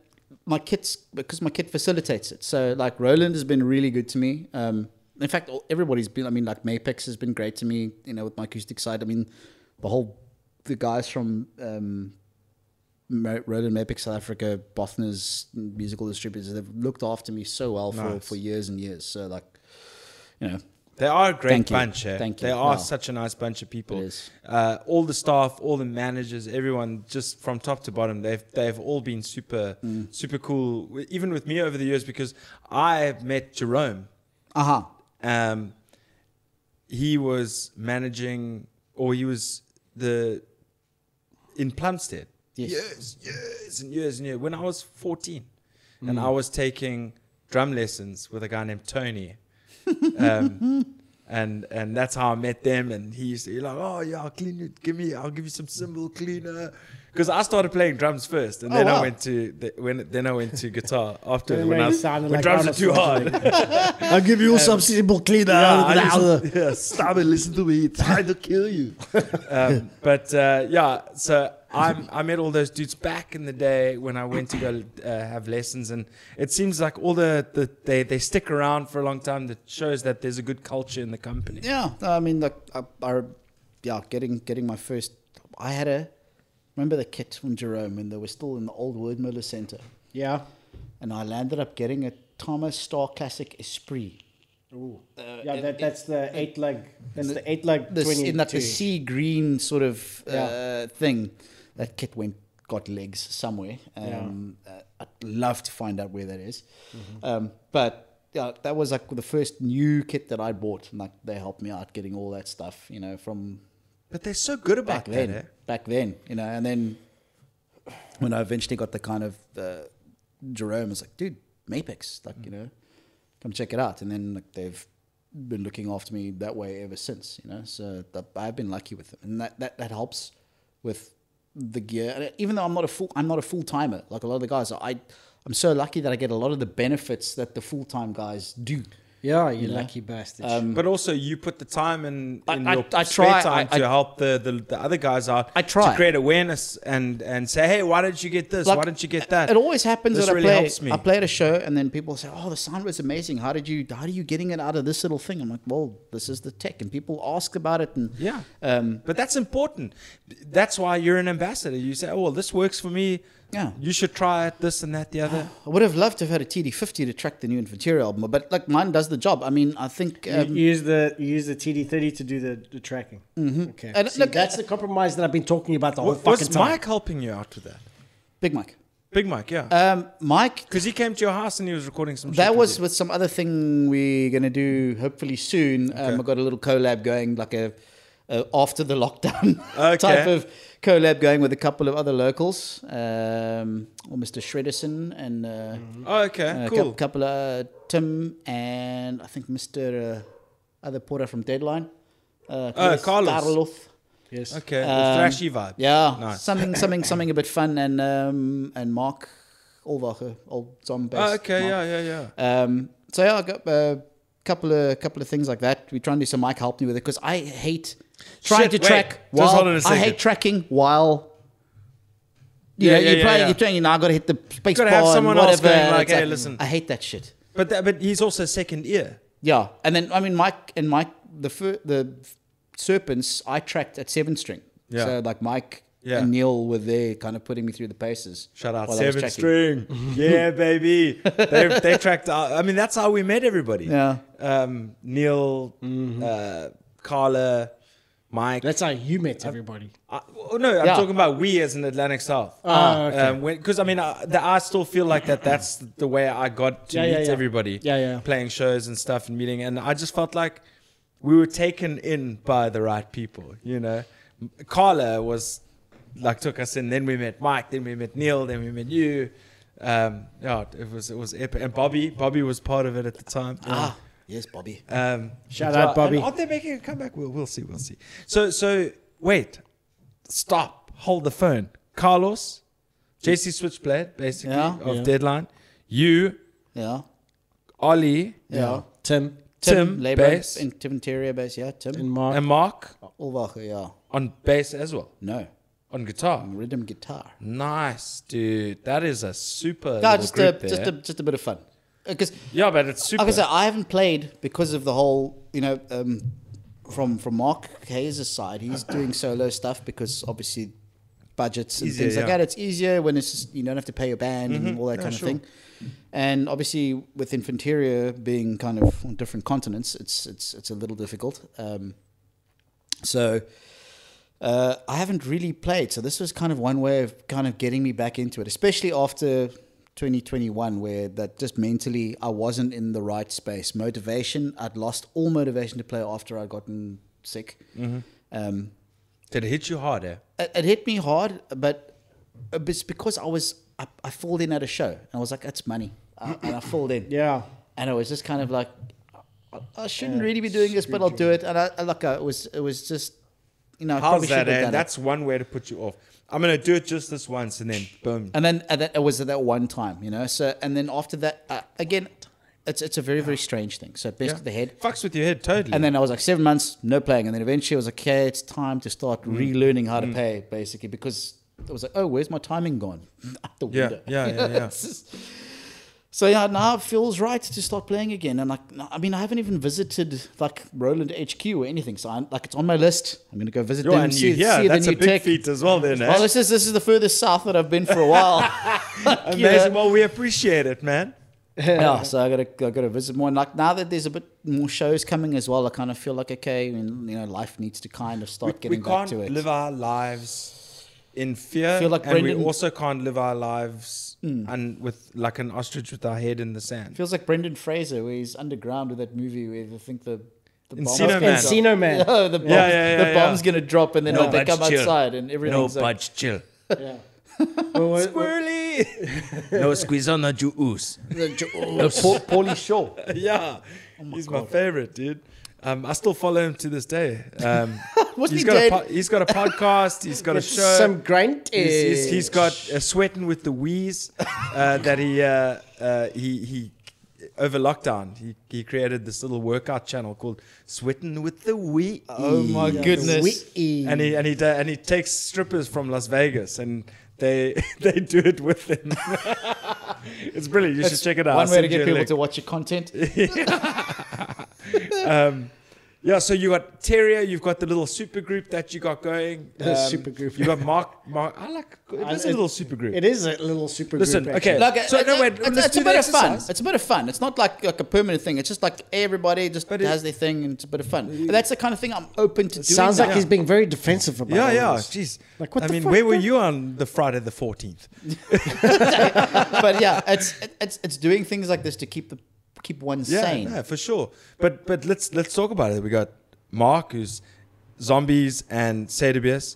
Speaker 4: my kit's because my kit facilitates it. So like Roland has been really good to me. Um, in fact, all- everybody's been. I mean, like Mapex has been great to me. You know, with my acoustic side. I mean, the whole the guys from um, Mo- Roland Mapex South Africa, Bothner's musical distributors. They've looked after me so well for
Speaker 2: Nice.
Speaker 4: for years and years. So like, you know,
Speaker 2: they are a great
Speaker 4: Thank you.
Speaker 2: bunch. eh?
Speaker 4: Thank you.
Speaker 2: They are
Speaker 4: Wow.
Speaker 2: such a nice bunch of people.
Speaker 4: It is.
Speaker 2: Uh, all the staff, all the managers, everyone, just from top to bottom, they've they've all been super
Speaker 4: Mm.
Speaker 2: super cool. w- Even with me over the years, because I met Jerome.
Speaker 4: uh huh.
Speaker 2: um, he was managing, or he was the in Plumstead.
Speaker 4: Yes.
Speaker 2: Years, years, and years and years. When I was fourteen, and I was taking drum lessons with a guy named Tony, um, and and that's how I met them. And he used to be like, "Oh yeah, I'll clean you. Give me, I'll give you some cymbal cleaner." Because I started playing drums first, and
Speaker 4: Oh,
Speaker 2: then I
Speaker 4: wow.
Speaker 2: went to the, when then I went to guitar after
Speaker 3: Then
Speaker 2: when,
Speaker 3: you
Speaker 2: I,
Speaker 3: sounded
Speaker 2: when
Speaker 3: like
Speaker 2: drums are
Speaker 3: Arnold
Speaker 2: too hard.
Speaker 4: I'll give you some simple cleaner.
Speaker 2: yeah, stop and listen to me. It's trying to kill you. um, but uh, yeah, so I'm, I met all those dudes back in the day when I went to go uh, have lessons, and it seems like all the, the they, they stick around for a long time. That shows that there's a good culture in the company.
Speaker 4: Yeah, no, I mean, like, I, I, yeah, getting getting my first. I had a remember the kit from Jerome when they were still in the old Wordmiller Center,
Speaker 3: Yeah.
Speaker 4: and I landed up getting a Thomas Star Classic Esprit.
Speaker 3: Ooh. yeah, that, that's the eight leg. That's the, eight leg
Speaker 4: This
Speaker 3: twenty.
Speaker 4: in like the sea green sort of uh,
Speaker 3: Yeah.
Speaker 4: thing. That kit went got legs somewhere. Um, uh, I'd love to find out where that is. Um, but yeah, that was like the first new kit that I bought, and like they helped me out getting all that stuff. You know, from
Speaker 2: But they're so good about
Speaker 4: back then,
Speaker 2: that. Eh?
Speaker 4: back then, you know, and then when I eventually got the kind of uh, Jerome was like, dude, Mapex, like
Speaker 2: Mm.
Speaker 4: you know, come check it out, and then like they've been looking after me that way ever since, you know. So th- I've been lucky with them, and that that, that helps with the gear. And even though I'm not a full, I'm not a full timer like a lot of the guys. I I'm so lucky that I get a lot of the benefits that the full time guys do.
Speaker 3: Yeah, Um, you
Speaker 4: know?
Speaker 3: lucky bastard.
Speaker 2: But also, you put the time in,
Speaker 4: I-
Speaker 2: in
Speaker 4: I-
Speaker 2: your
Speaker 4: I
Speaker 2: spare
Speaker 4: try,
Speaker 2: time
Speaker 4: I- I-
Speaker 2: to help the, the, the other guys out.
Speaker 4: I try.
Speaker 2: to create awareness and and say, hey, why didn't you get this?
Speaker 4: Like,
Speaker 2: why didn't you get that?
Speaker 4: It always happens
Speaker 2: This
Speaker 4: that
Speaker 2: really
Speaker 4: I play.
Speaker 2: helps me.
Speaker 4: I play at a show, and then people say, "Oh, the sound was amazing. How did you? How are you getting it out of this little thing?" I'm like, "Well, this is the tech," and people ask about it, and
Speaker 2: Yeah.
Speaker 4: um,
Speaker 2: But that's important. That's why you're an ambassador. You say, oh, well, this works for me.
Speaker 4: Yeah.
Speaker 2: You should try it, this and that, the other.
Speaker 4: I would have loved to have had a TD50 to track the new Infanteria album, but like mine does the job. I mean, I think.
Speaker 3: you,
Speaker 4: Um,
Speaker 3: you use the you use the TD thirty to do the, the tracking. Mm-hmm. Okay.
Speaker 4: And
Speaker 3: See,
Speaker 4: look,
Speaker 3: that's the compromise that I've been talking about the whole
Speaker 2: Wa-
Speaker 3: fucking
Speaker 2: was
Speaker 3: time.
Speaker 2: Mike helping you out with that?
Speaker 4: Big Mike,
Speaker 2: Big Mike, yeah.
Speaker 4: um, Mike
Speaker 2: Because he came to your house and he was recording some shit
Speaker 4: That
Speaker 2: with
Speaker 4: was
Speaker 2: you.
Speaker 4: with some other thing we're gonna do hopefully soon. Um, I got a little collab going, like a, a after the lockdown
Speaker 2: Okay.
Speaker 4: type of collab going with a couple of other locals, um, or Mr. Shredderson and uh,
Speaker 2: Oh, okay,
Speaker 4: a cou-
Speaker 2: cool.
Speaker 4: couple of uh, Tim and I think Mr. Uh, other porter from Deadline. Uh,
Speaker 2: Oh, Carlos.
Speaker 4: Karloff.
Speaker 3: Yes.
Speaker 2: okay, the
Speaker 4: Um,
Speaker 2: flashy vibe.
Speaker 4: Yeah,
Speaker 2: Nice.
Speaker 4: something, something, something a bit fun, and um, and Mark Olwacher, old zombie.
Speaker 2: Oh, okay, yeah, yeah, yeah.
Speaker 4: Um, so yeah, I got a couple of couple of things like that. We try and do some Mike helped me with it because I hate trying
Speaker 2: Shit,
Speaker 4: to
Speaker 2: wait.
Speaker 4: track
Speaker 2: Just
Speaker 4: while
Speaker 2: hold on a
Speaker 4: I
Speaker 2: second.
Speaker 4: hate tracking while.
Speaker 2: Yeah,
Speaker 4: You know,
Speaker 2: yeah,
Speaker 4: you're
Speaker 2: yeah,
Speaker 4: playing,
Speaker 2: yeah.
Speaker 4: you're playing, you know, I got to hit the space
Speaker 2: Gotta
Speaker 4: bar
Speaker 2: have
Speaker 4: and
Speaker 2: someone else
Speaker 4: whatever.
Speaker 2: going
Speaker 4: and
Speaker 2: like,
Speaker 4: it's
Speaker 2: "Hey, listen."
Speaker 4: I hate that shit.
Speaker 2: But that, but he's also second ear.
Speaker 4: Yeah, and then I mean Mike and Mike the fir- the serpents I tracked at seven string.
Speaker 2: Yeah.
Speaker 4: So like Mike
Speaker 2: Yeah.
Speaker 4: and Neil were there, kind of putting me through the paces.
Speaker 2: Shout out
Speaker 4: while I was
Speaker 2: Seven
Speaker 4: tracking.
Speaker 2: String. yeah, baby. They, they tracked out. I mean, that's how we met everybody.
Speaker 4: Yeah.
Speaker 2: Um, Neil, uh, Um, Carla, Mike.
Speaker 3: That's how you met everybody.
Speaker 2: I, oh, no, I'm
Speaker 4: Yeah.
Speaker 2: talking about we as an Atlantic South.
Speaker 3: Ah, okay.
Speaker 2: Because I mean, I, the, I still feel like that. That's the way I got to
Speaker 3: Yeah,
Speaker 2: meet
Speaker 3: yeah, yeah.
Speaker 2: everybody.
Speaker 3: Yeah, yeah.
Speaker 2: Playing shows and stuff and meeting, and I just felt like we were taken in by the right people. You know, Carla was like took us in. Then we met Mike. Then we met Neil. Then we met you. Um, yeah, it was it was epic. And Bobby, Bobby was part of it at the time.
Speaker 4: Ah, yes, Bobby.
Speaker 2: Um,
Speaker 3: Shout
Speaker 2: so-
Speaker 3: out, Bobby.
Speaker 2: and Aren't they making a comeback? We'll, we'll see. We'll see. So, so wait. Stop. Hold the phone. Carlos, JC Switchblade, basically,
Speaker 4: Yeah.
Speaker 2: of
Speaker 3: Yeah.
Speaker 2: Deadline. You,
Speaker 4: Yeah.
Speaker 2: Ollie,
Speaker 4: Yeah.
Speaker 3: Tim
Speaker 2: Tim,
Speaker 4: Labour,
Speaker 2: bass,
Speaker 4: in- Tim Interior bass, yeah. Tim.
Speaker 3: and Mark.
Speaker 2: and Mark
Speaker 4: Ulvacher, yeah.
Speaker 2: on bass as well,
Speaker 4: No.
Speaker 2: on guitar.
Speaker 4: Rhythm guitar.
Speaker 2: Nice, dude. That is a super.
Speaker 4: No,
Speaker 2: little
Speaker 4: just a,
Speaker 2: group
Speaker 4: just a
Speaker 2: there.
Speaker 4: just a bit of fun. Because
Speaker 2: Yeah, but it's super.
Speaker 4: like I said, I haven't played because of the whole, you know, um, from from Mark Hayes' side, he's doing solo stuff because obviously budgets and
Speaker 2: Easier,
Speaker 4: things like
Speaker 2: yeah. Mm-hmm.
Speaker 4: that. It's easier when it's just, you don't have to pay your band and all that
Speaker 2: Yeah,
Speaker 4: kind
Speaker 2: sure.
Speaker 4: of thing. And obviously, with Infanteria being kind of on different continents, it's it's it's a little difficult. Um, so uh, I haven't really played. So this was kind of one way of kind of getting me back into it, especially after 2021, where that just mentally I wasn't in the right space. Motivation, I'd lost all motivation to play after I'd gotten sick. Um,
Speaker 2: Did it hit you hard? Eh?
Speaker 4: it, it hit me hard, but it's because I was I, I filled in at a show and I was like, that's money, I, and I filled in.
Speaker 3: Yeah.
Speaker 4: and I was just kind of like, I, I shouldn't really be doing this, but I'll do it. And I, I like I was it was just you know I probably
Speaker 2: How's that?
Speaker 4: should have
Speaker 2: Eh?
Speaker 4: done it.
Speaker 2: That's one way to put you off. I'm gonna do it just this once, and then boom.
Speaker 4: And then and that, it was at that one time, you know. So and then after that, uh, again, it's it's a very very strange thing. So basically
Speaker 2: Yeah.
Speaker 4: the head.
Speaker 2: fucks with your head totally.
Speaker 4: And then I was like seven months no playing, and then eventually I was like, okay, it's time to start
Speaker 2: Mm.
Speaker 4: relearning how to play, basically, because I was like, oh, where's my timing gone? Out the
Speaker 2: Yeah,
Speaker 4: window.
Speaker 2: yeah, yeah, yeah.
Speaker 4: It's just- so yeah, now it feels right to start playing again, and like, no- I mean, I haven't even visited like Roland HQ or anything, so I'm like, it's on my list. I'm gonna go visit
Speaker 2: Yo,
Speaker 4: them,
Speaker 2: and
Speaker 4: see,
Speaker 2: you, yeah,
Speaker 4: see the
Speaker 2: that's
Speaker 4: new
Speaker 2: a big
Speaker 4: tech.
Speaker 2: feat as well, then. Eh?
Speaker 4: Well, this is this is the furthest south that I've been for a while.
Speaker 2: Amazing.
Speaker 4: yeah.
Speaker 2: Well, we appreciate it, man.
Speaker 4: yeah, so I gotta I gotta visit more. And like now that there's a bit more shows coming as well, I kind of feel like okay, I mean, you know, life needs to kind of
Speaker 2: We,
Speaker 4: start
Speaker 2: we
Speaker 4: getting back
Speaker 2: can't
Speaker 4: to it.
Speaker 2: live our lives in fear,
Speaker 4: Feel like
Speaker 2: and we
Speaker 4: Brendan- Hmm.
Speaker 2: also can't live our lives and with like an ostrich with our head in the sand.
Speaker 4: Feels like Brendan Fraser where he's underground with that movie where they think the the bomb's
Speaker 2: Encino
Speaker 4: gonna
Speaker 2: Man.
Speaker 4: drop.
Speaker 3: Encino Man.
Speaker 4: Yeah, Oh, the bomb,
Speaker 2: Yeah, yeah, yeah,
Speaker 4: the
Speaker 2: yeah.
Speaker 4: bomb's gonna drop and then
Speaker 2: No,
Speaker 4: they
Speaker 2: but
Speaker 4: come
Speaker 2: chill.
Speaker 4: outside and everything's like,
Speaker 2: budge, chill.
Speaker 3: Yeah. Well, what- what-
Speaker 2: Squirrely. no squeeze on the juice.
Speaker 4: oh, Paul, Paulie Shaw.
Speaker 2: Yeah,
Speaker 4: Oh
Speaker 2: he's my favorite, dude. Um, I still follow him to this day. Um,
Speaker 4: Wasn't
Speaker 2: he's
Speaker 4: he
Speaker 2: got
Speaker 4: dead?
Speaker 2: a po- he's got a podcast. He's got a show.
Speaker 3: Some grind.
Speaker 2: He's, he's,
Speaker 4: Eh,
Speaker 3: is-
Speaker 2: he's got a sweating with the wheeze uh, that he uh, uh, he he over lockdown he, he created this little workout channel called sweating with the wee.
Speaker 4: Oh my goodness.
Speaker 3: Wee.
Speaker 2: And he and he da- and he takes strippers from Las Vegas and they they do it with him. it's brilliant. You
Speaker 4: That's
Speaker 2: should check it out.
Speaker 4: One
Speaker 2: I'll
Speaker 4: way to
Speaker 2: send you
Speaker 4: get
Speaker 2: a
Speaker 4: people
Speaker 2: link.
Speaker 4: to watch your content.
Speaker 2: Yeah, so you got Terrier, you've got the little super group that you got going. Um,
Speaker 3: The super group.
Speaker 2: You got Mark. Mark, I like.
Speaker 3: I-
Speaker 2: It's a
Speaker 3: it-
Speaker 2: little super group.
Speaker 3: It is a little super.
Speaker 2: Listen,
Speaker 3: group,
Speaker 2: okay.
Speaker 3: actually.
Speaker 4: Look,
Speaker 2: So,
Speaker 4: it-
Speaker 2: no,
Speaker 4: it-
Speaker 2: wait,
Speaker 4: it's,
Speaker 2: let's
Speaker 4: it's a
Speaker 2: do
Speaker 4: bit
Speaker 2: the
Speaker 4: of fun.
Speaker 2: exercise.
Speaker 4: It's a bit of fun. It's not like like a permanent thing. It's just like everybody just
Speaker 2: But it-
Speaker 4: does their thing, and it's a bit of fun. And that's the kind of thing I'm open to doing.
Speaker 3: Sounds like
Speaker 4: now.
Speaker 3: he's being very defensive about.
Speaker 2: Yeah,
Speaker 3: all
Speaker 2: yeah.
Speaker 3: this.
Speaker 2: Jeez.
Speaker 3: Like, what
Speaker 2: I
Speaker 3: the
Speaker 2: mean,
Speaker 3: fuck,
Speaker 2: where were
Speaker 3: bro?
Speaker 2: you on the Friday the 14th?
Speaker 4: but yeah, it's it- it's it's doing things like this to keep the keep one sane.
Speaker 2: no, for sure. But but let's let's talk about it. We got Mark, who's zombies and Sadabius.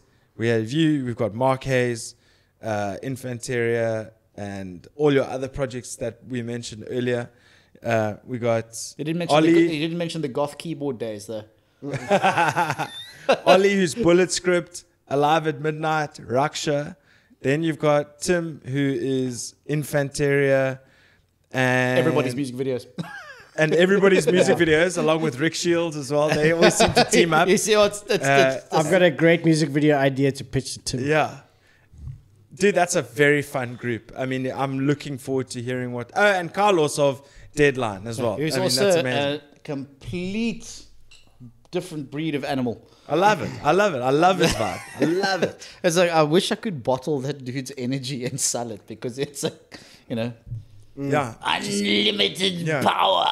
Speaker 2: We have you. We've got Mark Hayes, uh, Infanteria, and all your other projects that we mentioned earlier. Uh, we got
Speaker 4: You didn't mention
Speaker 2: Ollie,
Speaker 4: the, you didn't mention the goth keyboard days though.
Speaker 2: Ollie, who's Bullet Script, Alive at Midnight, Raksha. Then you've got Tim, who is Infanteria, and
Speaker 4: Everybody's music videos.
Speaker 2: and everybody's music videos, along with Rick Shields as well. They always seem to team up.
Speaker 4: you see, oh, it's, it's,
Speaker 2: Uh,
Speaker 4: it's,
Speaker 3: I've got a great music video idea to pitch to Tim.
Speaker 2: Yeah. Dude, that's a very fun group. I mean, I'm looking forward to hearing what. Oh, and Carlos of Deadline as well.
Speaker 4: who's
Speaker 2: Oh, I mean, that's
Speaker 4: also uh,
Speaker 2: amazing.
Speaker 4: a complete different breed of animal.
Speaker 2: I love it. I love it. I love his vibe. I love it.
Speaker 4: It's like I wish I could bottle that dude's energy and sell it because it's like you know
Speaker 2: Yeah,
Speaker 4: Unlimited
Speaker 2: Yeah.
Speaker 4: power.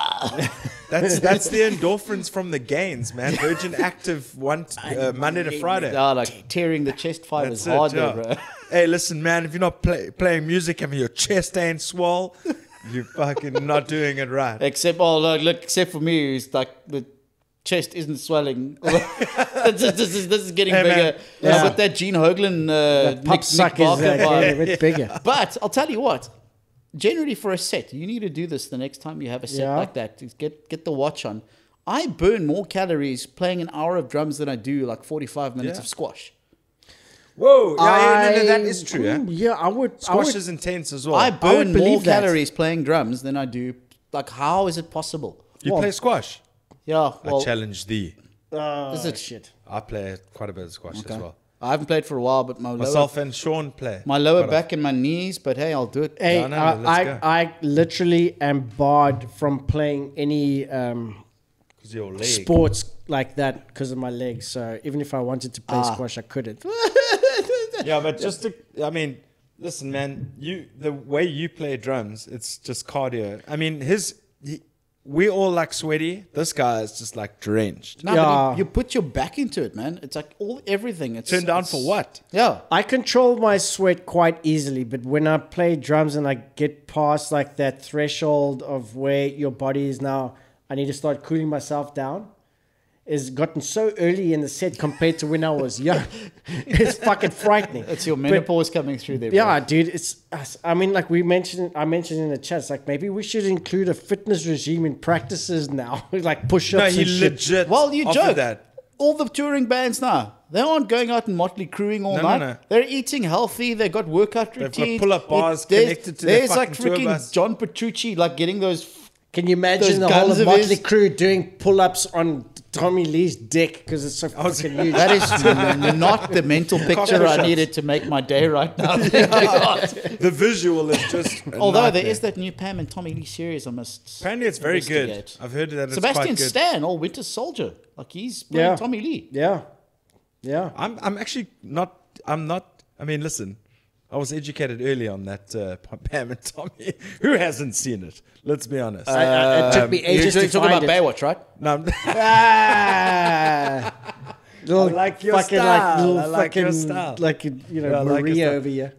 Speaker 2: that's that's the endorphins from the gains, man. Virgin Active one uh, Monday to Friday.
Speaker 4: Ah, like tearing the chest fibers
Speaker 2: That's
Speaker 4: hard
Speaker 2: it,
Speaker 4: there,
Speaker 2: yeah.
Speaker 4: bro.
Speaker 2: Hey, listen, man, if you're not play, playing music and your chest ain't swell, you're fucking not doing it right.
Speaker 4: Except, oh look, look, except for me, who's like the chest isn't swelling. this, is, this, is, this is getting
Speaker 2: Hey, man.
Speaker 4: bigger.
Speaker 3: Yeah.
Speaker 4: I've got that Gene Hoagland, uh, Nick,
Speaker 3: Pop
Speaker 4: Nick
Speaker 3: suck is
Speaker 4: Barker
Speaker 3: uh,
Speaker 4: vibe.
Speaker 3: getting a bit bigger.
Speaker 4: But I'll tell you what. Generally, for a set, you need to do this the next time you have a set
Speaker 3: Yeah.
Speaker 4: like that. Just Get get the watch on. I burn more calories playing an hour of drums than I do like forty five minutes
Speaker 2: Yeah.
Speaker 4: of squash.
Speaker 2: Whoa, yeah, yeah, no, no, that
Speaker 3: I-
Speaker 2: is true. Yeah?
Speaker 3: Mm, Yeah, I would. I
Speaker 2: Squash
Speaker 3: would
Speaker 2: is intense as well.
Speaker 4: I burn more
Speaker 3: believe that.
Speaker 4: calories playing drums than I do. Like, how is it possible?
Speaker 2: you play squash?
Speaker 4: Yeah, well,
Speaker 2: I challenge thee.
Speaker 4: this is shit.
Speaker 2: I play quite a bit of squash as well.
Speaker 4: I haven't played for a while, but my
Speaker 2: Myself uh, and Sean play.
Speaker 4: lower, my lower
Speaker 2: Quite a-
Speaker 4: back and my knees. But hey, I'll do it.
Speaker 3: Hey,
Speaker 2: No, no,
Speaker 3: I,
Speaker 2: let's go.
Speaker 3: I, I literally am barred from playing any um,
Speaker 2: 'cause your leg.
Speaker 3: sports like that because of my legs. So even if I wanted to play squash, I couldn't.
Speaker 2: Yeah, but just to, I mean, listen, man, you the way you play drums, it's just cardio. I mean, his, he, we all like sweaty. This guy is just like drenched.
Speaker 4: No, but you-
Speaker 3: Yeah.
Speaker 4: you, put your back into it, man. It's like all everything. It's
Speaker 2: Turned down
Speaker 4: it's-
Speaker 2: for what?
Speaker 4: Yeah,
Speaker 3: I control my sweat quite easily, but when I play drums and I get past like that threshold of where your body is now, I need to start cooling myself down. It's gotten so early in the set compared to when I was young. it's fucking frightening.
Speaker 4: it's your
Speaker 3: But-
Speaker 4: menopause coming through there. bro.
Speaker 3: Yeah, dude, it's. us. I mean, like we mentioned, I mentioned in the chat, it's like maybe we should include a fitness regime in practices now, like push-ups.
Speaker 2: No, he
Speaker 3: and shit.
Speaker 2: legit.
Speaker 4: Well, you
Speaker 2: offered
Speaker 4: joke.
Speaker 2: that.
Speaker 4: All the touring bands now, they aren't going out and motley crewing all
Speaker 2: No, no,
Speaker 4: night.
Speaker 2: no.
Speaker 4: They're eating healthy. They've got workout
Speaker 2: got
Speaker 4: routines.
Speaker 2: pull-up bars
Speaker 4: there's-
Speaker 2: connected to their
Speaker 4: There's like
Speaker 2: fucking tour bus.
Speaker 4: freaking John Petrucci, like getting those. f-
Speaker 3: Can you imagine
Speaker 4: Those
Speaker 3: the whole
Speaker 4: guns
Speaker 3: of
Speaker 4: of
Speaker 3: Motley
Speaker 4: his-
Speaker 3: Crue doing pull-ups on Tommy Lee's dick because it's so fucking huge?
Speaker 4: That is not the mental picture I
Speaker 2: push-ups.
Speaker 4: needed to make my day right now.
Speaker 2: The visual is just. a
Speaker 4: Although there
Speaker 2: nightmare.
Speaker 4: is that new Pam and Tommy Lee series, I must.
Speaker 2: Apparently, it's very good.
Speaker 4: investigate.
Speaker 2: I've heard that it's
Speaker 4: Sebastian
Speaker 2: quite good.
Speaker 4: Stan or Winter Soldier, like he's playing
Speaker 3: yeah,
Speaker 4: Tommy Lee.
Speaker 3: Yeah, yeah.
Speaker 2: I'm, I'm actually not. I'm not. I mean, listen. I was educated early on that uh, Pam and Tommy. Who hasn't seen it? Let's be honest.
Speaker 3: I- I-
Speaker 2: Uh,
Speaker 3: it took me ages
Speaker 4: You're
Speaker 3: to
Speaker 4: talking
Speaker 3: find
Speaker 4: about
Speaker 3: it.
Speaker 4: Baywatch, right?
Speaker 2: no, I'm-
Speaker 3: Ah, little
Speaker 2: like your
Speaker 3: fucking
Speaker 2: style.
Speaker 3: like little
Speaker 2: I like
Speaker 3: fucking
Speaker 2: your style.
Speaker 3: like you know
Speaker 2: Yeah, I like your
Speaker 3: Maria
Speaker 2: style.
Speaker 3: over here,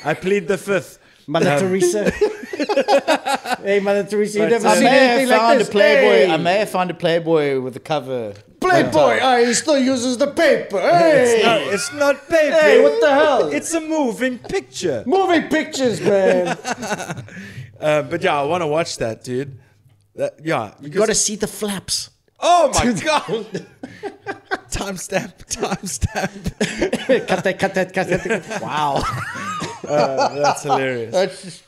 Speaker 2: I plead the fifth.
Speaker 3: Mother
Speaker 2: Um,
Speaker 3: Teresa. hey, Mother Teresa, you
Speaker 2: Right,
Speaker 3: never
Speaker 2: so-
Speaker 4: I
Speaker 3: seen
Speaker 4: may
Speaker 3: anything
Speaker 4: have
Speaker 3: like
Speaker 4: found
Speaker 3: this.
Speaker 4: a Playboy.
Speaker 3: Hey.
Speaker 4: I may have found a Playboy with a cover.
Speaker 3: Playboy, oh, he still uses the paper.
Speaker 2: It's not,
Speaker 3: Hey,
Speaker 2: it's not paper.
Speaker 3: Hey, what the hell?
Speaker 2: It's a moving picture.
Speaker 3: movie pictures, man.
Speaker 2: Uh, but yeah, I want to watch that, dude. That, yeah.
Speaker 3: you gotta see the flaps.
Speaker 2: oh my god. timestamp. Timestamp.
Speaker 3: cut that, cut that, cut that. Wow.
Speaker 2: Uh, that's hilarious.
Speaker 4: That's just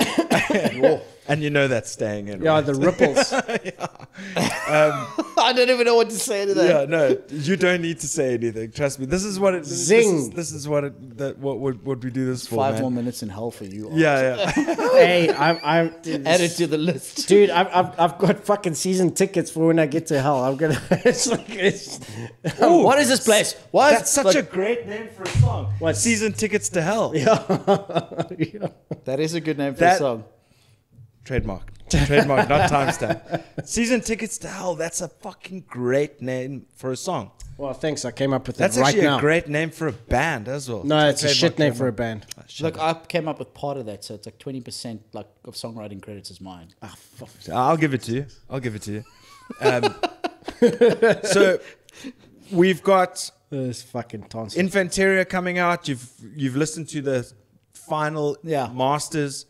Speaker 2: And you know that's staying in.
Speaker 3: Yeah,
Speaker 2: right?
Speaker 3: the ripples.
Speaker 4: I don't even know what to say to that.
Speaker 2: Yeah, no, you don't need to say anything. Trust me. This is what it. This,
Speaker 3: Zing.
Speaker 2: Is, this is what it. That, what would what we do this for?
Speaker 4: Five
Speaker 2: man.
Speaker 4: more minutes in hell for you.
Speaker 2: Yeah, yeah.
Speaker 3: hey, I'm, I'm,
Speaker 4: Add it to the list.
Speaker 3: dude, I've, I've, I've got fucking season tickets for when I get to hell. I'm gonna. It's like it's.
Speaker 4: what is this place? Why is
Speaker 2: That's such a great name for a song.
Speaker 3: What?
Speaker 2: Season tickets to hell.
Speaker 4: that is a good name for
Speaker 2: That-
Speaker 4: a song.
Speaker 2: Trademark. Trademark, not timestamp. Season tickets to hell. That's a fucking great name for a song.
Speaker 3: Well, thanks. I came up with
Speaker 2: That's
Speaker 3: it right
Speaker 2: actually
Speaker 3: now.
Speaker 2: a great name for a band as well.
Speaker 3: no, it's a
Speaker 2: Trademark,
Speaker 3: shit name for a
Speaker 2: trademark.
Speaker 3: band.
Speaker 4: Look, I came up with part of that, so it's like twenty percent like of songwriting credits is mine.
Speaker 2: I'll give it to you. I'll give it to you. Um, so we've got
Speaker 3: This fucking tons.
Speaker 2: Infanteria coming out. You've you've listened to the final
Speaker 4: Yeah.
Speaker 2: masters.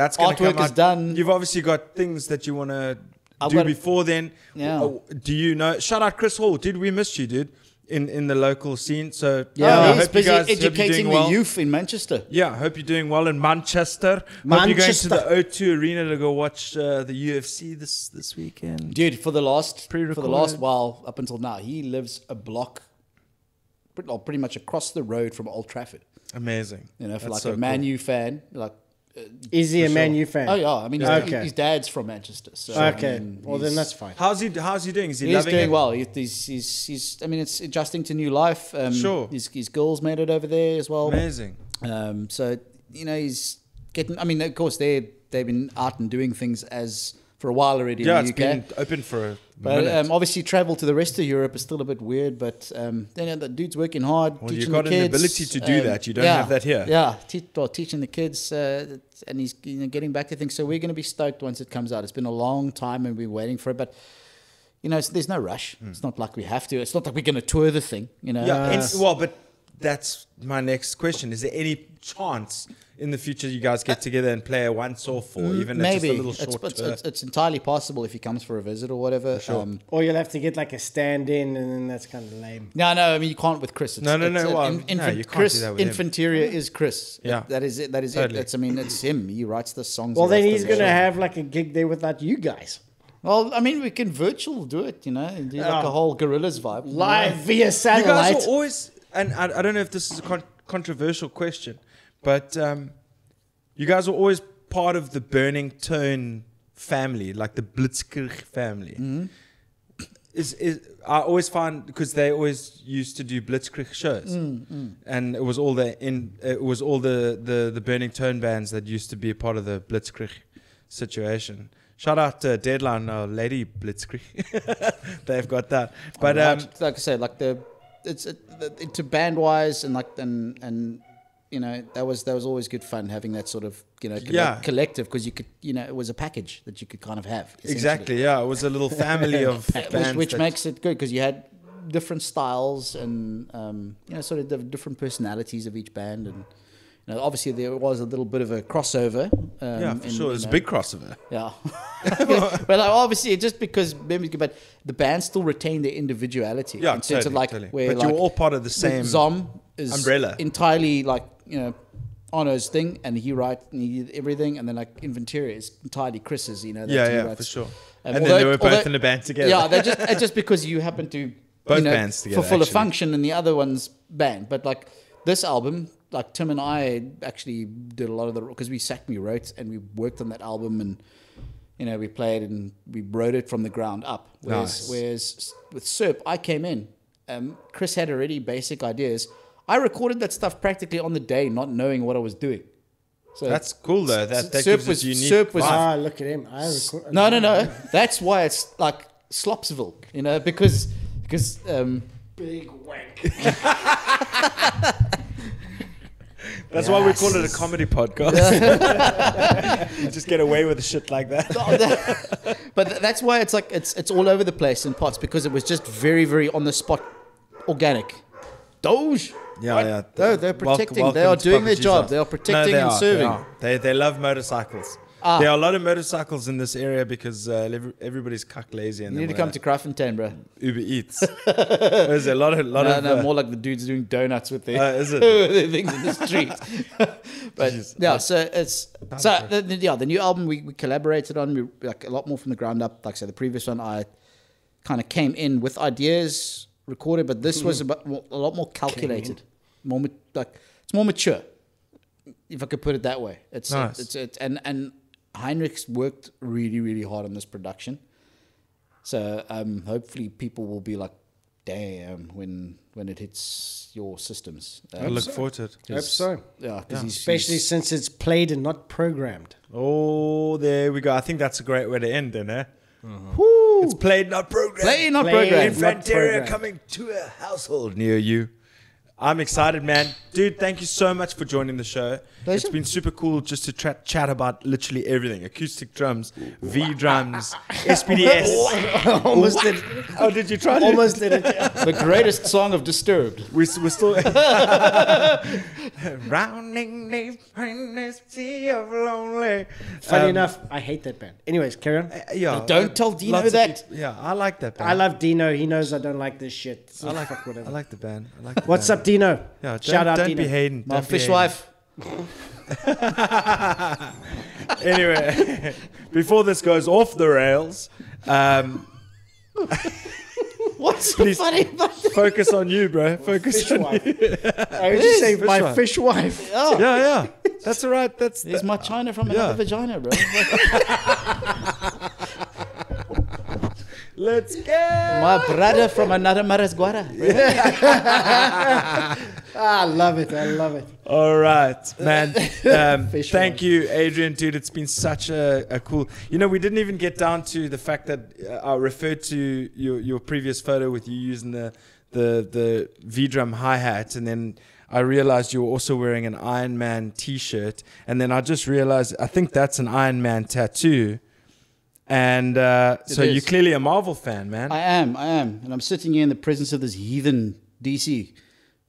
Speaker 2: That's gonna
Speaker 4: Artwork
Speaker 2: come
Speaker 4: is
Speaker 2: out.
Speaker 4: done.
Speaker 2: You've obviously got things that you want to
Speaker 4: I've
Speaker 2: do
Speaker 4: got-
Speaker 2: before then.
Speaker 4: Yeah.
Speaker 2: Oh, Do you know? Shout out Chris Hall, dude. We missed you, dude, in in the local scene. So uh,
Speaker 4: Yeah,
Speaker 2: I
Speaker 4: he's
Speaker 2: hope you
Speaker 4: busy
Speaker 2: guys- hope you're
Speaker 4: educating
Speaker 2: doing
Speaker 4: the
Speaker 2: well.
Speaker 4: youth in Manchester.
Speaker 2: Yeah, hope you're doing well in Manchester. Hope you're going to the O2 Arena to go watch uh, the UFC this this weekend.
Speaker 4: Dude, for the last for the
Speaker 2: Pre-recorded.
Speaker 4: last while up until now, he lives a block, pretty, or pretty much across the road from Old Trafford.
Speaker 2: Amazing.
Speaker 4: You know, for
Speaker 2: That's
Speaker 4: like
Speaker 2: so
Speaker 4: a Man U fan, like uh,
Speaker 3: Is he a Man
Speaker 2: sure.
Speaker 3: U fan?
Speaker 4: oh yeah, I mean,
Speaker 3: Yeah. Mm,
Speaker 4: his,
Speaker 3: Okay.
Speaker 4: his dad's from Manchester. So, I
Speaker 3: Okay.
Speaker 4: mean,
Speaker 3: well, then
Speaker 4: he's-
Speaker 3: that's fine.
Speaker 2: cool. How's he? How's he doing? Is he
Speaker 4: He's
Speaker 2: loving
Speaker 4: doing
Speaker 2: it?
Speaker 4: well. He- He's, he's, he's, I mean, it's adjusting to new life. Um,
Speaker 2: Sure.
Speaker 4: His, his girls made it over there as well.
Speaker 2: Amazing.
Speaker 4: Um, so, you know, he's getting, I mean, of course, they're, they've been out and doing things as for a while already
Speaker 2: yeah,
Speaker 4: in
Speaker 2: it's
Speaker 4: the UK.
Speaker 2: been open for a
Speaker 4: But
Speaker 2: minute.
Speaker 4: um, obviously, travel to the rest of Europe is still a bit weird. But um, you know, the dude's working hard.
Speaker 2: Well,
Speaker 4: teaching
Speaker 2: you've got
Speaker 4: the
Speaker 2: an
Speaker 4: kids, um,
Speaker 2: ability to do that. You don't
Speaker 4: yeah,
Speaker 2: have that here.
Speaker 4: Yeah, te- well, teaching the kids, uh, and he's you know, getting back to things. So we're going to be stoked once it comes out. It's been a long time, and we're waiting for it. But you know, it's, there's no rush. It's not like we have to. It's not like we're going to tour the thing. You know.
Speaker 2: Hmm. yeah, and-
Speaker 4: It's-
Speaker 2: well, but that's my next question. Is there any chance in the future you guys get together and play a once-off or even a- just
Speaker 4: Mm, Uh, maybe
Speaker 2: a little
Speaker 4: it's,
Speaker 2: short
Speaker 4: it's,
Speaker 2: tour?
Speaker 4: it's, it's entirely possible if he comes for a visit or whatever. Um,
Speaker 3: Or you'll have to get like a stand in, and then that's kind of lame.
Speaker 4: No, no. I mean, you can't with Chris. It's,
Speaker 2: No, no,
Speaker 4: it's,
Speaker 2: no,
Speaker 4: uh,
Speaker 2: well,
Speaker 4: in-
Speaker 2: no,
Speaker 4: infant-
Speaker 2: you can't
Speaker 4: Chris
Speaker 2: do that with him.
Speaker 4: Infanteria is Chris.
Speaker 2: Yeah.
Speaker 4: that is it. That is it.
Speaker 2: Totally.
Speaker 4: That's. I mean, it's him. He writes the songs.
Speaker 3: Well,
Speaker 4: he
Speaker 3: then
Speaker 4: writes
Speaker 3: he's
Speaker 4: the
Speaker 3: going to
Speaker 4: lyrics.
Speaker 3: have like a gig there without you guys.
Speaker 4: Well, I mean, we can virtual do it. You know, and do like
Speaker 2: Oh.
Speaker 3: Yeah.
Speaker 4: a whole gorillas vibe.
Speaker 3: Live via
Speaker 2: you guys
Speaker 3: satellite.
Speaker 2: are always, and I, I don't know if this is a con- controversial question, but um, you guys were always part of the Burning Turn family, like the Blitzkrieg family. Is, is I always find because they always used to do Blitzkrieg shows, and it was all the in it was all the, the the Burning Turn bands that used to be a part of the Blitzkrieg situation. Shout out to Deadline, uh, Lady Blitzkrieg. They've got that, but um,
Speaker 4: like, like I said, like the it's it, the, to band wise and like and and you know that was that was always good fun having that sort of you know colle-
Speaker 2: Yeah.
Speaker 4: collective because you could you know it was a package that you could kind of have essentially.
Speaker 2: Exactly. Yeah, it was a little family of
Speaker 4: Yeah,
Speaker 2: bands.
Speaker 4: which, which
Speaker 2: that-
Speaker 4: makes it good because you had different styles and um, you know sort of diff- different personalities of each band and you know, obviously there was a little bit of a crossover. Um,
Speaker 2: yeah, for
Speaker 4: in,
Speaker 2: sure.
Speaker 4: you
Speaker 2: It's a
Speaker 4: know,
Speaker 2: big crossover.
Speaker 4: Yeah, but like, obviously just because members, but the band still retained their individuality.
Speaker 2: Yeah,
Speaker 4: in terms of
Speaker 2: totally,
Speaker 4: like
Speaker 2: totally.
Speaker 4: where
Speaker 2: But
Speaker 4: like,
Speaker 2: you were all part of the same.
Speaker 4: Zom is
Speaker 2: umbrella.
Speaker 4: entirely like you know. Arno's thing, and he writes and he did everything, and then like Inventory is entirely Chris's, you know. that
Speaker 2: yeah,
Speaker 4: he
Speaker 2: yeah, for
Speaker 4: writes.
Speaker 2: sure. and
Speaker 4: Um, although-
Speaker 2: then they were both
Speaker 4: although-
Speaker 2: in a band together.
Speaker 4: yeah, they just it's just because you happen to
Speaker 2: Both
Speaker 4: you know,
Speaker 2: bands together,
Speaker 4: fulfill
Speaker 2: actually.
Speaker 4: a function and the other one's band. But like this album, like Tim and I actually did a lot of the because we sat and we wrote and we worked on that album and you know we played and we wrote it from the ground up. Whereas,
Speaker 2: Nice.
Speaker 4: whereas with Serp, I came in. Um, Chris had already basic ideas. I recorded that stuff practically on the day, not knowing what I was doing. So
Speaker 2: That's cool though.
Speaker 4: S-
Speaker 2: That, that
Speaker 4: Serp
Speaker 2: gives
Speaker 4: was-
Speaker 2: us unique.
Speaker 4: Serp was-
Speaker 2: vibe.
Speaker 3: Ah, look at him. I record.
Speaker 4: no, no, no. That's why it's like Slopsville, you know, because because um,
Speaker 3: Big wank.
Speaker 2: That's why we call it a comedy podcast. you just get away with shit like that.
Speaker 4: but th- that's why it's like it's it's all over the place in parts because it was just very very on the spot, organic. Doge.
Speaker 2: Yeah, yeah.
Speaker 4: No, they're
Speaker 2: Wel-
Speaker 4: protecting.
Speaker 2: welcome
Speaker 4: they are
Speaker 2: to
Speaker 4: doing their
Speaker 2: Papa
Speaker 4: job.
Speaker 2: Jesus.
Speaker 4: They are protecting
Speaker 2: No, they
Speaker 4: and
Speaker 2: are,
Speaker 4: serving.
Speaker 2: They, are. they they love motorcycles.
Speaker 4: Ah.
Speaker 2: There are a lot of motorcycles in this area because uh, every- everybody's cuck lazy and
Speaker 4: You
Speaker 2: they
Speaker 4: need to come
Speaker 2: wanna
Speaker 4: to Krafontein, bro.
Speaker 2: Uber Eats. There's a lot of lot
Speaker 4: No,
Speaker 2: of
Speaker 4: no,
Speaker 2: uh,
Speaker 4: more like the dudes doing donuts with their,
Speaker 2: Uh, is it?
Speaker 4: their things in the street. but
Speaker 2: Jeez.
Speaker 4: yeah, so it's so the, the- yeah, the new album we, we collaborated on, we like a lot more from the ground up. Like I said, the previous one I kind of came in with ideas recorded, but this
Speaker 2: Mm.
Speaker 4: was about, more- a lot more calculated, more ma- like it's more mature, if I could put it that way. It's
Speaker 2: Nice.
Speaker 4: it's, it's and and Heinrich's worked really really hard on this production. So um, hopefully people will be like, damn, when when it hits your systems.
Speaker 2: I
Speaker 4: Um,
Speaker 2: look forward to it.
Speaker 3: Hope so.
Speaker 4: yeah, 'cause he's-
Speaker 3: Especially
Speaker 4: he's-
Speaker 3: since it's played and not programmed.
Speaker 2: Oh, there we go. I think that's a great way to end then, eh? It's played, not programmed.
Speaker 4: play not
Speaker 3: Play
Speaker 4: programmed.
Speaker 3: not
Speaker 2: Infanteria
Speaker 3: programmed.
Speaker 2: coming to a household near you. I'm excited, man. Dude, thank you so much for joining the show. It's
Speaker 4: Pleasure.
Speaker 2: been super cool just to tra- chat about literally everything acoustic drums, V drums, SPDS. Almost did. Oh, did you try to?
Speaker 3: Almost did it.
Speaker 4: the greatest song of Disturbed.
Speaker 2: We're, s- we're still. Rounding the finest sea of lonely.
Speaker 3: Funny
Speaker 2: Um,
Speaker 3: enough, I hate that band. Anyways, carry on.
Speaker 2: Uh, Yeah.
Speaker 4: Don't
Speaker 2: uh,
Speaker 4: tell Dino
Speaker 2: lots of
Speaker 4: that.
Speaker 2: peop- yeah, I like that band.
Speaker 3: I love Dino. He knows I don't like this shit. So
Speaker 2: I like
Speaker 3: fuck whatever.
Speaker 2: I like the band. I like the
Speaker 3: What's
Speaker 2: band.
Speaker 3: up, Dino?
Speaker 2: Yeah, don't,
Speaker 3: Shout out
Speaker 2: don't
Speaker 3: Dino.
Speaker 2: be Hayden.
Speaker 4: My
Speaker 2: don't be
Speaker 4: fishwife.
Speaker 2: Hayden. Anyway, before this goes off the rails, um,
Speaker 4: What's
Speaker 2: Please.
Speaker 4: so funny about that?
Speaker 2: focus on you, bro. Focus on you.
Speaker 3: Fishwife. I heard you say my
Speaker 2: Fishwife.
Speaker 3: fishwife.
Speaker 4: Oh,
Speaker 2: Yeah, yeah. That's all right. That's
Speaker 4: There's my china from
Speaker 2: Yeah.
Speaker 4: another vagina, bro.
Speaker 2: let's go.
Speaker 4: my brother from another marisguara.
Speaker 3: Ah, I love it. I love it.
Speaker 2: All right, man. Um,
Speaker 3: Fish
Speaker 2: thank
Speaker 3: one.
Speaker 2: you, Adrian, dude. It's been such a, a cool. You know, we didn't even get down to the fact that uh, I referred to your your previous photo with you using the the the V drum hi hat, and then I realized you were also wearing an Iron Man T shirt, and then I just realized I think that's an Iron Man tattoo, and uh, so
Speaker 4: is.
Speaker 2: you're clearly a Marvel fan, man.
Speaker 4: I am, I am, and I'm sitting here in the presence of this heathen DC.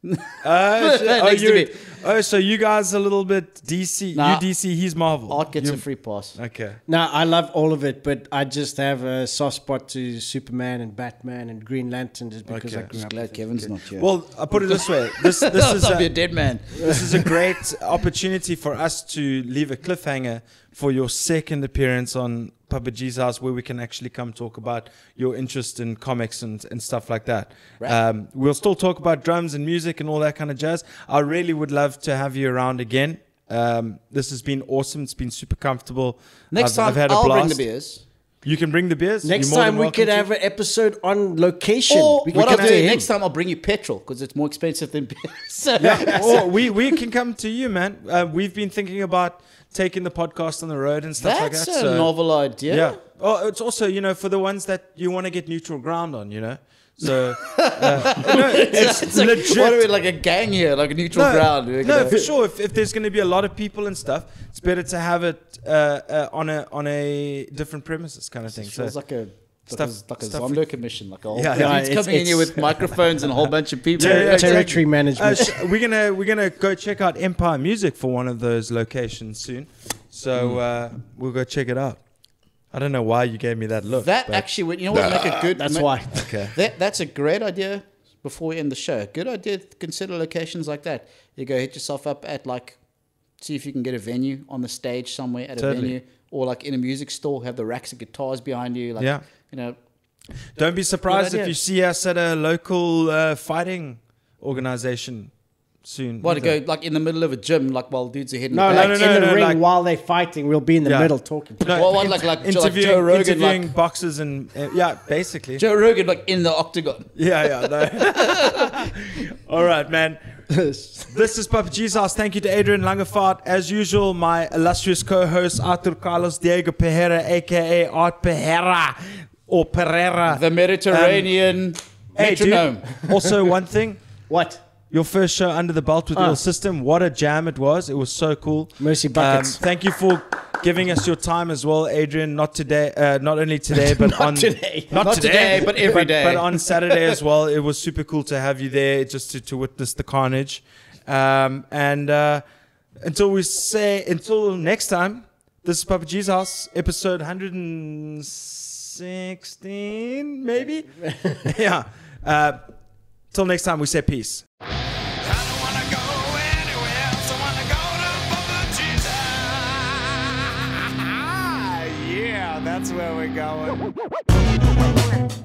Speaker 2: Oh, so, oh,
Speaker 4: Next to
Speaker 2: you're-
Speaker 4: me.
Speaker 2: oh, so you guys a little bit DC.
Speaker 4: Nah.
Speaker 2: you DC, he's Marvel.
Speaker 4: Art gets
Speaker 2: You're-
Speaker 4: a free pass.
Speaker 2: Okay.
Speaker 3: No, I love all of it, but I just have a soft spot to Superman and Batman and Green Lantern just because
Speaker 2: Okay.
Speaker 3: I grew
Speaker 4: Just
Speaker 3: up.
Speaker 4: glad Kevin's not here.
Speaker 2: Well, I put it this way: this this is
Speaker 4: I'll be a
Speaker 2: a,
Speaker 4: dead man.
Speaker 2: this is a great opportunity for us to leave a cliffhanger for your second appearance on Papa G's House, where we can actually come talk about your interest in comics and, and stuff like that. Um, we'll still talk about drums and music and all that kind of jazz. I really would love to have you around again. Um, this has been awesome. It's been super comfortable.
Speaker 4: Next
Speaker 2: I've-
Speaker 4: time,
Speaker 2: I've had a
Speaker 4: will
Speaker 2: blast.
Speaker 4: bring the beers.
Speaker 2: You can bring the beers.
Speaker 3: Next
Speaker 2: You're more
Speaker 3: time
Speaker 2: than
Speaker 3: we
Speaker 2: welcome
Speaker 3: could
Speaker 2: to.
Speaker 3: have an episode on location.
Speaker 4: Or
Speaker 3: we
Speaker 4: what
Speaker 3: could
Speaker 4: I'll
Speaker 3: come
Speaker 4: do
Speaker 3: to him.
Speaker 4: next time, I'll bring you petrol because it's more expensive than beer. So-
Speaker 2: yeah, or we, we can come to you, man. Uh, we've been thinking about taking the podcast on the road and stuff like
Speaker 4: That's
Speaker 2: that.
Speaker 4: a
Speaker 2: so-
Speaker 4: novel idea.
Speaker 2: Yeah. Oh, it's also you know for the ones that you want to get neutral ground on, you know. So uh, no, it's,
Speaker 4: It's like,
Speaker 2: legit.
Speaker 4: What are we like a gang here, like a neutral
Speaker 2: no,
Speaker 4: ground? We're
Speaker 2: no,
Speaker 4: gonna-
Speaker 2: for sure. If, if there's going to be a lot of people and stuff, it's better to have it uh, uh, on a on a different premises kind of thing. So
Speaker 4: Feels like a like
Speaker 2: Stuff-
Speaker 4: a, like a
Speaker 2: stuff-
Speaker 4: Zondo commission, like a whole
Speaker 2: Yeah,
Speaker 4: yeah,
Speaker 2: yeah,
Speaker 4: it's,
Speaker 3: it's-
Speaker 4: coming in here
Speaker 3: it's-
Speaker 4: with microphones and a whole bunch of people.
Speaker 2: Yeah, yeah, exactly.
Speaker 3: Territory management.
Speaker 2: Uh, sh- we're gonna we're gonna go check out Empire Music for one of those locations soon.
Speaker 4: Hmm.
Speaker 2: So uh, we'll go check it out. I don't know why you gave me that look.
Speaker 4: That
Speaker 2: but-
Speaker 4: actually would you know what make a good
Speaker 3: That's
Speaker 4: ma-
Speaker 3: why.
Speaker 2: okay.
Speaker 4: That that's a great idea. Before we end the show, good idea. to Consider locations like that. You go hit yourself up at like, see if you can get a venue on the stage somewhere at
Speaker 2: Totally.
Speaker 4: a venue, or like in a music store, have the racks of guitars behind you. Like,
Speaker 2: Yeah.
Speaker 4: you know,
Speaker 2: Don't be surprised
Speaker 4: Good
Speaker 2: if
Speaker 4: idea.
Speaker 2: you see us at a local uh, fighting organization soon.
Speaker 4: what to
Speaker 2: either.
Speaker 4: go like in the middle of a gym, like while dudes are hitting.
Speaker 3: No,
Speaker 4: the
Speaker 3: like
Speaker 4: bags.
Speaker 2: no, no,
Speaker 3: in the
Speaker 2: no,
Speaker 3: ring
Speaker 2: like-
Speaker 3: while they're fighting, we'll be in the
Speaker 2: Yeah.
Speaker 3: middle talking.
Speaker 4: Well, what, like- like- like Joe Rogan,
Speaker 2: interviewing
Speaker 4: like-
Speaker 2: boxers and uh, yeah, basically.
Speaker 4: Joe Rogan like in the octagon.
Speaker 2: Yeah, yeah. No. All right, man. this is Papa G's house. Thank you to Adrian Langefart. As usual, my illustrious co-host Arthur Carlos Diego Pereira, aka Art Pereira or Pereira.
Speaker 4: The
Speaker 2: Um,
Speaker 4: Mediterranean
Speaker 2: Hey, dude,
Speaker 4: metronome.
Speaker 2: also, one thing.
Speaker 3: What?
Speaker 2: Your first show under the belt with
Speaker 3: Ah.
Speaker 2: your system. What a jam it was. It was so cool. Um,
Speaker 3: Mercy buckets.
Speaker 2: thank you for giving us your time as well, Adrian. Not today, uh, not only today, but on
Speaker 3: today.
Speaker 2: Not,
Speaker 4: Not today, but every day.
Speaker 2: But on Saturday as well. It was super cool to have you there just to, to witness the carnage. Um, and uh, until we say until next time, this is Papa G's house, episode 116, maybe. yeah. Uh, till next time, we say peace.
Speaker 5: I don't wanna go anywhere else. I wanna go to Bubba Jesus. Yeah, that's where we're going.